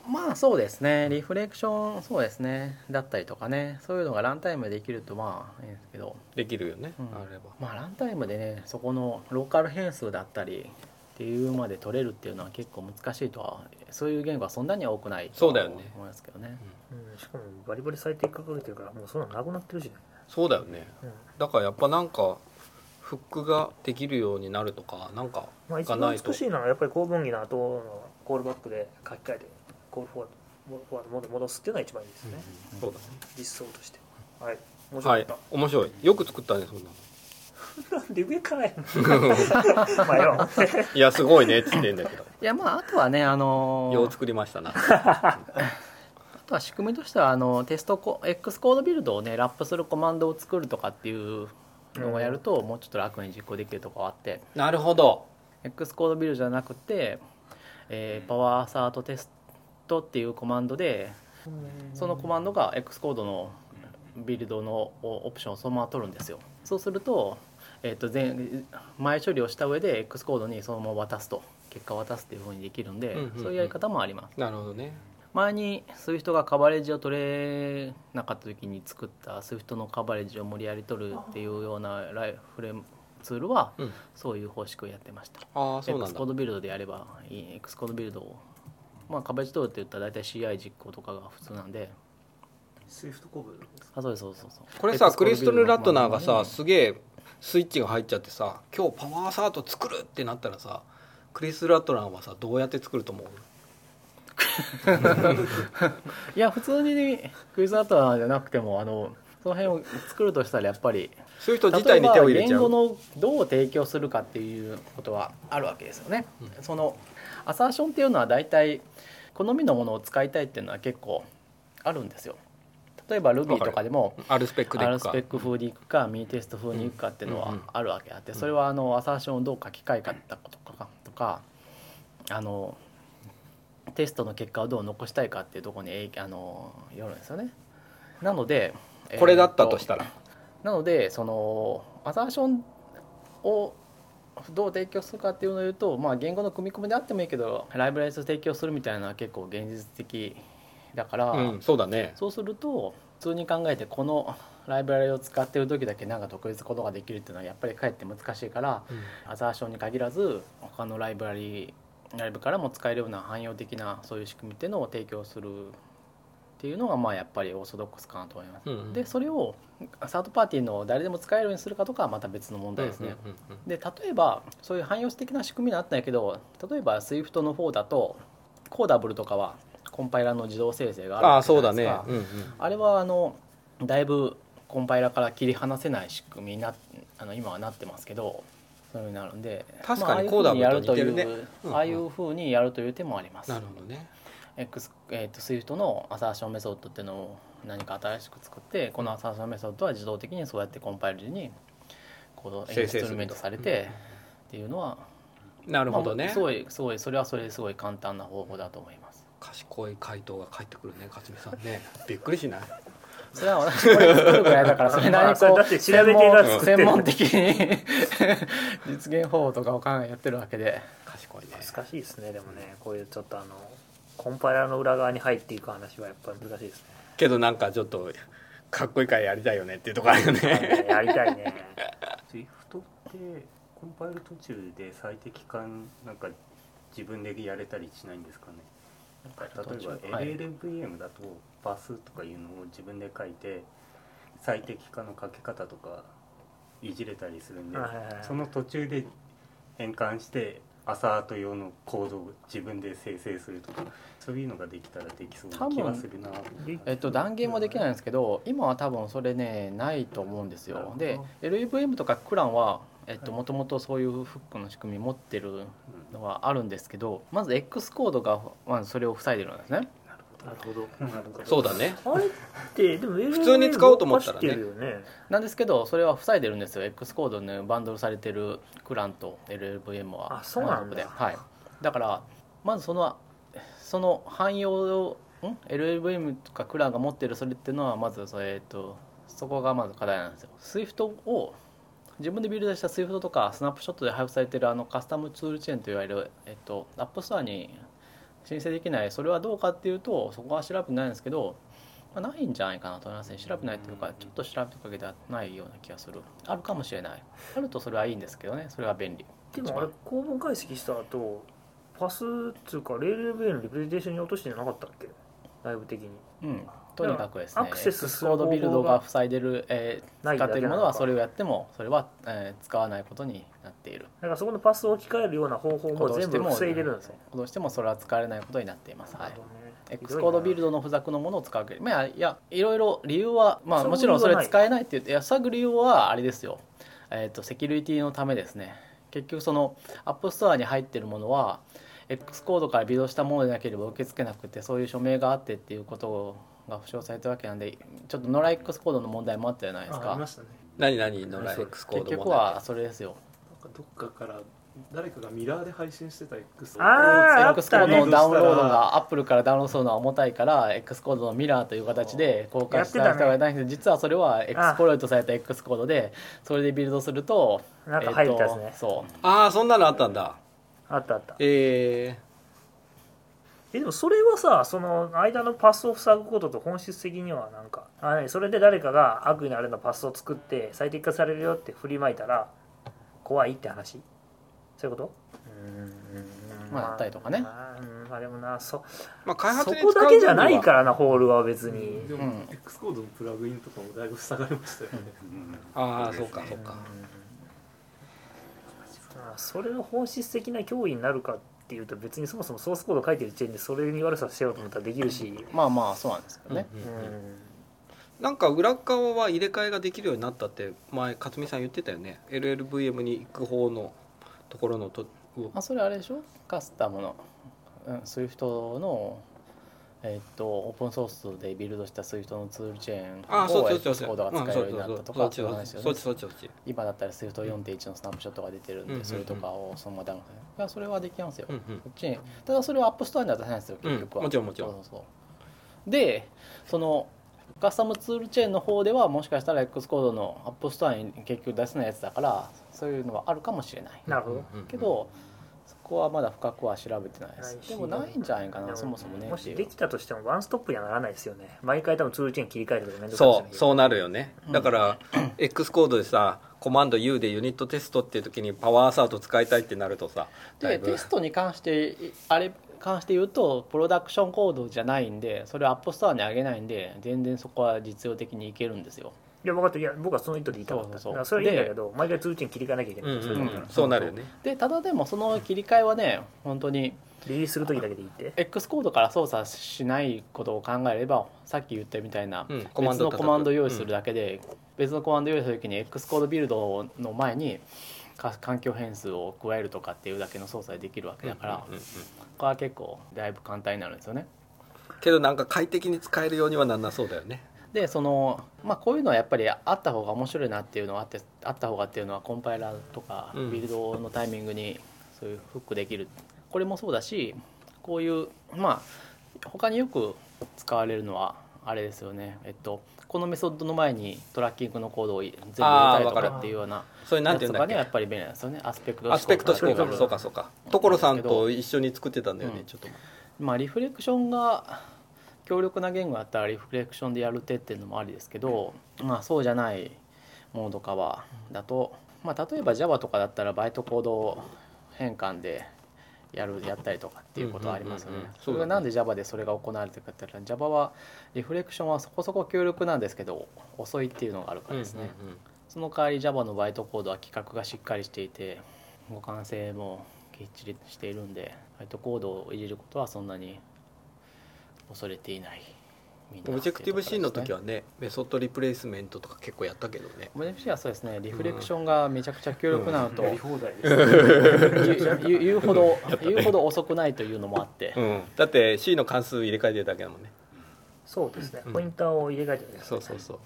Speaker 5: まあそうですねリフレクションそうですねだったりとかねそういうのがランタイムでできるとまあいいんですけど
Speaker 2: できるよね、
Speaker 5: うん
Speaker 2: あれば
Speaker 5: まあランタイムでねそこのローカル変数だったりっていうまで取れるっていうのは結構難しいとはそういう言語はそんなには多くないと
Speaker 2: そうだよね
Speaker 5: 思いますけどね
Speaker 1: うんしかもバリバリ最低掲げてるからもうそんなのなくなってるしね
Speaker 2: そうだよね
Speaker 1: うん
Speaker 2: だからやっぱなんかフックができるようになるとかなんか
Speaker 1: まあ一
Speaker 2: がな
Speaker 1: 番
Speaker 2: いと
Speaker 1: 美しいのはやっぱり公文儀の後のコールバックで書き換えてコールフォワードフォワード戻戻すっていうのが一番いいですね
Speaker 2: そうだね
Speaker 1: 実装としてはい面
Speaker 2: は
Speaker 1: 白
Speaker 2: い
Speaker 1: かっ
Speaker 2: 面白いよく作ったねそんなの
Speaker 1: た、なんで上からやのまあ よ
Speaker 2: いやすごいねっつってんだけど
Speaker 5: いやまああとはねあの
Speaker 2: よう作りましたな
Speaker 5: あとは仕組みとしてはあのテストコ X コードビルドをねラップするコマンドを作るとかっていうのをやるともうちょっと楽に実行できるとこはあって。
Speaker 2: なるほど
Speaker 5: X コードビルじゃなくて、えーパワーアサートテストっていうコマンドでそのコマンドが X コードのビルドのおオプションをそのまま取るんですよそうすると,、えー、と前前処理をした上で X コードにそのまま渡すと結果を渡すっていうふうにできるんで、
Speaker 2: うんうんうん
Speaker 5: そういうやり方もあります
Speaker 2: なるほどね
Speaker 5: 前に SWIFT がカバレッジを取れなかった時に作った SWIFT のカバレッジを無理やり取るっていうようなライフフレームツールは
Speaker 2: うん
Speaker 5: そういう方式をやってました
Speaker 2: ああそうなん
Speaker 5: X
Speaker 2: だ
Speaker 5: コードビルドでやればいい X コードビルドをまあカバレッジ取るって言ったら大体 CI 実行とかが普通なんで
Speaker 6: スイフトコブです
Speaker 5: あそうですそうですそうそう
Speaker 2: これさ
Speaker 5: X
Speaker 2: クリストル・ラットナーが
Speaker 5: コード
Speaker 2: さ
Speaker 5: ビル
Speaker 2: すげえスイッチが入っちゃってさ今日パワーアサート作るってなったらさクリス・ラットナーはさどうやって作ると思う
Speaker 5: ドいや普通にクイズアートナーじゃなくてもあのその辺を作るとしたらやっぱり
Speaker 2: そういう人自
Speaker 5: 例え
Speaker 2: 体に
Speaker 5: ば
Speaker 2: 手を入れち
Speaker 5: 言
Speaker 2: ゃ
Speaker 5: 語
Speaker 2: う
Speaker 5: のどう提供するかっていうことはあるわけですよね、
Speaker 2: うん
Speaker 5: そのアサーションっていうのは大体好みのものを使いたいっていうのは結構あるんですよ例えば Ruby とかでも
Speaker 2: アルスペックでい
Speaker 5: R
Speaker 2: く
Speaker 5: ス
Speaker 2: か
Speaker 5: ペック風に行くかミーテスト風に行くかっていうの
Speaker 2: うんう
Speaker 5: は
Speaker 2: ん
Speaker 5: あるわけあって
Speaker 2: うん
Speaker 5: それはあのアサーションをどう書き換えたかとかとかあのテストの結果をどう残したいかっていうところに影響あのよるんですよね。なので
Speaker 2: これだったとしたたら
Speaker 5: なのでそのアサーションをどう提供するかっていうのを言うと、まあ、言語の組み込みであってもいいけどライブラリスを提供するみたいなのは結構現実的だから、
Speaker 2: うんそうだね
Speaker 5: そうすると普通に考えてこのライブラリを使ってる時だけなんか特別ことができるっていうのはやっぱりかえって難しいからアザーションに限らず他のライブラリライブからも使えるような汎用的なそういう仕組みっていうのを提供するっていうのがまあやっぱりオーソドックスかなと思います。
Speaker 2: うんうん
Speaker 5: でそれをサードパーティーの誰でも使えるようにするかとかはまた別の問題ですね。
Speaker 2: うんうんうんうん
Speaker 5: で例えばそういう汎用的な仕組みになったんやけど例えば SWIFT の方だとコーダブルとかはコンパイラの自動生成がある
Speaker 2: ああ
Speaker 5: わけじ
Speaker 2: そ
Speaker 5: ゃ
Speaker 2: うだ
Speaker 5: ないです
Speaker 2: ね
Speaker 5: か
Speaker 2: うんうん
Speaker 5: あれはあのだいぶコンパイラから切り離せない仕組みになあの今はなってますけどそういうのになるんで
Speaker 2: 確かに
Speaker 5: まあああいう
Speaker 2: コーダブルと
Speaker 5: ふうにやる
Speaker 2: 似てる
Speaker 5: という
Speaker 2: ねうんうん
Speaker 5: ああいうふうにやるという手もあります。
Speaker 2: なるほどね
Speaker 5: X えー、と SWIFT のアサーションメソッドっていうのを何か新しく作ってこのアサーションメソッドは自動的にそうやってコンパイル時にこうイ
Speaker 2: 生成すると
Speaker 5: ンストルメントされてっていうのは
Speaker 2: なるほど
Speaker 5: まあ
Speaker 2: ね
Speaker 5: すごいすごいそれはそれですごい簡単な方法だと思います。
Speaker 2: 賢い回答が返ってくるね勝美さんねびっくりしない
Speaker 5: それは私これ作るぐらいだからそれなりにこう
Speaker 1: だって調べてが作って
Speaker 5: 専
Speaker 1: る
Speaker 5: 門的に実現方法とかを考えやってるわけで
Speaker 2: 賢いね
Speaker 1: 難しいですねでもねこういうちょっとあのコンパイラーの裏側に入っていく話はやっぱり難しい です
Speaker 2: けどなんかちょっとかっこいい回やりたいよねっていうところあるよ
Speaker 1: ねあ
Speaker 2: ね
Speaker 1: のねやりたいね
Speaker 3: Swift ってコンパイル途中で最適化なんか自分でやれたりしないんですかねなんか例えば
Speaker 5: はい
Speaker 3: LLVM だとバスとかいうのを自分で書いて最適化のかけ方とかいじれたりするんで
Speaker 1: はいはいはい
Speaker 3: その途中で変換してアサート用のコードを自分で生成するとかそういうのができたらできそうな気がするな
Speaker 5: えっと、断言もできないんですけど今は多分それねないと思うんです
Speaker 3: なる
Speaker 5: よ
Speaker 3: ほど
Speaker 5: で LLVM とかクランはもともとそういうフックの仕組み持ってるのはあるんですけどまず X コードが、まあ、それを塞いでるんですね
Speaker 1: なるほど
Speaker 2: そうだね
Speaker 1: あれってでも
Speaker 2: 普通に使おうと思ったらね
Speaker 1: LLVM 動かしてるよね
Speaker 5: なんですけどそれは塞いでるんですよ X コードにバンドルされてるクランと LLVM は
Speaker 1: あそうなんだ
Speaker 5: で、はい、だからまずそのその汎用をん LLVM とかクランが持ってるそれっていうのはまずそ,、えー、とそこがまず課題なんですよ SWIFT を自分でビルドした SWIFT とかスナップショットで配布されてるあのカスタムツールチェーンといわれる、えっと、アップストアに申請できないそれはどうかっていうとそこは調べてないんですけど、まあ、ないんじゃないかなと思いますね調べないというかちょっと調べてかけてはないような気がするあるかもしれないあるとそれはいいんですけどねそれが便利
Speaker 1: でもあれ公文解析した後パスっていうか LLVM のリプレゼンテーションに落としてなかったっけ内部的に
Speaker 5: うんとにかくですね
Speaker 1: アクセスする
Speaker 5: コ
Speaker 1: 方法
Speaker 5: ード
Speaker 1: が
Speaker 5: ビルドが塞いでる、え
Speaker 1: な
Speaker 5: ー
Speaker 1: い
Speaker 5: 使
Speaker 1: だ
Speaker 5: っ
Speaker 1: け
Speaker 5: てい
Speaker 1: なの
Speaker 5: るも
Speaker 1: か
Speaker 5: のはそれをやってもそれは、えー使わないことになっている
Speaker 1: だからそこのパスを置き換えるような方法
Speaker 5: こ
Speaker 1: も
Speaker 5: と
Speaker 1: 全
Speaker 5: して
Speaker 1: 部
Speaker 5: も
Speaker 1: 防いでるんですね
Speaker 5: どうしてもそれは使われないことになっています、はい
Speaker 1: なるほどね
Speaker 5: X コードビルドの付属のものを使うわけどまあいやいろいろ理由はまあ
Speaker 1: その
Speaker 5: もちろんそれ使えないって言っていや塞ぐ理由はあれですよえっ、とセキュリティのためですね結局そのアップストアに入ってるものは X コードからビルドしたものでなければ受け付けなくてそういう署名があってっていうことが保証されたわけなんでちょっとノラ X コードの問題もあったじゃないです
Speaker 6: あありま
Speaker 5: か
Speaker 6: したね
Speaker 2: 何何のライ X コード
Speaker 5: 結
Speaker 2: も
Speaker 5: 局はそれですよ
Speaker 6: なんかどっかから誰かがミラーで配信してた X を
Speaker 1: あー
Speaker 5: X コー
Speaker 1: あった
Speaker 5: ド
Speaker 1: ね
Speaker 5: のダウンロードが Apple からダウンロードするのは重たいから X コードのミラーという形で公開した人がいないんです実はそれは X コロイトされた X コードでそれでビルドすると
Speaker 1: なんか入るみたいですね、
Speaker 5: えっとそう
Speaker 2: ああそんなのあったんだ
Speaker 1: あったあった
Speaker 2: え
Speaker 1: えでもそれはさその間のパスを塞ぐことと本質的にはなんかあれそれで誰かが悪意のあるのパスを作って最適化されるよって振りまいたら怖いって話そういうことうーん
Speaker 5: まああったりとかね
Speaker 1: まあうんまあでもなそ
Speaker 2: ーまあ開
Speaker 1: そ
Speaker 2: 発に使う
Speaker 1: こだけじゃない
Speaker 2: ら
Speaker 1: からなホールは別に
Speaker 6: で
Speaker 5: う
Speaker 6: も
Speaker 5: ん
Speaker 6: X コードのプラグインとかもだいぶ塞がれましたよね、
Speaker 2: ああそうかそうか
Speaker 1: まあそれの本質的な脅威になるかっていうと別にそもそもソースコード書いてる時点でそれに悪さしようと思ったらできるし、
Speaker 5: まあまあそうなんですけどね、
Speaker 2: う
Speaker 1: うん
Speaker 2: うんうん
Speaker 1: ん、
Speaker 2: なんか裏側は入れ替えができるようになったって前勝美さん言ってたよね LLVM に行く方のところのと
Speaker 5: あそれあれでしょカスタムの、うん、SWIFT のえっとオープンソースでビルドした SWIFT のツールチェーン
Speaker 2: ああそ
Speaker 5: を
Speaker 2: っちそっち
Speaker 5: X
Speaker 2: そ
Speaker 5: コ
Speaker 2: っ
Speaker 5: ー
Speaker 2: ち
Speaker 5: ドが使えるようになったとかそういう話よ
Speaker 2: そ
Speaker 5: ね
Speaker 2: っちそっちそっち
Speaker 5: 今だったら SWIFT4.1 のスナップショットが出て
Speaker 2: う
Speaker 5: るん
Speaker 2: んうんう
Speaker 5: で
Speaker 2: ん
Speaker 5: それとかをそのままダウンロードするいやそれはできますよ
Speaker 2: うんう
Speaker 5: こ
Speaker 2: ん
Speaker 5: っちにただそれはアップストアには出せないんですよ
Speaker 2: うん
Speaker 5: 結局は
Speaker 2: もちろんもちろん
Speaker 5: そうそうそうでそのカスタムツールチェーンの方ではもしかしたら X コードのアップストアに結局出せないやつだからそういうのはあるかもしれない
Speaker 1: なるほど
Speaker 2: うんうん
Speaker 5: けどそこはまだ深くは調べてないで
Speaker 1: ない
Speaker 5: す
Speaker 1: し
Speaker 5: でもないんじゃないか
Speaker 1: で
Speaker 5: な
Speaker 1: も
Speaker 5: そもそもね
Speaker 1: も
Speaker 5: って
Speaker 1: し
Speaker 5: い
Speaker 1: で
Speaker 5: う
Speaker 1: きたとしてもワンストップにはならないですよね毎回多分ツールチェーン切り替えるとかめんどくさいですよ
Speaker 2: そ
Speaker 1: ね
Speaker 2: うそうなるよねだから X コードでさコマンド U でユニットテストっていう時にパワーアサート使いたいってなるとさだい
Speaker 5: で
Speaker 2: ぶ
Speaker 5: テストに関してあれ関して言うとプロダクションコードじゃないんでそれをアップストアに上げないんで全然そこは実用的にいけるんですよ
Speaker 1: いや分かってるいや僕はその意図で言いたかった
Speaker 5: そ
Speaker 1: だ
Speaker 5: うそうそう
Speaker 1: からそれはいいんだけど毎回通知に切り替えなきゃいけ
Speaker 2: う
Speaker 1: ない、
Speaker 2: んうん
Speaker 1: それだ
Speaker 2: う
Speaker 1: ったら
Speaker 2: んそうなるよね
Speaker 5: でただでもその切り替えはね本当に
Speaker 1: リリースする時だけでいいって
Speaker 5: X コードから操作しないことを考えればさっき言ったみたいな
Speaker 2: うんコマン
Speaker 5: 別
Speaker 2: ド叩
Speaker 5: の
Speaker 2: く
Speaker 5: コマンド用意するだけで、別のコマンド用意するときに X コードビルドの前にか環境変数を加えるとかっていうだけの操作でできるわけだから、
Speaker 2: うんうんうん
Speaker 5: これは結構だいぶ簡単になるんですよね。
Speaker 2: けどなんか快適に使えるようにはなんなそうだよね
Speaker 5: でそのまあこういうのはやっぱりあった方が面白いなっていうのはあってあった方がっていうのはコンパイラーとか
Speaker 2: うん
Speaker 5: ビルドのタイミングにそういうフックできる、これもそうだしこういうまあ他によく使われるのはあれですよねえっとこのメソッドの前にトラッキングのコードをい全部入れたりと
Speaker 2: あーわか
Speaker 5: か
Speaker 2: る
Speaker 5: っていうような
Speaker 2: それな
Speaker 5: や
Speaker 2: んて言
Speaker 5: つ
Speaker 2: うん
Speaker 5: と
Speaker 2: だ
Speaker 5: か
Speaker 2: っ
Speaker 5: にはや
Speaker 2: け
Speaker 5: っぱり便利なんですよねアスペクト
Speaker 2: アスペクト思考
Speaker 5: だ
Speaker 2: か
Speaker 5: ったり
Speaker 2: そうかそうか所さんと一緒に作ってたんだよ
Speaker 5: う
Speaker 2: ね
Speaker 5: ん
Speaker 2: ちょっと
Speaker 5: まあリフレクションが強力な言語だったらリフレクションでやる手っていうのもありですけど、まあ、そうじゃないものとかはだと、まあ、例えば Java とかだったらバイトコード変換でやるやったりとかっていうことはありますよ
Speaker 2: うんうんうん
Speaker 5: ね
Speaker 2: うん。
Speaker 5: それがなんで Java でそれが行われてるかって言ったら Java はリフレクションはそこそこ強力なんですけど遅いっていうのがあるからですね。
Speaker 2: うんうんうん
Speaker 5: その代わり Java のバイトコードは規格がしっかりしていて互換性もきっちりしているんでバイトコードをいじることはそんなに恐れていないみんな
Speaker 2: オブジェクティブ C の時
Speaker 5: は
Speaker 2: はねメソッドリプレイスメントとか結構やったけどね
Speaker 5: オブジェクティブ C はそうですねリフレクションがめちゃくちゃ強力なのと、
Speaker 6: やり
Speaker 5: 言
Speaker 6: 放題です
Speaker 5: う言う言うほど言うほど遅くないというのもあって、
Speaker 2: うんだって C の関数入れ替えてるだけだもんね
Speaker 1: そうですね、
Speaker 2: うん
Speaker 1: ポインターを入れ替えてるだけです
Speaker 2: そうそうそう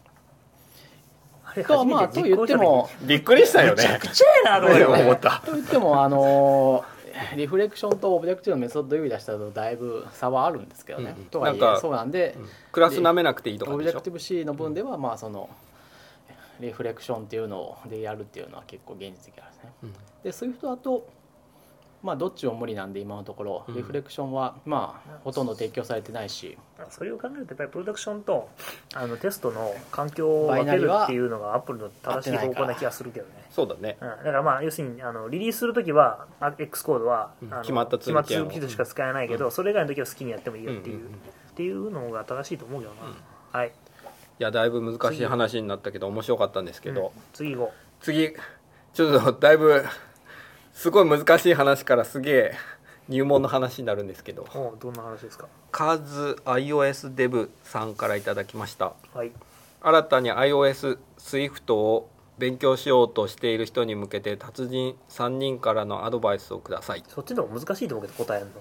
Speaker 1: あれ
Speaker 5: とはまあ
Speaker 1: 初
Speaker 5: と
Speaker 1: めて実
Speaker 5: 言
Speaker 1: 行し
Speaker 5: っ
Speaker 1: てた時
Speaker 5: も
Speaker 2: びっくりしたよね
Speaker 1: なるほど
Speaker 2: 思った
Speaker 5: と言ってもあのリフレクションとオブジェクティブのメソッドを呼び出したとだいぶ差はあるんですけど
Speaker 2: う
Speaker 5: ね、
Speaker 2: んうん
Speaker 5: とはい
Speaker 2: なんか
Speaker 5: えそうなんで、
Speaker 2: クラス舐めなくていいとか
Speaker 5: オブ
Speaker 2: で
Speaker 5: ジェ
Speaker 2: し
Speaker 5: ク
Speaker 2: ょ
Speaker 5: ティブ C の分では、まあそのリフレクションっていうのをでやるっていうのは結構現実的なんですね。
Speaker 2: うん
Speaker 5: で SWIFT だとまあどっちも無理なんで今のところ
Speaker 2: うん
Speaker 5: リフレクションはまあほとんど提供されてないし、
Speaker 1: それを考えるとやっぱりプロダクションとあのテストの環境を分けるっていうのがアップルの正しい方向な気がするけどね
Speaker 2: そうだね
Speaker 1: うんだからまあ要するにあのリリースするときはあ X コードは、
Speaker 2: うん
Speaker 1: あの
Speaker 2: 決まった
Speaker 1: 決
Speaker 2: 通
Speaker 1: ま
Speaker 2: 知
Speaker 1: った通知としか使えないけど、
Speaker 2: う
Speaker 1: それ以外の時は好きにやってもいいよっていう,、
Speaker 2: うんうんうん
Speaker 1: っていうのが正しいと思うけどな、
Speaker 2: うん
Speaker 1: はい
Speaker 2: いやだいぶ難しい話になったけど面白かったんですけど、
Speaker 1: うん次行こ
Speaker 2: 次ちょっとだいぶすごい難しい話からすげえ入門の話になるんですけど
Speaker 1: うおうどんな話ですか
Speaker 2: カーズ iOS デブさんからいただきました
Speaker 1: はい
Speaker 2: 新たに iOS Swift を勉強しようとしている人に向けて達人3人からのアドバイスをください
Speaker 1: そっちの方が難しいと思うけど答えるの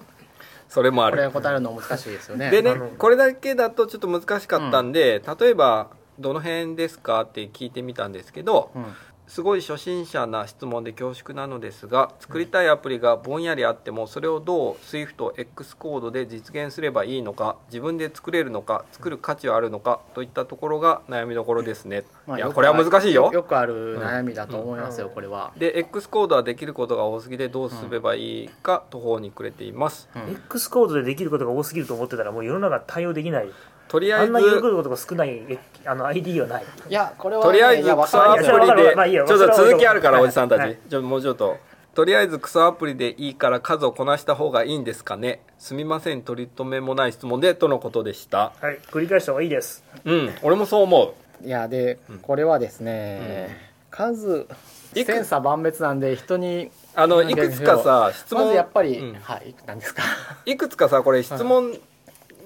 Speaker 2: それもあ
Speaker 5: これ
Speaker 2: る
Speaker 5: 答えるの難しいですよね。
Speaker 2: でね
Speaker 1: なるほど
Speaker 2: これだけだとちょっと難しかったんで、例えばどの辺ですかって聞いてみたんですけど、
Speaker 5: うん
Speaker 2: すごい初心者な質問で恐縮なのですが作りたいアプリがぼんやりあってもそれをどう SwiftX コードで実現すればいいのか自分で作れるのか作る価値はあるのかといったところが悩みどころですね、
Speaker 5: まあ
Speaker 2: いや
Speaker 5: よく
Speaker 2: これは難しいよ
Speaker 5: よくある悩みだと思いますよ、これは。
Speaker 2: で X コードはできることが多すぎてどうすればいいか途方に暮れています、
Speaker 5: うん
Speaker 1: X コードでできることが多すぎると思ってたらもう世の中対応できない
Speaker 2: とりあ
Speaker 1: あん
Speaker 2: えず
Speaker 1: な喜ぶことが少ないえあの ID はない
Speaker 5: いやこれはね、
Speaker 2: とりあえ
Speaker 5: い
Speaker 2: ず
Speaker 5: やわ
Speaker 2: ク
Speaker 5: か
Speaker 2: ソ
Speaker 5: り
Speaker 2: ア
Speaker 5: ま
Speaker 2: プ
Speaker 5: すよ
Speaker 1: わか
Speaker 2: リ
Speaker 1: るわ
Speaker 2: で
Speaker 1: かるまあいい
Speaker 2: ちょ
Speaker 1: よ
Speaker 2: っと
Speaker 1: わかる
Speaker 2: 続きあるから
Speaker 1: はい
Speaker 2: おじさんた
Speaker 1: は
Speaker 2: ち
Speaker 1: い
Speaker 2: ちょもうちょっととりあえずクソアプリでいいから数をこなした方がいいんですかねすみません取り留めもない質問でとのことでした
Speaker 1: はい繰り返した方がいいです
Speaker 2: うん俺もそう思
Speaker 5: いやでこれはですね、数
Speaker 2: いく
Speaker 5: 千差万別なんで人に
Speaker 2: うあのいくつかさ質問
Speaker 5: まずやっぱり、
Speaker 2: うん
Speaker 5: はい何ですか。
Speaker 2: いくつかさこれ質問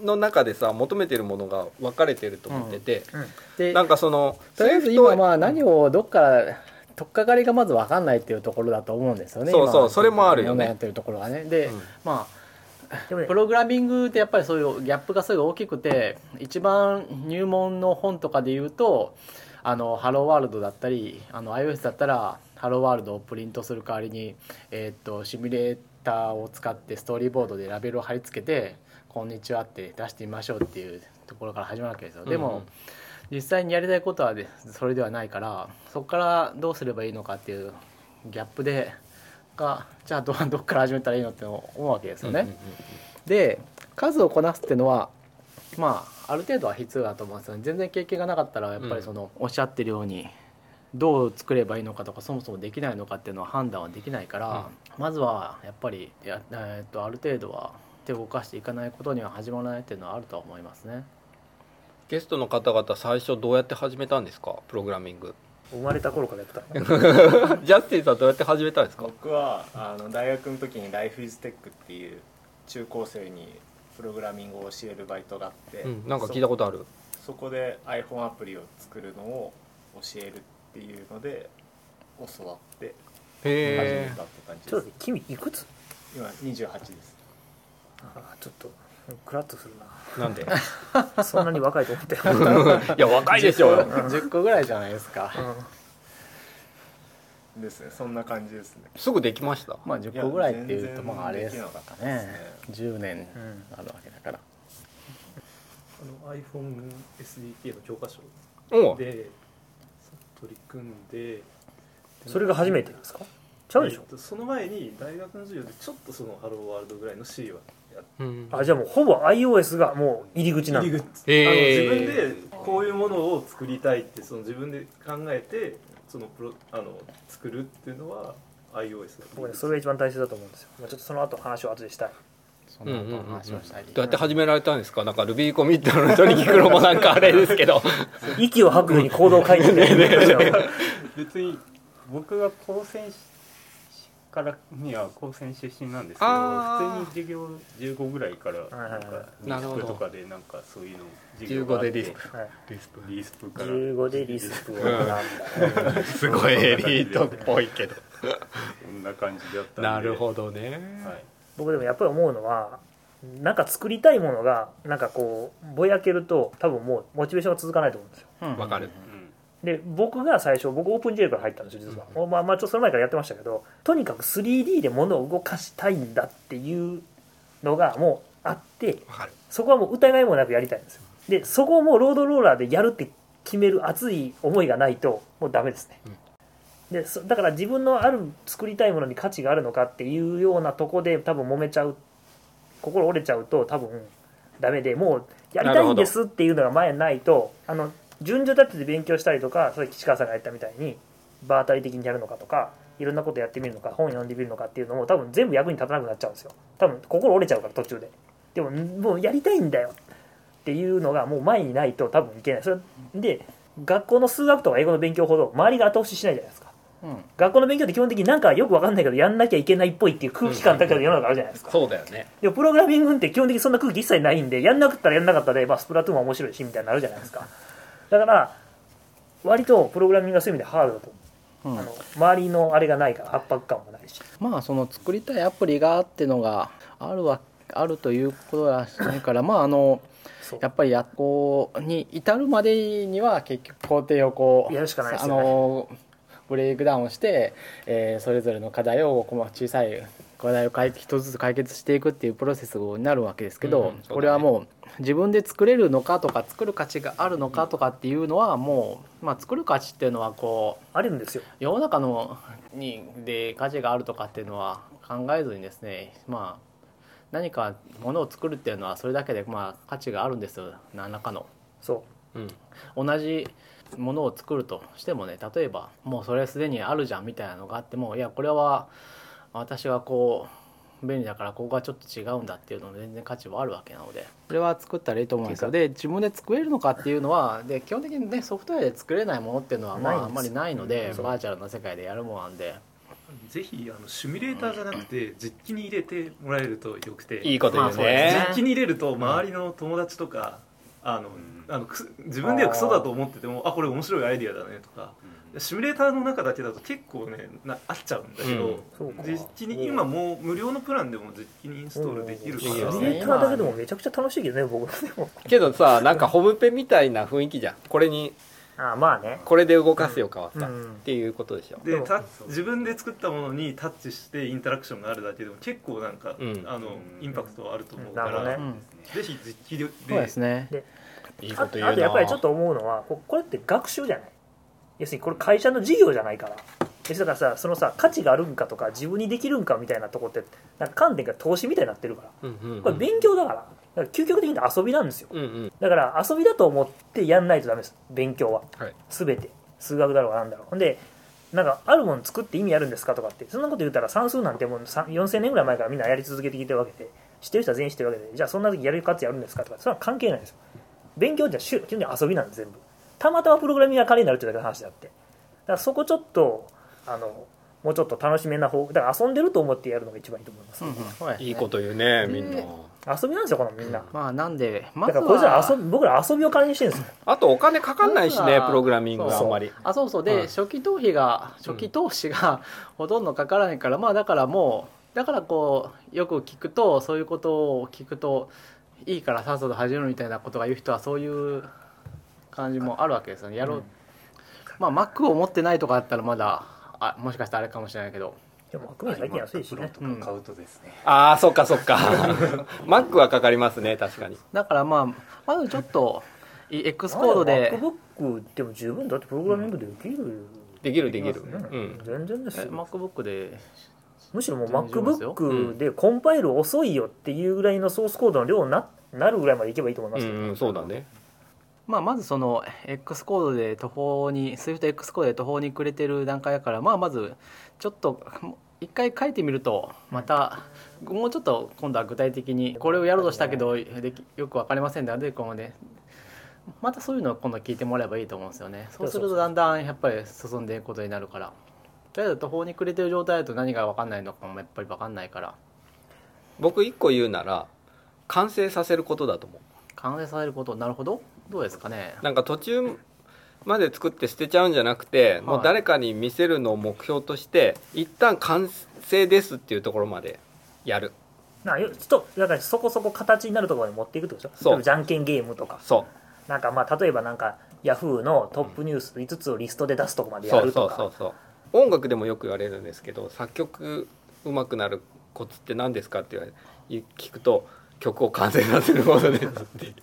Speaker 2: の中でさ求めてるものが分かれてると思ってて、
Speaker 5: で
Speaker 2: なんかその
Speaker 5: とりあえず
Speaker 2: Swift
Speaker 5: 今まあ何をどっから取っかかりがまず分かんないっていうところだと思うんですよね
Speaker 2: そうそう
Speaker 5: 今
Speaker 2: それもあるよね
Speaker 5: 問題になってるところがねで、
Speaker 2: うん
Speaker 5: ま
Speaker 1: でも
Speaker 5: あ
Speaker 1: ね
Speaker 5: プログラミングってやっぱりそういうギャップがすごい大きくて一番入門の本とかで言うとあのハローワールドだったりあの iOS だったらハローワールドをプリントする代わりに、えーっとシミュレーターを使ってストーリーボードでラベルを貼り付けて「こんにちは」って出してみましょうっていうところから始まるわけですよ。でも、
Speaker 2: うんうん
Speaker 5: 実際にやりたいことはでそれではないからそこからどうすればいいのかっていうギャップでがじゃあどどっから始めたらいいのって思うわけですよね。
Speaker 2: うんうんうん
Speaker 5: で数をこなすっていうのはまあある程度は必要だと思うんですよね全然経験がなかったらやっぱりその、おっしゃってるようにどう作ればいいのかとかそもそもできないのかっていうのは判断はできないから、まずはやっぱりや、えーっとある程度は手を動かしていかないことには始まらないっていうのはあるとは思います ね。
Speaker 2: ゲストの方々最初どうやって始めたんですかプログラミング
Speaker 1: 生まれた頃からやってたの
Speaker 2: ジャスティンさんどうやって始めたんですか
Speaker 4: 僕はあの大学の時に「Life is Tech」っていう中高生にプログラミングを教えるバイトがあって、
Speaker 2: うん、なんか聞いたことある
Speaker 4: そそこで iPhone アプリを作るのを教えるっていうので教わって始
Speaker 2: へ
Speaker 4: めたって感じ
Speaker 1: ちょっと待っ
Speaker 4: です
Speaker 1: て君いくつ
Speaker 4: 今28です
Speaker 1: あーちょっとクラッとする
Speaker 2: えなんで
Speaker 1: な そんなに若いと思って
Speaker 2: いや若いでしょ
Speaker 5: 10個ぐらいじゃないですか
Speaker 4: ですねそんな感じですね
Speaker 2: すぐできました
Speaker 5: まあ10個ぐらいってい
Speaker 4: い
Speaker 5: うと
Speaker 4: や全然
Speaker 5: まああれです
Speaker 4: できなか
Speaker 5: か
Speaker 4: ったで
Speaker 5: ね10年あるわけだから
Speaker 6: あの iPhoneSDK の教科書
Speaker 2: おう
Speaker 6: で取り組んでで
Speaker 1: それが初めてですかちゃうでしょ
Speaker 6: えっとその前に大学の授業でちょっとそのハローワールドぐらいの C はやっ
Speaker 2: うん
Speaker 1: あじゃあもうほぼ iOS がもう入り口なんだ
Speaker 6: 入り口
Speaker 2: へー
Speaker 6: あの自分でこういうものを作りたいってその自分で考えてそのプロあの作るっていうのは iOS の
Speaker 1: 僕ねそれが一番大切だと思うんですよまあちょっとその後話を後でしたい
Speaker 5: そんなこと話をしたり
Speaker 2: どうやって始められたんですかなんかルビーコミットの人に聞くのもなんかあれですけど
Speaker 1: 息を吐くように行動を書いて る
Speaker 3: 別に僕が高専からには高専出身なんですけど
Speaker 2: あー
Speaker 3: 普通に授業15ぐらいから
Speaker 1: はい
Speaker 3: な
Speaker 1: はい
Speaker 2: いなる
Speaker 3: んかリス
Speaker 2: ほ
Speaker 3: プ
Speaker 2: ど
Speaker 3: とかでなんかそういうの授業が
Speaker 2: 15
Speaker 3: あって
Speaker 2: でリスク
Speaker 1: はい
Speaker 3: リスプリスプから
Speaker 1: 15でリスクを学んだ
Speaker 2: すごいエリートっぽいけど
Speaker 3: こんな感じだったんで
Speaker 2: なるほどね、
Speaker 3: はい
Speaker 1: 僕でもやっぱり思うのはなんか作りたいものがなんかこうぼやけると多分もうモチベーションが続かないと思うんですよ
Speaker 2: わかる
Speaker 3: うん
Speaker 1: で僕が最初僕オープン JL から入ったんですよ実は、まあまあちょっとその前からやってましたけどとにかく 3D で物を動かしたいんだっていうのがもうあって
Speaker 2: わかる
Speaker 1: そこはもう疑いもなくやりたいんですよでそこをもうロードローラーでやるって決める熱い思いがないともうダメですね、でそだから自分のある作りたいものに価値があるのかっていうようなとこで多分揉めちゃう心折れちゃうと多分ダメでもうやりたいんですっていうのが前にないとあの順序立てて勉強したりとかそれ岸川さんがやったみたいに場当たり的にやるのかとかいろんなことやってみるのか本読んでみるのかっていうのも多分全部役に立たなくなっちゃうんですよ多分心折れちゃうから途中ででももうやりたいんだよっていうのがもう前にないと多分いけないそれで学校の数学とか英語の勉強ほど周りが後押ししないじゃないですか
Speaker 5: うん
Speaker 1: 学校の勉強って基本的になんかよくわかんないけどやんなきゃいけないっぽいっていう空気感だけど世の中あるじゃないですか
Speaker 2: そうだよね
Speaker 1: でもプログラミングって基本的にそんな空気一切ないんでやんなかったらやんなかったで、まあ、スプラトゥーンは面白いしみたいになるじゃないですかだから割とプログラミングがそういう意味でハードだと
Speaker 5: うん
Speaker 1: 思う、あの周りのあれがないから圧迫感もないし
Speaker 5: まあその作りたいアプリがあってのがあるわあるということはしないからまああの
Speaker 1: そう
Speaker 5: やっぱりやこうに至るまでには結局工程をこう
Speaker 1: やるしかないです
Speaker 5: あ
Speaker 1: よね
Speaker 5: のブレイクダウンして、えーそれぞれの課題をこう小さい課題を解決一つずつ解決していくっていうプロセスになるわけですけ
Speaker 2: うん
Speaker 5: ど、
Speaker 2: うんそうだね
Speaker 5: これはもう自分で作れるのかとか作る価値があるのかとかっていうのはもう、まあ、作る価値っていうのはこう
Speaker 1: あるんですよ
Speaker 5: 世の中のにで価値があるとかっていうのは考えずにですねまあ何かものを作るっていうのはそれだけでまあ価値があるんですよ何らかの
Speaker 1: そ
Speaker 2: うん
Speaker 5: 同じものを作るとしてもね例えばもうそれすでにあるじゃんみたいなのがあってもいやこれは私はこう便利だからここがちょっと違うんだっていうのも全然価値はあるわけなのでそれは作ったらいいと思うんですよで自分で作れるのかっていうのはで基本的にねソフトウェアで作れないものっていうのはま
Speaker 1: ないんで
Speaker 5: ああ
Speaker 1: す
Speaker 5: んまりないので
Speaker 1: そう
Speaker 5: バーチャルな世界でやるものなんで
Speaker 6: ぜひあのシミュレーターじゃなくて実機に入れてもらえるとよくて
Speaker 2: いいこと言う
Speaker 5: まあそうです
Speaker 2: ね
Speaker 5: ね
Speaker 6: 実機に入れると周りの友達とかあのあのくす自分ではクソだと思っててもあこれ面白いアイディアだねとかシミュレーターの中だけだと結構ねな合っちゃうんだけど、
Speaker 1: そうか
Speaker 6: 実機に今もう無料のプランでも実機にインストールできる
Speaker 1: シ
Speaker 6: か
Speaker 1: ミ
Speaker 6: ら、
Speaker 2: いいよ
Speaker 1: ュ
Speaker 2: ね
Speaker 1: レーターだけでもめちゃくちゃ楽しいけどね僕でも
Speaker 2: けどさなんかホムペみたいな雰囲気じゃんこれに
Speaker 1: ああまあね
Speaker 2: これで動かすよ変わった、
Speaker 1: う
Speaker 2: っ
Speaker 1: ん
Speaker 2: ていうことでしょ
Speaker 1: で
Speaker 6: で
Speaker 1: も
Speaker 6: タッ自分で作ったものにタッチしてインタラクションがあるだけでも結構なんか、
Speaker 2: うん
Speaker 6: あのインパクトはあると思う
Speaker 1: な
Speaker 6: か
Speaker 1: るほ
Speaker 6: ら、
Speaker 1: どね
Speaker 6: ぜひ実機で
Speaker 5: そうですね
Speaker 2: いい
Speaker 1: あ
Speaker 2: こと言うな
Speaker 1: あとやっぱりちょっと思うのはここれって学習じゃない要するにこれ会社の事業じゃないから要するにだからさそのさ価値があるんかとか自分にできるんかみたいなとこってなんか観点が投資みたいになってるから
Speaker 2: うんうんうん
Speaker 1: これ勉強だからだから究極的に遊びなんですよ
Speaker 2: うんうん
Speaker 1: だから遊びだと思ってやんないとダメです勉強は
Speaker 2: はい
Speaker 1: 全て数学だろうがなんだろうほんでなんかあるもの作って意味あるんですかとかってそんなこと言ったら算数なんてもうさん4000年ぐらい前からみんなやり続けてきてるわけで知ってる人は全員知ってるわけでじゃあそんな時やる価値あるんですかとかそれは関係ないですよ勉強じゃ基本的に遊びなんです全部たまたまプログラミングが彼になるっていうだけの話であってだからそこちょっとあのもうちょっと楽しめな方だから遊んでると思ってやるのが一番いいと思います、
Speaker 5: うんうんそうですね
Speaker 2: いいこと言うねみんな、
Speaker 1: 遊びなんですよこのみんな、
Speaker 5: まあなんでま
Speaker 1: だ
Speaker 5: ず
Speaker 1: からこれじゃ
Speaker 5: は
Speaker 1: 遊び僕ら遊びを金にしてるんですよ
Speaker 2: あとお金かかんないしね
Speaker 5: まずは
Speaker 2: プログラミングはあ
Speaker 5: そうん
Speaker 2: まり
Speaker 5: あそうそうで、
Speaker 2: はい
Speaker 5: 初期投資が初期投資が ほとんどかからないからまあだからもうだからこうよく聞くとそういうことを聞くといいからさっさと始めるみたいなことが言う人はそういう感じもあるわけですよねやろう、
Speaker 1: うん
Speaker 5: まあ Mac を持ってないとかだったらまだあもしかしたらあれかもしれないけど
Speaker 1: でも悪意最近安いしね
Speaker 3: とか買うとですね、
Speaker 2: ああそっかそっかマックはかかりますね確かに
Speaker 5: だからまあまずちょっとい X コードで
Speaker 1: MacBook でも十分だってプログラミングできる、
Speaker 2: できるできる、
Speaker 1: ね
Speaker 2: うん
Speaker 1: 全然です
Speaker 5: え
Speaker 1: よ
Speaker 5: MacBook で
Speaker 1: むしろもう
Speaker 5: 全然いけますよ
Speaker 1: MacBook でコンパイル遅いよっていうぐらいのソースコードの量にななるぐらいまでいけばいいと思いま
Speaker 2: う
Speaker 1: すよ、
Speaker 2: んうんそうだね
Speaker 5: まあ、まずその X コードで途方に SwiftX コードで途方に暮れてる段階だから、まあ、まずちょっと一回書いてみるとまたもうちょっと今度は具体的にこれをやろうとしたけどできよく分かりませんででこのねまたそういうのを今度聞いてもらえばいいと思うんですよねそうするとだんだんやっぱり進んでいくことになるからとりあえず途方に暮れてる状態だと何が分かんないのかもやっぱり分かんないから
Speaker 2: 僕一個言うなら完成させることだと思う
Speaker 5: 完成させることなるほどどうですかね
Speaker 2: なんか途中まで作って捨てちゃうんじゃなくて、もう誰かに見せるのを目標として一旦完成ですっていうところまでやる
Speaker 1: なんかよちょっとだからそこそこ形になるところまで持っていくってことでし
Speaker 2: そ
Speaker 1: ょ例
Speaker 2: う
Speaker 1: えばじゃんけんゲームとか
Speaker 2: そ
Speaker 1: なんかまあ例えばなんかヤフーのトップニュース5つをリストで出すとこま
Speaker 2: う
Speaker 1: でや
Speaker 2: そう
Speaker 1: ると
Speaker 2: そうそ
Speaker 1: か
Speaker 2: うそう音楽でもよく言われるんですけど作曲うまくなるコツって何ですかって言われ聞くと曲を完成させることですって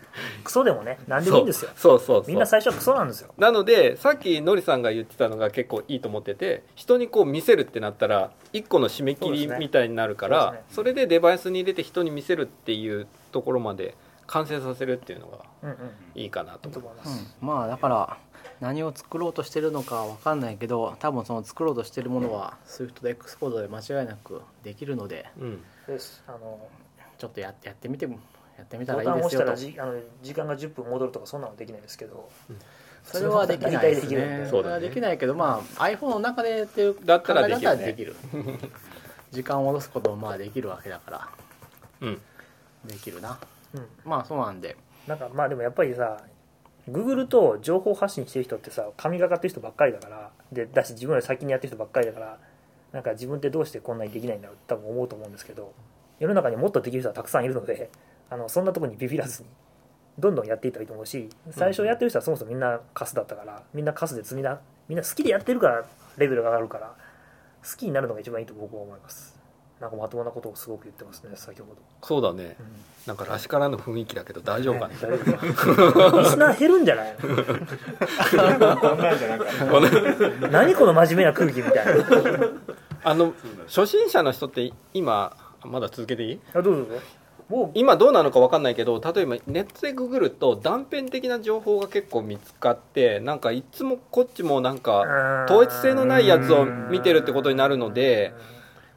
Speaker 1: クソでもね何でもいいんですよ
Speaker 2: そうそうそうそう
Speaker 1: みんな最初はクソなんですよ
Speaker 2: なのでさっきのりさんが言ってたのが結構いいと思ってて人にこう見せるってなったら1個の締め切
Speaker 1: そう
Speaker 2: り
Speaker 1: ですね
Speaker 2: みたいになるから
Speaker 1: そ
Speaker 2: そ,、
Speaker 1: うですね
Speaker 2: れでデバイスに入れて人に見せるっていうところまで完成させるっていうのが
Speaker 1: うんうん
Speaker 2: いいかなと
Speaker 1: いいと
Speaker 2: 思う
Speaker 1: 思います、
Speaker 5: まあだから何を作ろうとしてるのかわかんないけど多分その作ろうとしてるものは Swift で X コードで間違いなくできるので
Speaker 2: うん、
Speaker 1: ですあの
Speaker 5: ちょっとやってやってみてもやってみた
Speaker 1: ボ
Speaker 5: らい
Speaker 1: タン
Speaker 5: い
Speaker 1: を
Speaker 5: で
Speaker 1: 押
Speaker 5: す
Speaker 1: した
Speaker 5: よ
Speaker 1: らじ
Speaker 5: と
Speaker 1: あの時間が10分戻るとかそんなのはできないですけど
Speaker 5: それはできないで
Speaker 1: 大
Speaker 5: す
Speaker 1: 体できるん
Speaker 5: ね
Speaker 1: で
Speaker 5: それはできないけどまあ iPhone の中でっていう
Speaker 2: だったらできるね
Speaker 5: 考え方はできる時間を戻すこともまあできるわけだから
Speaker 2: うん、
Speaker 5: できるな
Speaker 1: うん
Speaker 5: まあそうなんで
Speaker 1: なんかまあでもやっぱりさ Google と情報発信してる人ってさ神がかってる人ばっかりだからでだし自分より先にやってる人ばっかりだからなんか自分ってどうしてこんなにできないんだろうって多分思うと思うんですけど世の中にもっとできる人はたくさんいるのであのそんなとこにビビらずにどんどんやっていったらいいと思うし最初やってる人はそもそもみんなカスだったからみんなカスで積みなみんな好きでやってるからレベルが上がるから好きになるのが一番いいと僕は思いますなんかまともなことをすごく言ってますね先ほど、
Speaker 2: そうだね
Speaker 1: うん
Speaker 2: なんからしからぬ雰囲気だけど大丈夫かね
Speaker 1: 大丈夫リスナー減るんじゃないの
Speaker 4: こんなんじゃなくて
Speaker 2: この
Speaker 1: 何この真面目な空気みたいな
Speaker 2: あの初心者の人って今まだ続けていい
Speaker 1: あどうぞどうぞもう
Speaker 2: 今どうなのか分かんないけど例えばネットでググると断片的な情報が結構見つかってなんかいつもこっちもなんか統一性のないやつを見てるってことになるので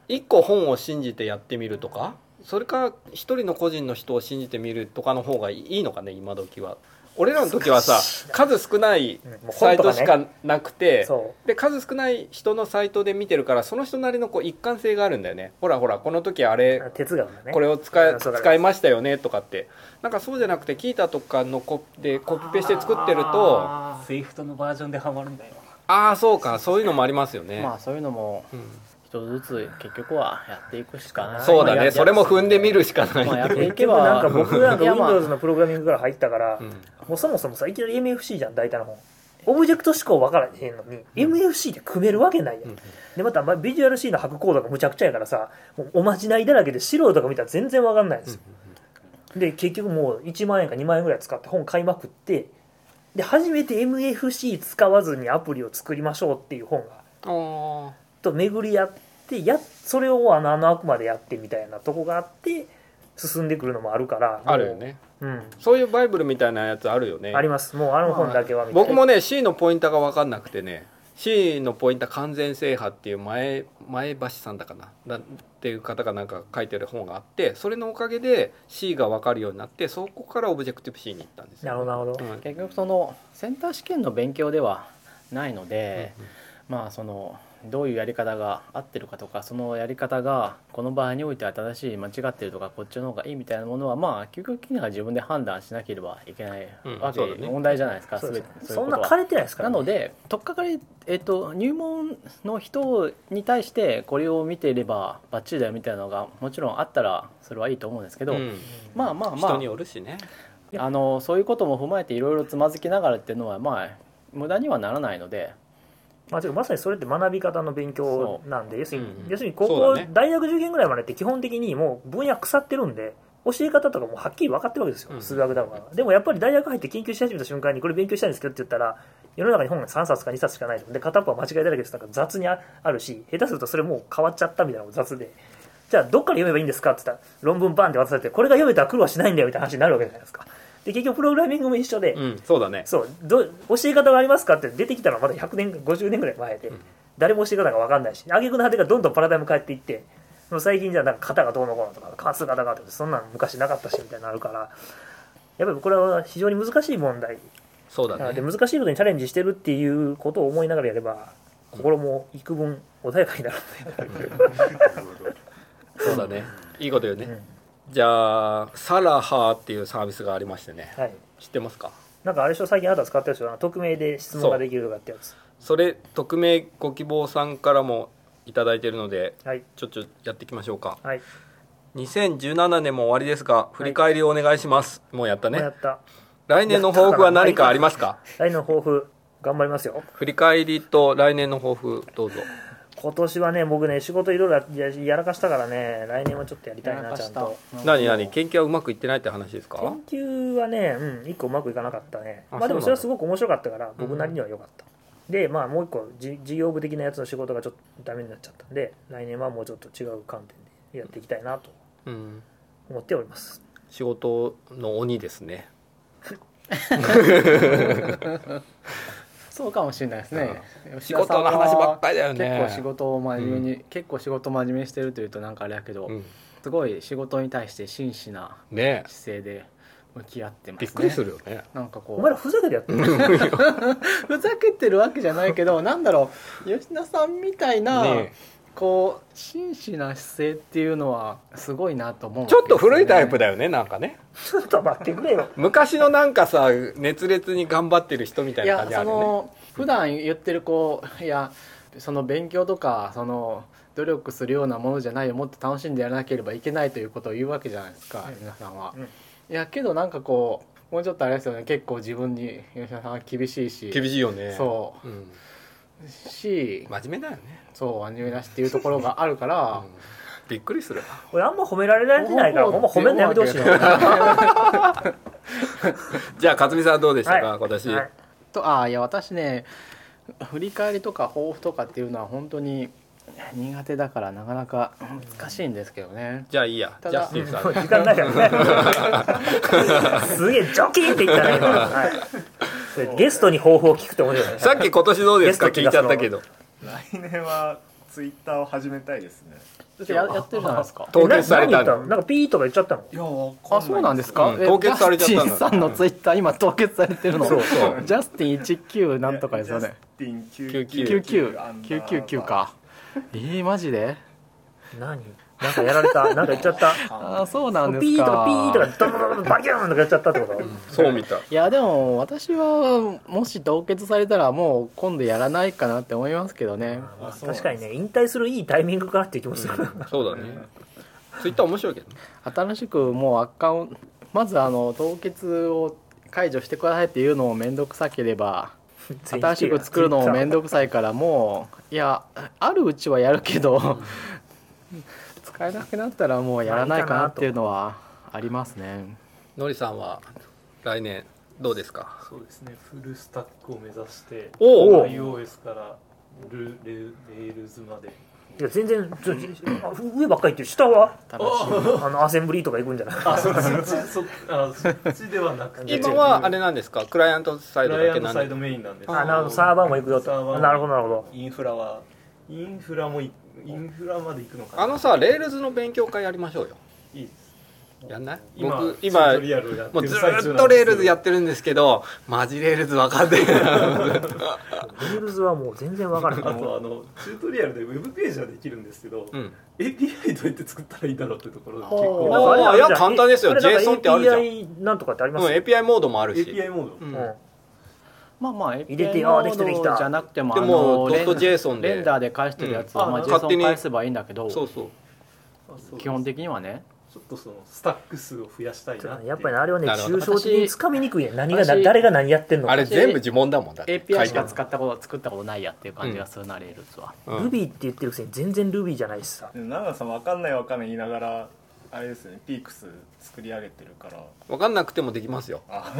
Speaker 2: 一個本を信じてやってみるとかそれか一人の個人の人を信じてみるとかの方がいいのかね今時は俺らの時はさ数少ない
Speaker 1: うんもう本とかね
Speaker 2: サイトしかなくて、
Speaker 1: そ
Speaker 2: で数少ない人のサイトで見てるからその人なりのこう一貫性があるんだよねほらほらこの時あれ
Speaker 1: う哲学だね
Speaker 2: これを使
Speaker 1: う
Speaker 2: い
Speaker 1: んそうだね
Speaker 2: 使いましたよねとかってなんかそうじゃなくて聞いたとかのコピでコピペして作ってるとあ
Speaker 3: スイフトのバージョンでハマるんだよ
Speaker 2: あーそうかそういうのもありますよね、
Speaker 5: まあそういうのも
Speaker 2: うん
Speaker 5: 一つずつ結局はやっていくしかない
Speaker 2: そうだ
Speaker 5: まあ
Speaker 2: ね
Speaker 5: や
Speaker 2: それも踏んでみるしかない、
Speaker 5: まあやってい
Speaker 1: 結
Speaker 5: け
Speaker 1: 局
Speaker 5: ば
Speaker 1: なんか僕なんか
Speaker 5: いやまあ
Speaker 1: Windows のプログラミングから入ったから、
Speaker 2: うん
Speaker 1: もうそもそもさいきなり MFC じゃん大体の本オブジェクト思考分からへんのに、MFC で組めるわけないやん、
Speaker 2: うん
Speaker 1: でまたまビジュアル C の白コードがむちゃくちゃやからさもうおまじないだらけで素人が見たら全然分かんないんですよ、で結局もう1万円か2万円ぐらい使って本買いまくってで初めて MFC 使わずにアプリを作りましょうっていう本が
Speaker 2: あー
Speaker 1: と巡り合ってやそれをあのあのあくまでやってみたいなとこがあって進んでくるのもあるから
Speaker 2: あるよね
Speaker 1: うん
Speaker 2: そういうバイブルみたいなやつあるよね
Speaker 1: ありますもうあの本だけはみたいな
Speaker 2: 僕もね C のポインターが分かんなくてね C のポインター完全制覇っていう前前橋さんだかなだっていう方がなんか書いてる本があってそれのおかげで C が分かるようになってそこからオブジェクティブ C に行ったんです
Speaker 1: な
Speaker 2: よ、
Speaker 1: るほどなるほど
Speaker 2: うん
Speaker 5: 結局そのセンター試験の勉強ではないので、まあそのどういうやり方が合ってるかとかそのやり方がこの場合においては正しい間違ってるとかこっちの方がいいみたいなものはまあ究極的には自分で判断しなければいけない
Speaker 2: うん
Speaker 5: わけ、
Speaker 2: そうだね
Speaker 5: 問題じゃないですか
Speaker 1: そう
Speaker 5: 全
Speaker 1: で
Speaker 5: て
Speaker 1: すね
Speaker 5: ういう
Speaker 1: そん
Speaker 5: こ
Speaker 1: な
Speaker 5: とは
Speaker 1: 枯れてないですから
Speaker 5: な
Speaker 1: ね
Speaker 5: ので取っかかり、えっと入門の人に対してこれを見ていればバッチリだよみたいなのがもちろんあったらそれはいいと思うんですけど、
Speaker 2: うん
Speaker 5: まあまあま
Speaker 2: 人
Speaker 5: あ
Speaker 2: によるしね
Speaker 5: あのそういうことも踏まえていろいろつまずきながらっていうのはまあ無駄にはならないので
Speaker 1: まあ、てかまさにそれって学び方の勉強なんで要するに,、
Speaker 2: うんうん
Speaker 1: 要するに高
Speaker 2: そう
Speaker 1: 校、
Speaker 2: だね
Speaker 1: 大学受験ぐらいまでって基本的にもう分野腐ってるんで教え方とかもはっきり分かってるわけですよ、
Speaker 2: うん
Speaker 1: 数学だからでもやっぱり大学入って研究し始めた瞬間にこれ勉強したいんですけどって言ったら世の中に本が3冊か2冊しかないとで片っぽは間違いだらけですなんか雑にああるし下手するとそれもう変わっちゃったみたいなのも雑でじゃあどっから読めばいいんですかって言ったら論文バンって渡されてこれが読めたら苦労はしないんだよみたいな話になるわけじゃないですかで結局プログラミングも一緒で、
Speaker 2: うんそうだね
Speaker 1: そうど教え方がありますかって出てきたのはまだ100年50年ぐらい前で、誰も教え方が分かんないし挙句の果てがどんどんパラダイム変えていってもう最近じゃなんか型がどうのこうのとか関数型がとかそんなの昔なかったしみたいになるからやっぱりこれは非常に難しい問題
Speaker 2: そう
Speaker 1: な
Speaker 2: だ
Speaker 1: ので
Speaker 2: ね
Speaker 1: 難しいことにチャレンジしてるっていうことを思いながらやれば心も幾分穏やかになる
Speaker 2: そうだねいいこと言うね、
Speaker 1: うん
Speaker 2: じゃあサラハっていうサービスがありましてね
Speaker 1: はい
Speaker 2: 知ってますか
Speaker 1: なんかあれでしょ最近あなた使ってるでしょあの匿名で質問ができるとかってやつ
Speaker 2: それ匿名ご希望さんからもいただいてるので
Speaker 1: はい
Speaker 2: ちょっとやっていきましょうか
Speaker 1: はい、
Speaker 2: 2017年も終わりですが振り返りをお願いします、もうやった
Speaker 1: もうや
Speaker 2: ね
Speaker 1: った
Speaker 2: 来年の抱負は何かありますか
Speaker 1: 来年の抱負頑張りますよ
Speaker 2: 振り返りと来年の抱負どうぞ
Speaker 1: 今年はね僕ね仕事いろいろややらかしたからね来年はちょっとやりたいなちゃんと
Speaker 2: 何何研究はうまくいってないって話ですか
Speaker 1: 研究はねうん一個うまくいかなかったね
Speaker 2: あ
Speaker 1: まあでも
Speaker 2: そうな
Speaker 1: それは
Speaker 2: んだ
Speaker 1: すごく面白かったから僕なりには良かった、でまあもう一個じ事業部的なやつの仕事がちょっとダメになっちゃったんで来年はもうちょっと違う観点でやっていきたいなと
Speaker 2: うん
Speaker 1: 思っております
Speaker 2: 仕事の鬼ですね
Speaker 5: そうかもしれないですね
Speaker 2: 仕事の話ばっかりだよ
Speaker 5: り
Speaker 2: ね
Speaker 5: 結構仕事を真面目に、結構仕事真面目にしてるというとなんかあれやけど、
Speaker 2: うん
Speaker 5: すごい仕事に対して真摯な
Speaker 2: ねえ
Speaker 5: 姿勢で向き合ってます
Speaker 2: び
Speaker 5: ね
Speaker 2: っくりするよね
Speaker 5: なんかこ
Speaker 1: お前ら
Speaker 5: う
Speaker 1: ふざけてやってる
Speaker 5: ふざけてるわけじゃないけどなんだろう吉田さんみたいな、
Speaker 2: ね
Speaker 5: こう真摯な姿勢っていうのはすごいなと思うわ
Speaker 2: ち
Speaker 5: け
Speaker 2: ょっと古いタイプ
Speaker 5: で
Speaker 2: だよねなんかね
Speaker 1: ちょっと待ってくれよ
Speaker 2: 昔のなんかさ熱烈に頑張ってる人みたい
Speaker 5: すねい
Speaker 2: な感
Speaker 5: や
Speaker 2: じあ
Speaker 5: そ
Speaker 2: るよね
Speaker 5: の普段言ってるこういやその勉強とかその努力するようなものじゃないよもっと楽しんでやらなければいけないということを言うわけじゃないですか皆さんは、
Speaker 1: うん
Speaker 5: いやけどなんかこうもうちょっとあれですよね結構自分に吉田さんは厳しいし
Speaker 2: 厳しいよね
Speaker 5: そ
Speaker 2: うん
Speaker 5: うし
Speaker 2: 真面目だよね、
Speaker 5: そうアニメなしっていうところがあるか ら、
Speaker 2: うんびっくりする
Speaker 1: 俺あんま褒められられてないからほんま褒めるのやめてほしいな
Speaker 2: じゃあ勝美さんはどうでしたか、
Speaker 1: はい
Speaker 2: 今年、
Speaker 1: はい
Speaker 5: とあーいや私ね振り返りとか抱負とかっていうのは本当に苦手だからなかなか難しいんですけどね
Speaker 2: じゃあいいや
Speaker 5: た
Speaker 2: じゃあ
Speaker 5: だ
Speaker 2: スティーブさん
Speaker 1: もう時間ないからねすげえジョキンって言ったね今、はいそれ、ゲストに方法を聞くって面白いね
Speaker 2: さっき今年どうですか
Speaker 1: ゲストって
Speaker 2: 聞いち
Speaker 1: いうか
Speaker 2: ゃったけど
Speaker 4: 来年はツイッターを始めたいですね
Speaker 5: ややってるじゃないですか
Speaker 2: 凍結された
Speaker 1: な何言
Speaker 2: の
Speaker 1: ったのなんかピーとか言っちゃったの
Speaker 4: いやわか
Speaker 5: あそうなんですか、
Speaker 2: うん凍結されちゃったんだ
Speaker 5: ジャスティンさんのツイッター今凍結されてるの
Speaker 2: そうそう
Speaker 5: ジャスティン19なんとかですよね
Speaker 4: ジャスティン
Speaker 5: 999かえー、マジで
Speaker 1: 何なんかやられたなんか言っちゃった
Speaker 5: あーそうなんです
Speaker 1: ピ
Speaker 5: か
Speaker 1: ーとかピーとかドドドドドバキューンとかやっちゃったってこと、
Speaker 2: そうみたい
Speaker 5: いやでも私はもし凍結されたらもう今度やらないかなって思いますけどね
Speaker 1: まあ確かにね引退するいいタイミングかなっていう気もする、
Speaker 2: そうだねツイッター面白いけどね
Speaker 5: 新しくもうアカウントまずあの凍結を解除してくださいっていうのも面倒くさければ新しく作るのも面倒くさいからもういやあるうちはやるけど使えなくなったらもうやらないかなっていうのはありますね
Speaker 2: のりさんは来年どうですか
Speaker 6: そうですねフルスタックを目指して
Speaker 2: おう
Speaker 6: iOS からルレレールズまで
Speaker 1: いや全然ちょあ上ばっかり言ってる下はあのアセンブリーとか行くんじゃない
Speaker 6: あそっちそっあそっちではなくて
Speaker 2: 今はあれなんですかクライアントサイ
Speaker 6: ク
Speaker 2: ド
Speaker 6: ライ
Speaker 2: だ
Speaker 6: ア
Speaker 2: け
Speaker 6: ン
Speaker 2: な
Speaker 6: ト
Speaker 2: ん
Speaker 6: サイ
Speaker 2: で
Speaker 6: ドメインなんです
Speaker 1: あなるほどサーバーも行くよ
Speaker 6: サーバ
Speaker 1: と
Speaker 6: ーも
Speaker 1: なるほどなるほど
Speaker 6: インフラはインフラもいインフラまで行くのかな
Speaker 2: あのさレールズの勉強会やりましょうよ
Speaker 6: いいです
Speaker 2: やんない
Speaker 6: 今
Speaker 2: 僕
Speaker 6: チュ
Speaker 2: 今
Speaker 6: ートリアルやって
Speaker 2: もう
Speaker 6: る
Speaker 2: ず
Speaker 6: 最中なんです
Speaker 2: ーっとレールズやってるんですけどマジレールズ分かんない
Speaker 1: ールズはもう全然わからな
Speaker 6: あ
Speaker 1: い
Speaker 6: とあのチュートリアルでウェブページはできるんですけど、
Speaker 2: うん
Speaker 6: API どうやって作ったらいいんだろうってところで結
Speaker 1: お
Speaker 6: 構
Speaker 2: あーいや簡単ですよ JSON ってあるじゃん
Speaker 1: API なんとかってあり
Speaker 2: う
Speaker 1: ま
Speaker 2: ん
Speaker 1: すよ、
Speaker 2: API モードもあるし
Speaker 6: API モ
Speaker 2: う
Speaker 6: ード、
Speaker 2: ん
Speaker 1: うん
Speaker 5: まあまあ
Speaker 1: 入れて
Speaker 5: API
Speaker 1: あ
Speaker 5: モ
Speaker 1: ーできたでき
Speaker 5: ー
Speaker 1: た
Speaker 5: ドじゃなくても
Speaker 2: でも
Speaker 5: あのレン
Speaker 2: .json で
Speaker 5: レンダーで返してるやつ
Speaker 6: う
Speaker 5: は、
Speaker 6: ん
Speaker 5: まあ、
Speaker 6: あ
Speaker 2: 勝手に
Speaker 5: JSON 返せばいいんだけど
Speaker 2: そうそう
Speaker 6: あそう
Speaker 5: 基本的にはね
Speaker 6: ちょっとそのスタック数を増やしたいなっていう
Speaker 1: やっぱりねあれはね
Speaker 2: なるほど
Speaker 1: 抽象的につかみにくいね何がな
Speaker 5: 私
Speaker 1: 誰が何やってんのか
Speaker 2: あれ全部自問だもんだって
Speaker 5: API し
Speaker 2: 書い
Speaker 5: か
Speaker 2: て
Speaker 5: 使ったこと作ったことないやっていう感じがするな、レールズは
Speaker 2: あるうん
Speaker 1: Ruby って言ってるくせに全然 Ruby じゃないしさ
Speaker 4: でも長野さん分かんない分かんない言いながらあれですよねピークス作り上げてるから
Speaker 2: 分かんなくてもできますよ
Speaker 4: あ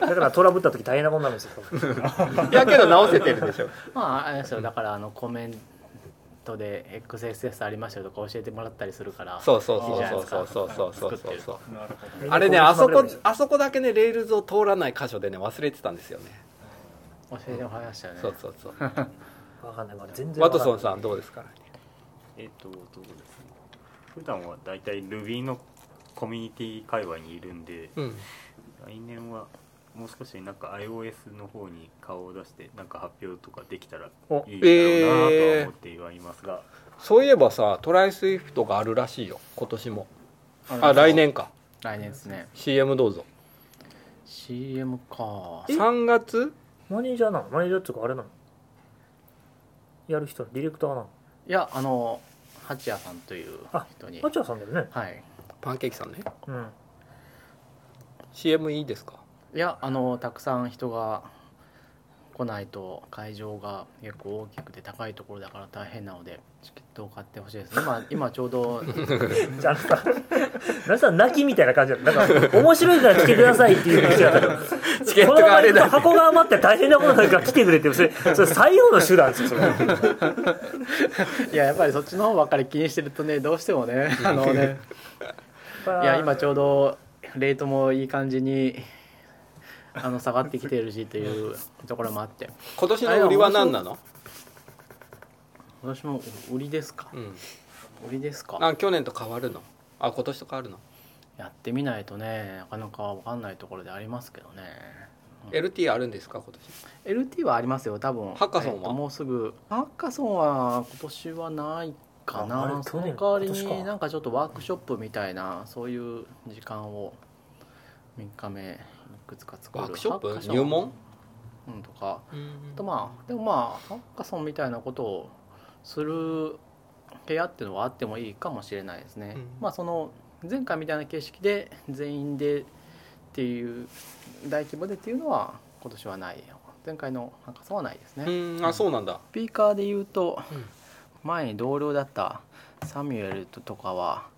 Speaker 1: だからトラブった時大変なことになるんですよ
Speaker 2: いやけど直せてるでしょ
Speaker 5: まああれですよだからあのコメントで XSS ありましたよとか教えてもらったりするから
Speaker 2: そうそう
Speaker 5: いいじゃない
Speaker 2: そ
Speaker 5: で
Speaker 2: う
Speaker 5: すか
Speaker 2: そうそうそうそうそうそう
Speaker 4: なるほ ど
Speaker 2: あれねあそこ
Speaker 1: で
Speaker 2: あそこだけねレールズを通らない箇所でね忘れてたんですよね
Speaker 5: 教えてもらいましたよね
Speaker 2: そうそうそう
Speaker 1: わかんないわ全然
Speaker 2: ワ
Speaker 1: わか
Speaker 2: ト
Speaker 1: んない
Speaker 2: ソンさんどうですか
Speaker 3: えっとどうですね普段はだいたい Ruby のコミュニティ界隈にいるんで
Speaker 2: うん
Speaker 3: 来年はもう少しなんか iOS の方に顔を出してなんか発表とかできたらい
Speaker 1: お
Speaker 3: いだろうなと
Speaker 2: えー
Speaker 3: は思ってはいますが、
Speaker 2: そういえばさトライスイフトがあるらしいよ今年もあ来年か
Speaker 5: 来年ですね
Speaker 2: CM どうぞ
Speaker 5: CM か
Speaker 2: 3月
Speaker 1: マネージャーなのマネージャーっていうかあれなのやる人のディレクターなの
Speaker 5: いやあの八谷さんという
Speaker 1: あ
Speaker 5: 人に
Speaker 1: あちゃさんだよね
Speaker 5: はい
Speaker 2: パンケーキさんね
Speaker 1: うん
Speaker 2: CM いいですか
Speaker 5: いやあのたくさん人が来ないと会場が結構大きくて高いところだから大変なのでチケットを買ってほしいです今今ちょう ど
Speaker 1: じゃああのさあのさ泣きみたいな感じだったなんか面白いから来てくださいっていう口だったけど
Speaker 2: チケットがあれだ
Speaker 1: このまま行くと箱が余って大変なことになるから来てくれってそれそれ最後の手段ですよ それ
Speaker 5: いややっぱりそっちの方ばっかり気にしてるとねどうしてもね あのねいや今ちょうどレートもいい感じにあの下がってきてるしというところもあって
Speaker 2: 今年の売りは何なの
Speaker 5: 私も売りですか
Speaker 2: うん
Speaker 5: 売りですか
Speaker 2: あ去年と変わるのあ今年と変わるの
Speaker 5: やってみないとねなかなかわかんないところでありますけどね
Speaker 2: LT あるんですか今年
Speaker 5: LT はありますよ多分
Speaker 2: ハッカソンは
Speaker 5: えっともうすぐハッカソンは今年はないか
Speaker 1: ああれ
Speaker 5: な
Speaker 1: 去
Speaker 5: その
Speaker 1: 年
Speaker 5: 代わり
Speaker 1: 今年
Speaker 5: に
Speaker 1: か
Speaker 5: なんかちょっとワークショップみたいなそういう時間を3日目いくつか作る
Speaker 2: ワークショッ
Speaker 5: ハ
Speaker 2: プ
Speaker 5: カソン
Speaker 2: 入門
Speaker 5: うんとかあと
Speaker 2: うん
Speaker 5: まあでもまあハッカソンみたいなことをする部屋っていうのはあってもいいかもしれないですね、
Speaker 2: うん
Speaker 5: まあその前回みたいな形式で全員でっていう大規模でっていうのは今年はない前回のハッカソンはないですね、
Speaker 2: うんあそうなんだ
Speaker 5: スピーカーで言うと、
Speaker 2: うん
Speaker 5: 前に同僚だったサミュエルとかは、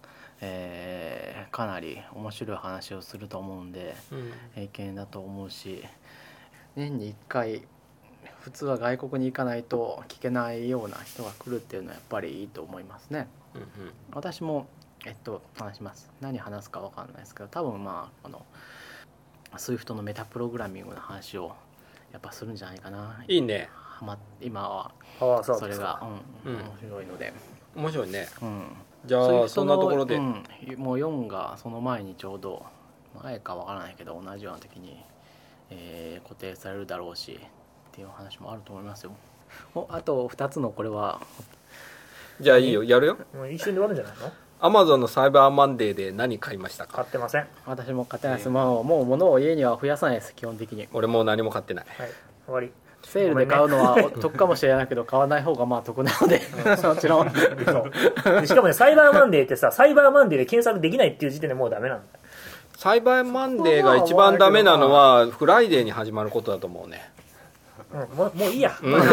Speaker 5: えーかなり面白い話をすると思うんで
Speaker 2: うん
Speaker 5: 経験だと思うし年に1回普通は外国に行かないと聞けないような人が来るっていうのはやっぱりいいと思いますね。
Speaker 2: うんうん
Speaker 5: 私もえっと話します何話すか分かんないですけど多分まあこの SWIFT のメタプログラミングの話をやっぱするんじゃないかない
Speaker 2: いね
Speaker 5: はま今は
Speaker 1: パワーサー
Speaker 5: そ
Speaker 1: ビ
Speaker 5: れ
Speaker 1: ス
Speaker 5: が、うん
Speaker 2: うん
Speaker 5: 面白いので、
Speaker 2: 面白いね
Speaker 5: うん、
Speaker 2: じ
Speaker 5: そうい
Speaker 2: ゃ
Speaker 5: う
Speaker 2: あそ
Speaker 5: 人
Speaker 2: ん
Speaker 5: の
Speaker 2: なところで、
Speaker 5: うんもう4がその前にちょうど前かわからないけど同じような時に、えー固定されるだろうしっていう話もあると思いますよおあと2つのこれは
Speaker 2: じゃあいいよやるよ
Speaker 1: もう一瞬で終わるんじゃないの
Speaker 2: アマゾンのサイバーマンデーで何買いましたか
Speaker 1: 買ってませんはい
Speaker 5: 私も勝てないです、まあ、もう物を家には増やさないです基本的に
Speaker 2: 俺もう何も買ってない
Speaker 1: 終わり
Speaker 5: セールで買うのはお得かもしれないけど買わない方がまあ得なので もちろん
Speaker 1: そうでしかもねサイバーマンデーってさサイバーマンデーで検索できないっていう時点でもうダメなんだよ
Speaker 2: サイバーマンデーが一番ダメなのはフライデーに始まることだと思うね
Speaker 1: うん、もうもういいや、う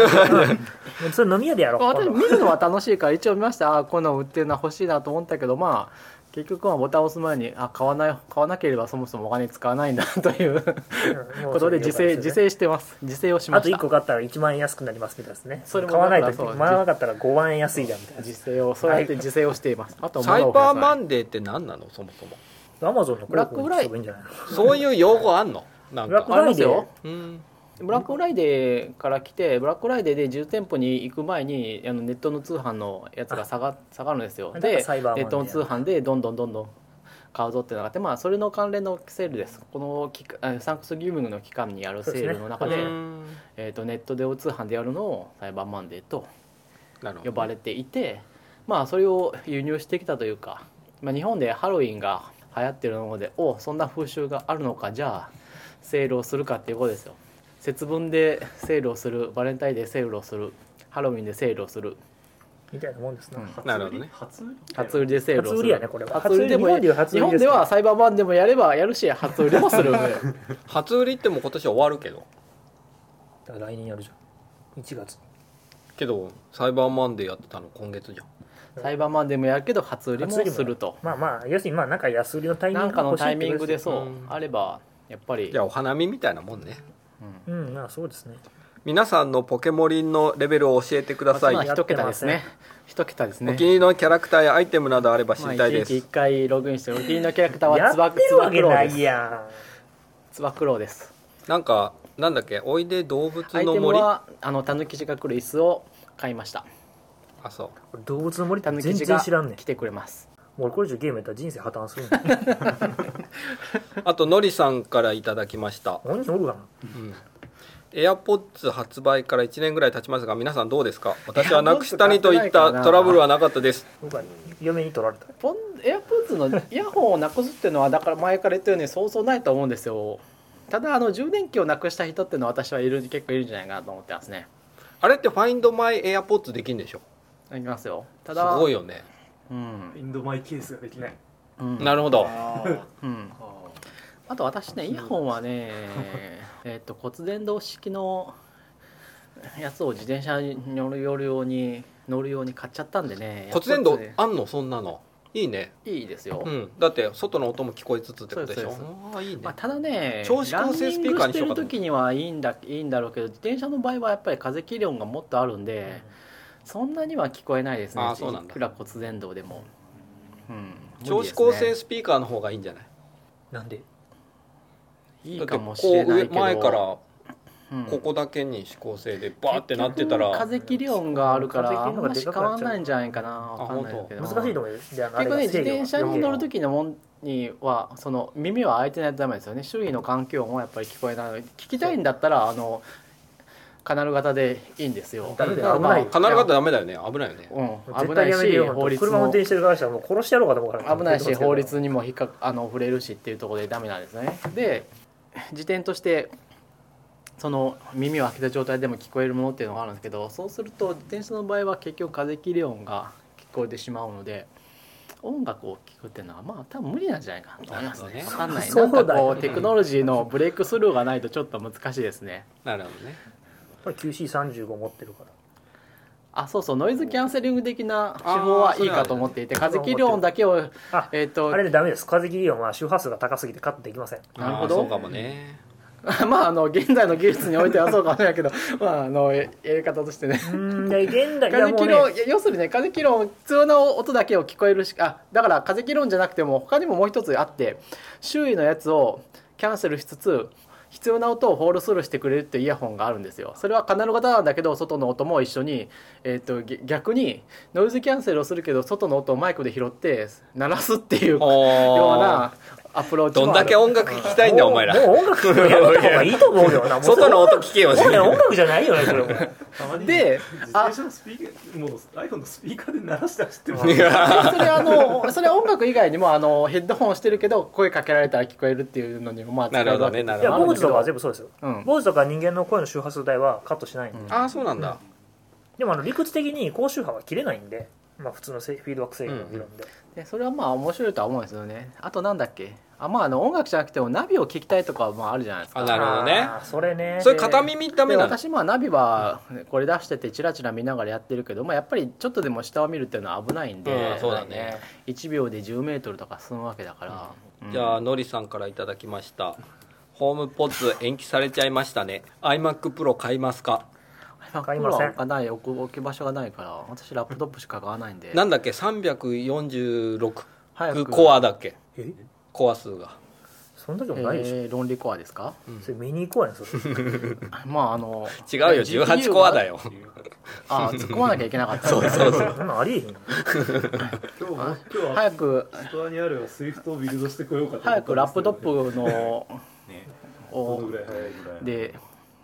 Speaker 1: んそれ飲み屋でやろう今
Speaker 5: 私
Speaker 1: 度
Speaker 5: 見るのは楽しいから一応見ましたああこんなの売ってるな欲しいなと思ったけどまあ結局はボタンを押す前にあ買わない買わなければそもそもお金使わないんだとい
Speaker 1: う
Speaker 5: う
Speaker 1: んもう
Speaker 5: ことで
Speaker 1: それ
Speaker 5: 自
Speaker 1: 了解すよね
Speaker 5: 制自制してます自制をしま
Speaker 1: あと
Speaker 5: した
Speaker 1: 1個買ったら1万円安くなりますみたいですね
Speaker 5: それも
Speaker 1: 買わないと
Speaker 5: だからそう
Speaker 1: 買わなかったら5万円安いじゃんみたい
Speaker 5: 自制をそうやって自制をしています、あと
Speaker 2: サイバーマ
Speaker 5: ン
Speaker 2: ンデーって何なのそもそも
Speaker 1: なアマゾンの
Speaker 5: ブラックフライ
Speaker 1: 広告にした方がいいんじゃないの
Speaker 2: そういう用語あんのなん
Speaker 1: ブラック
Speaker 2: か
Speaker 5: ありますよ
Speaker 2: うん
Speaker 5: ブラックフライデーから来てブラックフライデーで10店舗に行く前にあのネットの通販のやつが下が下がるんですよ
Speaker 1: あだから
Speaker 5: で
Speaker 1: サイバーマンデー
Speaker 5: ネットの通販でどんどんどんどん買うぞっていうのがあって、まあ、それの関連のセールですこの期間あサンクスギブングの期間にやるセールの中で
Speaker 1: そうです
Speaker 5: えー、とネットでお通販でやるのをサイバーマンデーと
Speaker 2: なるほど
Speaker 5: 呼ばれていて、まあ、それを輸入してきたというか、まあ、日本でハロウィンが流行ってるのでおそんな風習があるのかじゃあセールをするかっていうことですよ節分でセールをするバレンタインでセールをするハロウィンでセールをする
Speaker 1: みたいなもんですな、
Speaker 5: うん
Speaker 2: なるほどね
Speaker 3: 初売り
Speaker 5: 初売りでセールをする
Speaker 1: 初売りやねこれは
Speaker 5: 初売りでも
Speaker 1: 初売り日本でいう初売りです
Speaker 5: 日本ではサイバーマンデーもやればやるし初売りも する
Speaker 2: 初売りってもう今年終わるけど
Speaker 1: だから来年やるじゃん1月
Speaker 2: けどサイバーマンデーやってたの今月じゃん
Speaker 5: サイバーマンデーもやるけど初売りもすると
Speaker 1: まあまあ要するにまあなんか安売りのタイミン
Speaker 5: な
Speaker 1: グ
Speaker 5: んかのタイミングで
Speaker 1: う
Speaker 5: そう、
Speaker 2: うん
Speaker 5: あればやっぱり
Speaker 2: いやお花見みたいなもんね
Speaker 5: うん
Speaker 1: うんまあそうですね
Speaker 2: 皆さんのポケモリンのレベルを教えてください、
Speaker 5: まあ、
Speaker 1: や
Speaker 5: 一
Speaker 1: って
Speaker 5: 桁
Speaker 1: ま
Speaker 5: で
Speaker 1: せ
Speaker 5: す
Speaker 1: ん
Speaker 5: ね一桁です
Speaker 2: お
Speaker 5: ね
Speaker 2: 気に入りのキャラクターやアイテムなどあれば知
Speaker 5: まあ、
Speaker 2: り
Speaker 5: 一
Speaker 2: たいで
Speaker 5: 日一
Speaker 2: す、
Speaker 5: 回ログインしてお気に入りのキャラクター
Speaker 1: や
Speaker 5: はつば
Speaker 1: って
Speaker 5: つ
Speaker 1: る
Speaker 5: ば
Speaker 1: わ
Speaker 5: 九
Speaker 1: け
Speaker 5: 郎
Speaker 1: ない
Speaker 5: です
Speaker 1: や
Speaker 5: つば九郎です
Speaker 2: なんかなんだっけおいで動物
Speaker 5: アイ
Speaker 2: の
Speaker 5: テム
Speaker 2: 森あ
Speaker 5: はあのたぬきちが来る椅子を買いました
Speaker 2: そう
Speaker 1: ー俺動物の森って
Speaker 5: たぬき
Speaker 1: 全
Speaker 5: ち
Speaker 1: 然
Speaker 5: が
Speaker 1: 知らんねん
Speaker 5: 来てくれます
Speaker 1: もうこれ以上ゲームやったら人生破綻する ねん
Speaker 2: あとのりさんからいただきました
Speaker 1: 本人おるかな
Speaker 2: うん、AirPods 発売から1年ぐらい経ちますが皆さんどうですか私はなくしたにといったトラブルはなかったです
Speaker 1: 僕は嫁に取られた
Speaker 5: ポンエアポーズの イヤホンをなくすっていうのはだから前から言ったようにそうそうないと思うんですよただあの充電器をなくした人っていうのは私はいる結構いるんじゃないかなと思ってますね
Speaker 2: あれって Find My AirPods できるんでしょ
Speaker 5: いきますよた
Speaker 2: す
Speaker 5: だ
Speaker 2: ごいよね
Speaker 5: うん
Speaker 6: インドマイケースができない
Speaker 5: うん
Speaker 2: なるほど
Speaker 5: うんあと私ねイヤホン はねえっと骨伝導式のやつを自転車に乗るように乗るように買っちゃったんでね
Speaker 2: 骨伝導
Speaker 5: やっぱ
Speaker 2: あんのそんなのいいね
Speaker 5: りねいいですよ、
Speaker 2: うんだって外の音も聞こえつつってことでしょ
Speaker 5: そうです
Speaker 2: ああいいね
Speaker 5: まあ、ただね
Speaker 2: 超指向性スピーカーにしようかと思
Speaker 5: ランニングしてる
Speaker 2: って
Speaker 5: 時にはいいんだいいんだろうけど自転車の場合はやっぱり風切り音がもっとあるんで、そんなには聞こえないですね
Speaker 2: あーそうなんだ
Speaker 5: いくら骨伝導でも、うん、
Speaker 2: 超指向性スピーカーの方がいいんじゃない
Speaker 1: なんで
Speaker 5: い
Speaker 2: い
Speaker 5: いかもしれないけど
Speaker 2: 前からこ
Speaker 5: うん
Speaker 2: こだけに指向性でバーってなってた
Speaker 5: 結局
Speaker 2: ら
Speaker 5: 風切り音があるから
Speaker 1: 風
Speaker 5: あん
Speaker 1: 切り音
Speaker 5: ま
Speaker 1: がで
Speaker 5: し
Speaker 1: か
Speaker 5: 変
Speaker 1: くなっちゃう
Speaker 5: わんないんじゃないかなわかんないけど
Speaker 1: 難しいと思うよじゃああれ
Speaker 5: 結構
Speaker 1: が
Speaker 5: ね
Speaker 1: 制
Speaker 5: 自
Speaker 1: 御が
Speaker 5: 転車に乗る時のもんにはその耳は開いてないとダメですよね周囲の環境音はやっぱり聞こえないので聞きたいんだったらあのカナル型でいいんですよ
Speaker 1: ダメだよ
Speaker 5: からまあ
Speaker 1: 危ない
Speaker 2: 必ずダメだよね危ないよね
Speaker 5: うん、
Speaker 1: 絶
Speaker 5: 危な
Speaker 1: 対
Speaker 5: い
Speaker 1: やめて
Speaker 5: し
Speaker 1: よ
Speaker 5: 法律
Speaker 1: 車運
Speaker 5: も
Speaker 1: 転してる側したらもう殺してやろうかと思うから
Speaker 5: 危ないし法律にも引っかあの触れるしっていうところでダメなんですねで時点としてその耳を開けた状態でも聞こえるものっていうのがあるんですけどそうすると自転車の場合は結局風切り音が聞こえてしまうので音楽を聴くっていうのはまあ多分無理なんじゃないかなと思います
Speaker 2: な
Speaker 5: ね
Speaker 2: るほどね
Speaker 5: 分かんない
Speaker 1: そ
Speaker 5: な
Speaker 1: うんだよ
Speaker 5: かこうテクノロジーのブレイクスルーがないとちょっと難しいですね
Speaker 2: なるほどね
Speaker 1: QC35 持ってるから
Speaker 5: あそうそうノイズキャンセリング的な手法はいいかと思っていて風切り音だけを
Speaker 1: あ
Speaker 5: えっ、と
Speaker 1: あれでダメです風切り音は周波数が高すぎてカットできません
Speaker 5: なるほ
Speaker 2: あ
Speaker 5: ど
Speaker 2: ーそうかもね
Speaker 5: まああの現在の技術においてはそうかもしれないけど まああのやり方としてね
Speaker 1: うんで現代いや
Speaker 5: 風
Speaker 1: もう
Speaker 5: 切
Speaker 1: ね
Speaker 5: ろ要するにね風切ろう普通の音だけを聞こえるしあだから風切ろうんじゃなくても他にももう一つあって周囲のやつをキャンセルしつつ必要な音をホールスルーしてくれるっていうイヤホンがあるんですよそれはカナル型なんだけど外の音も一緒に、えっとぎ逆にノイズキャンセルをするけど外の音をマイクで拾って鳴らすっていうよう
Speaker 2: あ
Speaker 5: なアプロー
Speaker 2: ー
Speaker 5: チ
Speaker 2: どん
Speaker 5: もあ
Speaker 2: だ
Speaker 5: る
Speaker 2: け音楽聴きたいんだお前ら
Speaker 1: もうもう音楽聴くのやめた方がいいと思う よなもう
Speaker 2: 外の音聞けよ
Speaker 1: もうね音楽じゃないよねそれも
Speaker 6: たまに
Speaker 5: で
Speaker 6: 自転車のスピーカーもう iPhone のスピーカーで鳴らして走ってます
Speaker 2: いや
Speaker 5: それあのそれは音楽以外にもあのヘッドホンしてるけど声かけられたら聞こえるっていうのにもまあ使え
Speaker 2: なるほど
Speaker 5: わけ
Speaker 2: ねなる
Speaker 1: いや
Speaker 2: ほど
Speaker 1: 坊主とかは全部そうですよ
Speaker 5: うん
Speaker 1: 坊主とかは人間の声の周波数帯はカットしないんで、
Speaker 5: うん
Speaker 2: ああそうなんだ
Speaker 1: でもあの理屈的に高周波は切れないんで、まあ、普通のせフィードバック制御の理論で、
Speaker 5: でそれはまあ面白いとは思うんですよねあとなんだっけあまああの音楽じゃなくてもナビを聞きたいとかはまああるじゃないですか
Speaker 2: あなるほどね
Speaker 1: あーそれね
Speaker 2: それ片耳ダメ
Speaker 5: で
Speaker 2: なの
Speaker 5: 私まあナビはこれ出しててチラチラ見ながらやってるけど、まあ、やっぱりちょっとでも下を見るっていうのは危ないんで、
Speaker 2: うんそうだね
Speaker 5: 1秒で1 0ルとか進むわけだから、うん
Speaker 2: じゃあのりさんからいただきましたホームポッツ延期されちゃいましたね iMacPro 買いますか
Speaker 1: 買いません
Speaker 5: 置かない置く置き場所がないから私ラップトップしか買わないんで
Speaker 2: なんだっけ346
Speaker 5: 早く
Speaker 2: コアだっけ
Speaker 1: え
Speaker 2: コア数が
Speaker 1: そんだけもないでしょ、
Speaker 5: えー論理コアですか
Speaker 1: それ見に行こうやんそれ
Speaker 5: まああの
Speaker 2: 違うよ18コアだ
Speaker 5: よ
Speaker 2: よ
Speaker 5: ああ突っ込まなきゃいけなかっ た
Speaker 1: そんなんありえへんよ
Speaker 6: 今日も今日は
Speaker 5: 早く
Speaker 6: ストアにあるスイフトをビルドしてこようかと思
Speaker 5: 早
Speaker 6: った
Speaker 5: く
Speaker 6: んで
Speaker 5: ラ
Speaker 6: す
Speaker 5: ップ
Speaker 6: けど
Speaker 5: ト
Speaker 6: ね
Speaker 5: ップの
Speaker 3: ね
Speaker 6: ど
Speaker 5: を
Speaker 6: のぐらい早いぐらい
Speaker 5: で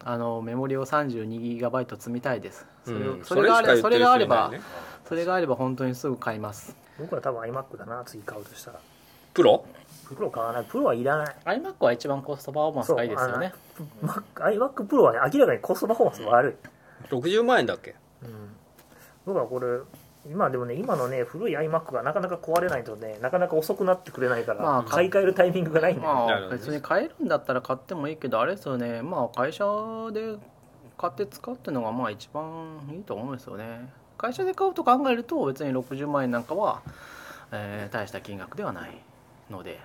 Speaker 5: あのメモリを 32GB 積みたいですそれを
Speaker 2: うん
Speaker 5: それがあれ
Speaker 2: しか言
Speaker 5: そ
Speaker 2: って
Speaker 5: れ
Speaker 2: る
Speaker 5: があ
Speaker 2: 人
Speaker 5: れ
Speaker 2: いない
Speaker 5: ば
Speaker 2: ね
Speaker 5: それがあれば本当にすぐ買います
Speaker 1: 僕は多分 iMac だな次買うとしたら
Speaker 2: プロ
Speaker 1: プロ買わないプロはいらない
Speaker 5: iMac は一番コストパフォーマンスがいいですよね
Speaker 1: あの Mac iMac プロはね明らかにコストパフォーマンス悪い
Speaker 2: 60万円だっけ
Speaker 1: うん僕はこれ今でもね今のね古い iMac がなかなか壊れないとねなかなか遅くなってくれないから、
Speaker 5: まあ
Speaker 1: 買い替えるタイミングがないんだよ、
Speaker 5: ま
Speaker 2: なる
Speaker 5: あ
Speaker 2: ほどね
Speaker 5: 別に買えるんだったら買ってもいいけどあれですよねまあ会社で買って使うっていうのがまあ一番いいと思うんですよね会社で買うと考えると別に60万円なんかは、えー大した金額ではないので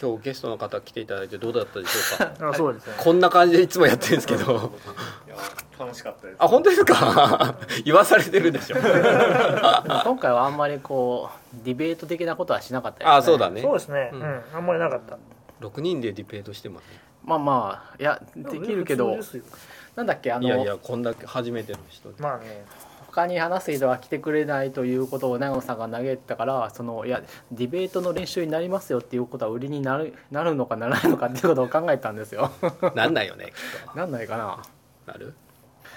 Speaker 2: 今日ゲストの方来ていただいてどうだったでしょうか
Speaker 1: あそうですね
Speaker 2: こんな感じでいつもやってるんですけど
Speaker 4: いや楽しかったです
Speaker 2: あ本当ですか 言わされてるでしょ
Speaker 5: 今回はあんまりこうディベート的なことはしなかったですね
Speaker 2: あそうだね
Speaker 1: そうですね、う
Speaker 2: うんん
Speaker 1: あんまりなかった
Speaker 2: 6人でディベートしてもね
Speaker 5: まあまあいやできるけ
Speaker 1: いや
Speaker 5: ど
Speaker 1: 普通ですよ
Speaker 5: なんだっけあの
Speaker 2: いやいやこんだけ初めての人で
Speaker 1: まあね
Speaker 5: 他に話す人が来てくれないということを長野さんが嘆いてたからそのいやディベートの練習になりますよっていうことは売りになる なるのかならないのかっていうことを考えたんですよ
Speaker 2: なんないよねきっ
Speaker 5: なんないかな
Speaker 2: となる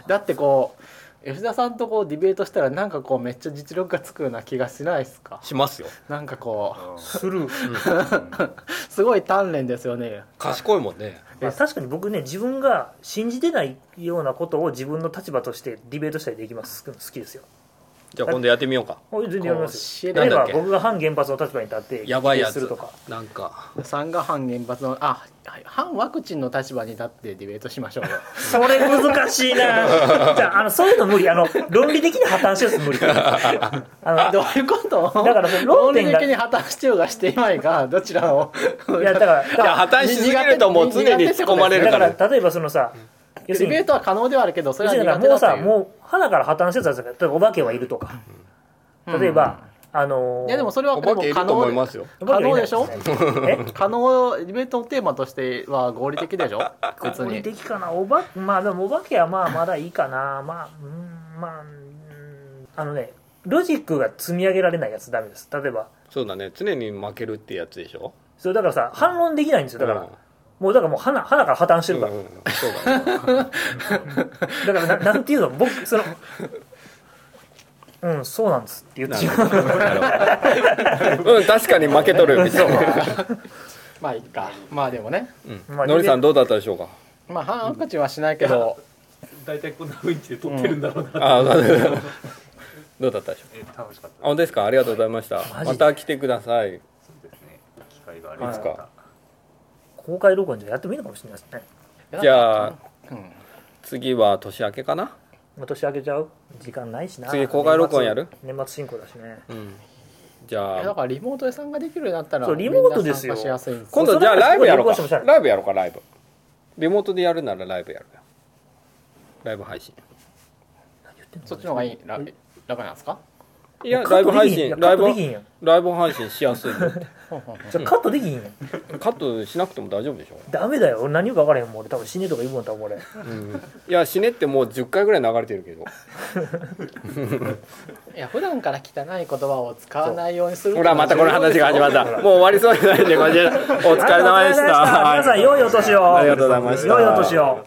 Speaker 5: だってこう吉田さんとこうディベートしたらなんかこうめっちゃ実力がつくような気がしないですか
Speaker 2: しますよ、
Speaker 5: なんかこう
Speaker 1: スルー、
Speaker 5: すごい鍛錬ですよね
Speaker 2: 賢いもんね
Speaker 1: まあ確かに僕ね自分が信じてないようなことを自分の立場としてディベートしたりできます好きですよ
Speaker 2: じゃあ今度やってみようか
Speaker 1: あ全然やります
Speaker 5: こ
Speaker 1: よ
Speaker 5: う
Speaker 1: 例え
Speaker 2: なんだ
Speaker 1: ば
Speaker 2: っけ
Speaker 1: 僕が反原発の立場に立って
Speaker 2: やばい
Speaker 1: 否
Speaker 2: や
Speaker 1: 定する
Speaker 2: つ
Speaker 1: とか
Speaker 2: なんか
Speaker 5: 産が反原発のあ反ワクチンの立場に立ってディベートしましょ うよ
Speaker 1: それ難しいな じゃああのそういうの無理あの論理的に破綻してるやつ無 理あ
Speaker 5: どういうこと
Speaker 1: のだからその論
Speaker 5: 論
Speaker 1: 点
Speaker 5: 理
Speaker 1: が
Speaker 5: 的に破綻してようがしていまいがどちらを
Speaker 1: いやだから
Speaker 2: いや破
Speaker 1: だ
Speaker 2: 綻しすぎるともう常に突っ込まれる
Speaker 1: だ
Speaker 2: か
Speaker 1: からら例えばそのさ要
Speaker 5: デ
Speaker 1: す
Speaker 5: ィ
Speaker 1: るに
Speaker 5: ベートは可能ではあるけどそれ
Speaker 1: 要
Speaker 5: は
Speaker 1: するにだ
Speaker 5: 苦
Speaker 1: から
Speaker 5: 手
Speaker 1: もうさ
Speaker 5: だとい
Speaker 1: も
Speaker 5: う
Speaker 1: う花から破綻してたやつだから例えばお化けはいるとか例えば、あのー
Speaker 5: いやでもそれは
Speaker 2: お化けいる
Speaker 5: 可
Speaker 2: と思い
Speaker 5: 能
Speaker 2: ますよ
Speaker 1: お化けはいない
Speaker 5: 可能でしょ
Speaker 1: え
Speaker 5: 可能ディベートのテーマとしては合理的でしょ別
Speaker 1: 合理
Speaker 5: に
Speaker 1: 的かなおばまあでもお化けはまあまだいいかなまあうんまあうんあのねロジックが積み上げられないやつダメです例えば
Speaker 2: そうだね常に負けるってやつでしょ
Speaker 1: それだからさ反論できないんですよだから、
Speaker 2: うん
Speaker 1: もうだからもう花花から破綻してるから、
Speaker 2: うんうんそうだね
Speaker 1: だから ななんていうの僕そのうんそうなんですって言ってしまう
Speaker 2: うん確かに負けとるみたいな
Speaker 5: まあいいかまあでもね
Speaker 2: うん
Speaker 1: まあ
Speaker 2: のりさんどうだったでしょうか
Speaker 5: まあ反ワクチンはしないけど
Speaker 6: 大体こんな雰囲気で撮ってるんだろうな、
Speaker 2: あ ーどうだったでしょう
Speaker 3: え楽しかっ
Speaker 2: あ本当ですかありがとうございました
Speaker 1: マジで
Speaker 2: また来てくださいい
Speaker 3: たそうですね機会があり
Speaker 2: つか
Speaker 1: 公開録音じゃやってもいいのかもしれないですね
Speaker 2: じゃあ
Speaker 5: うん
Speaker 2: 次は年明けかな
Speaker 1: まあ年明けちゃう時間ないしな
Speaker 2: 次公開録音やる
Speaker 1: 年末年末進行だしね
Speaker 2: うんじ
Speaker 5: いや
Speaker 2: ゃ
Speaker 5: だ
Speaker 2: あ
Speaker 5: からリモートで参加できるようになったら
Speaker 1: そうリモートですよ
Speaker 5: みんな参加しやすいんです
Speaker 2: 今度じゃあライブやろう
Speaker 1: それな
Speaker 2: からライブやろうかライブリモートでやるならライブやるよライブ配信
Speaker 5: そっちの方がいいララバなんですか
Speaker 2: いや
Speaker 1: カ
Speaker 2: ラ
Speaker 1: ッ
Speaker 2: イブ
Speaker 1: トで
Speaker 2: 配
Speaker 1: きひん
Speaker 2: 信
Speaker 1: やんカ
Speaker 2: ライ
Speaker 1: ッ
Speaker 2: ブ
Speaker 1: トできひんやん
Speaker 2: ライブ配信しやすいのって
Speaker 1: じゃあカットできひんやん
Speaker 2: カットしなくても大丈夫でしょ、
Speaker 1: ダメだよ俺何言うか分からへんもん俺多分死ねとか言うもん多分俺
Speaker 2: うん、いや死ねってもう10回ぐらい流れてるけど
Speaker 5: いや普段から汚い言葉を使わないようにする
Speaker 2: ほらまたこの話が始まったもう終わりそうになるんでこちらお疲れ様でし
Speaker 1: お疲れ様でした皆
Speaker 2: た
Speaker 1: さん良いお年を
Speaker 2: ありがとうございました
Speaker 1: 良いお年を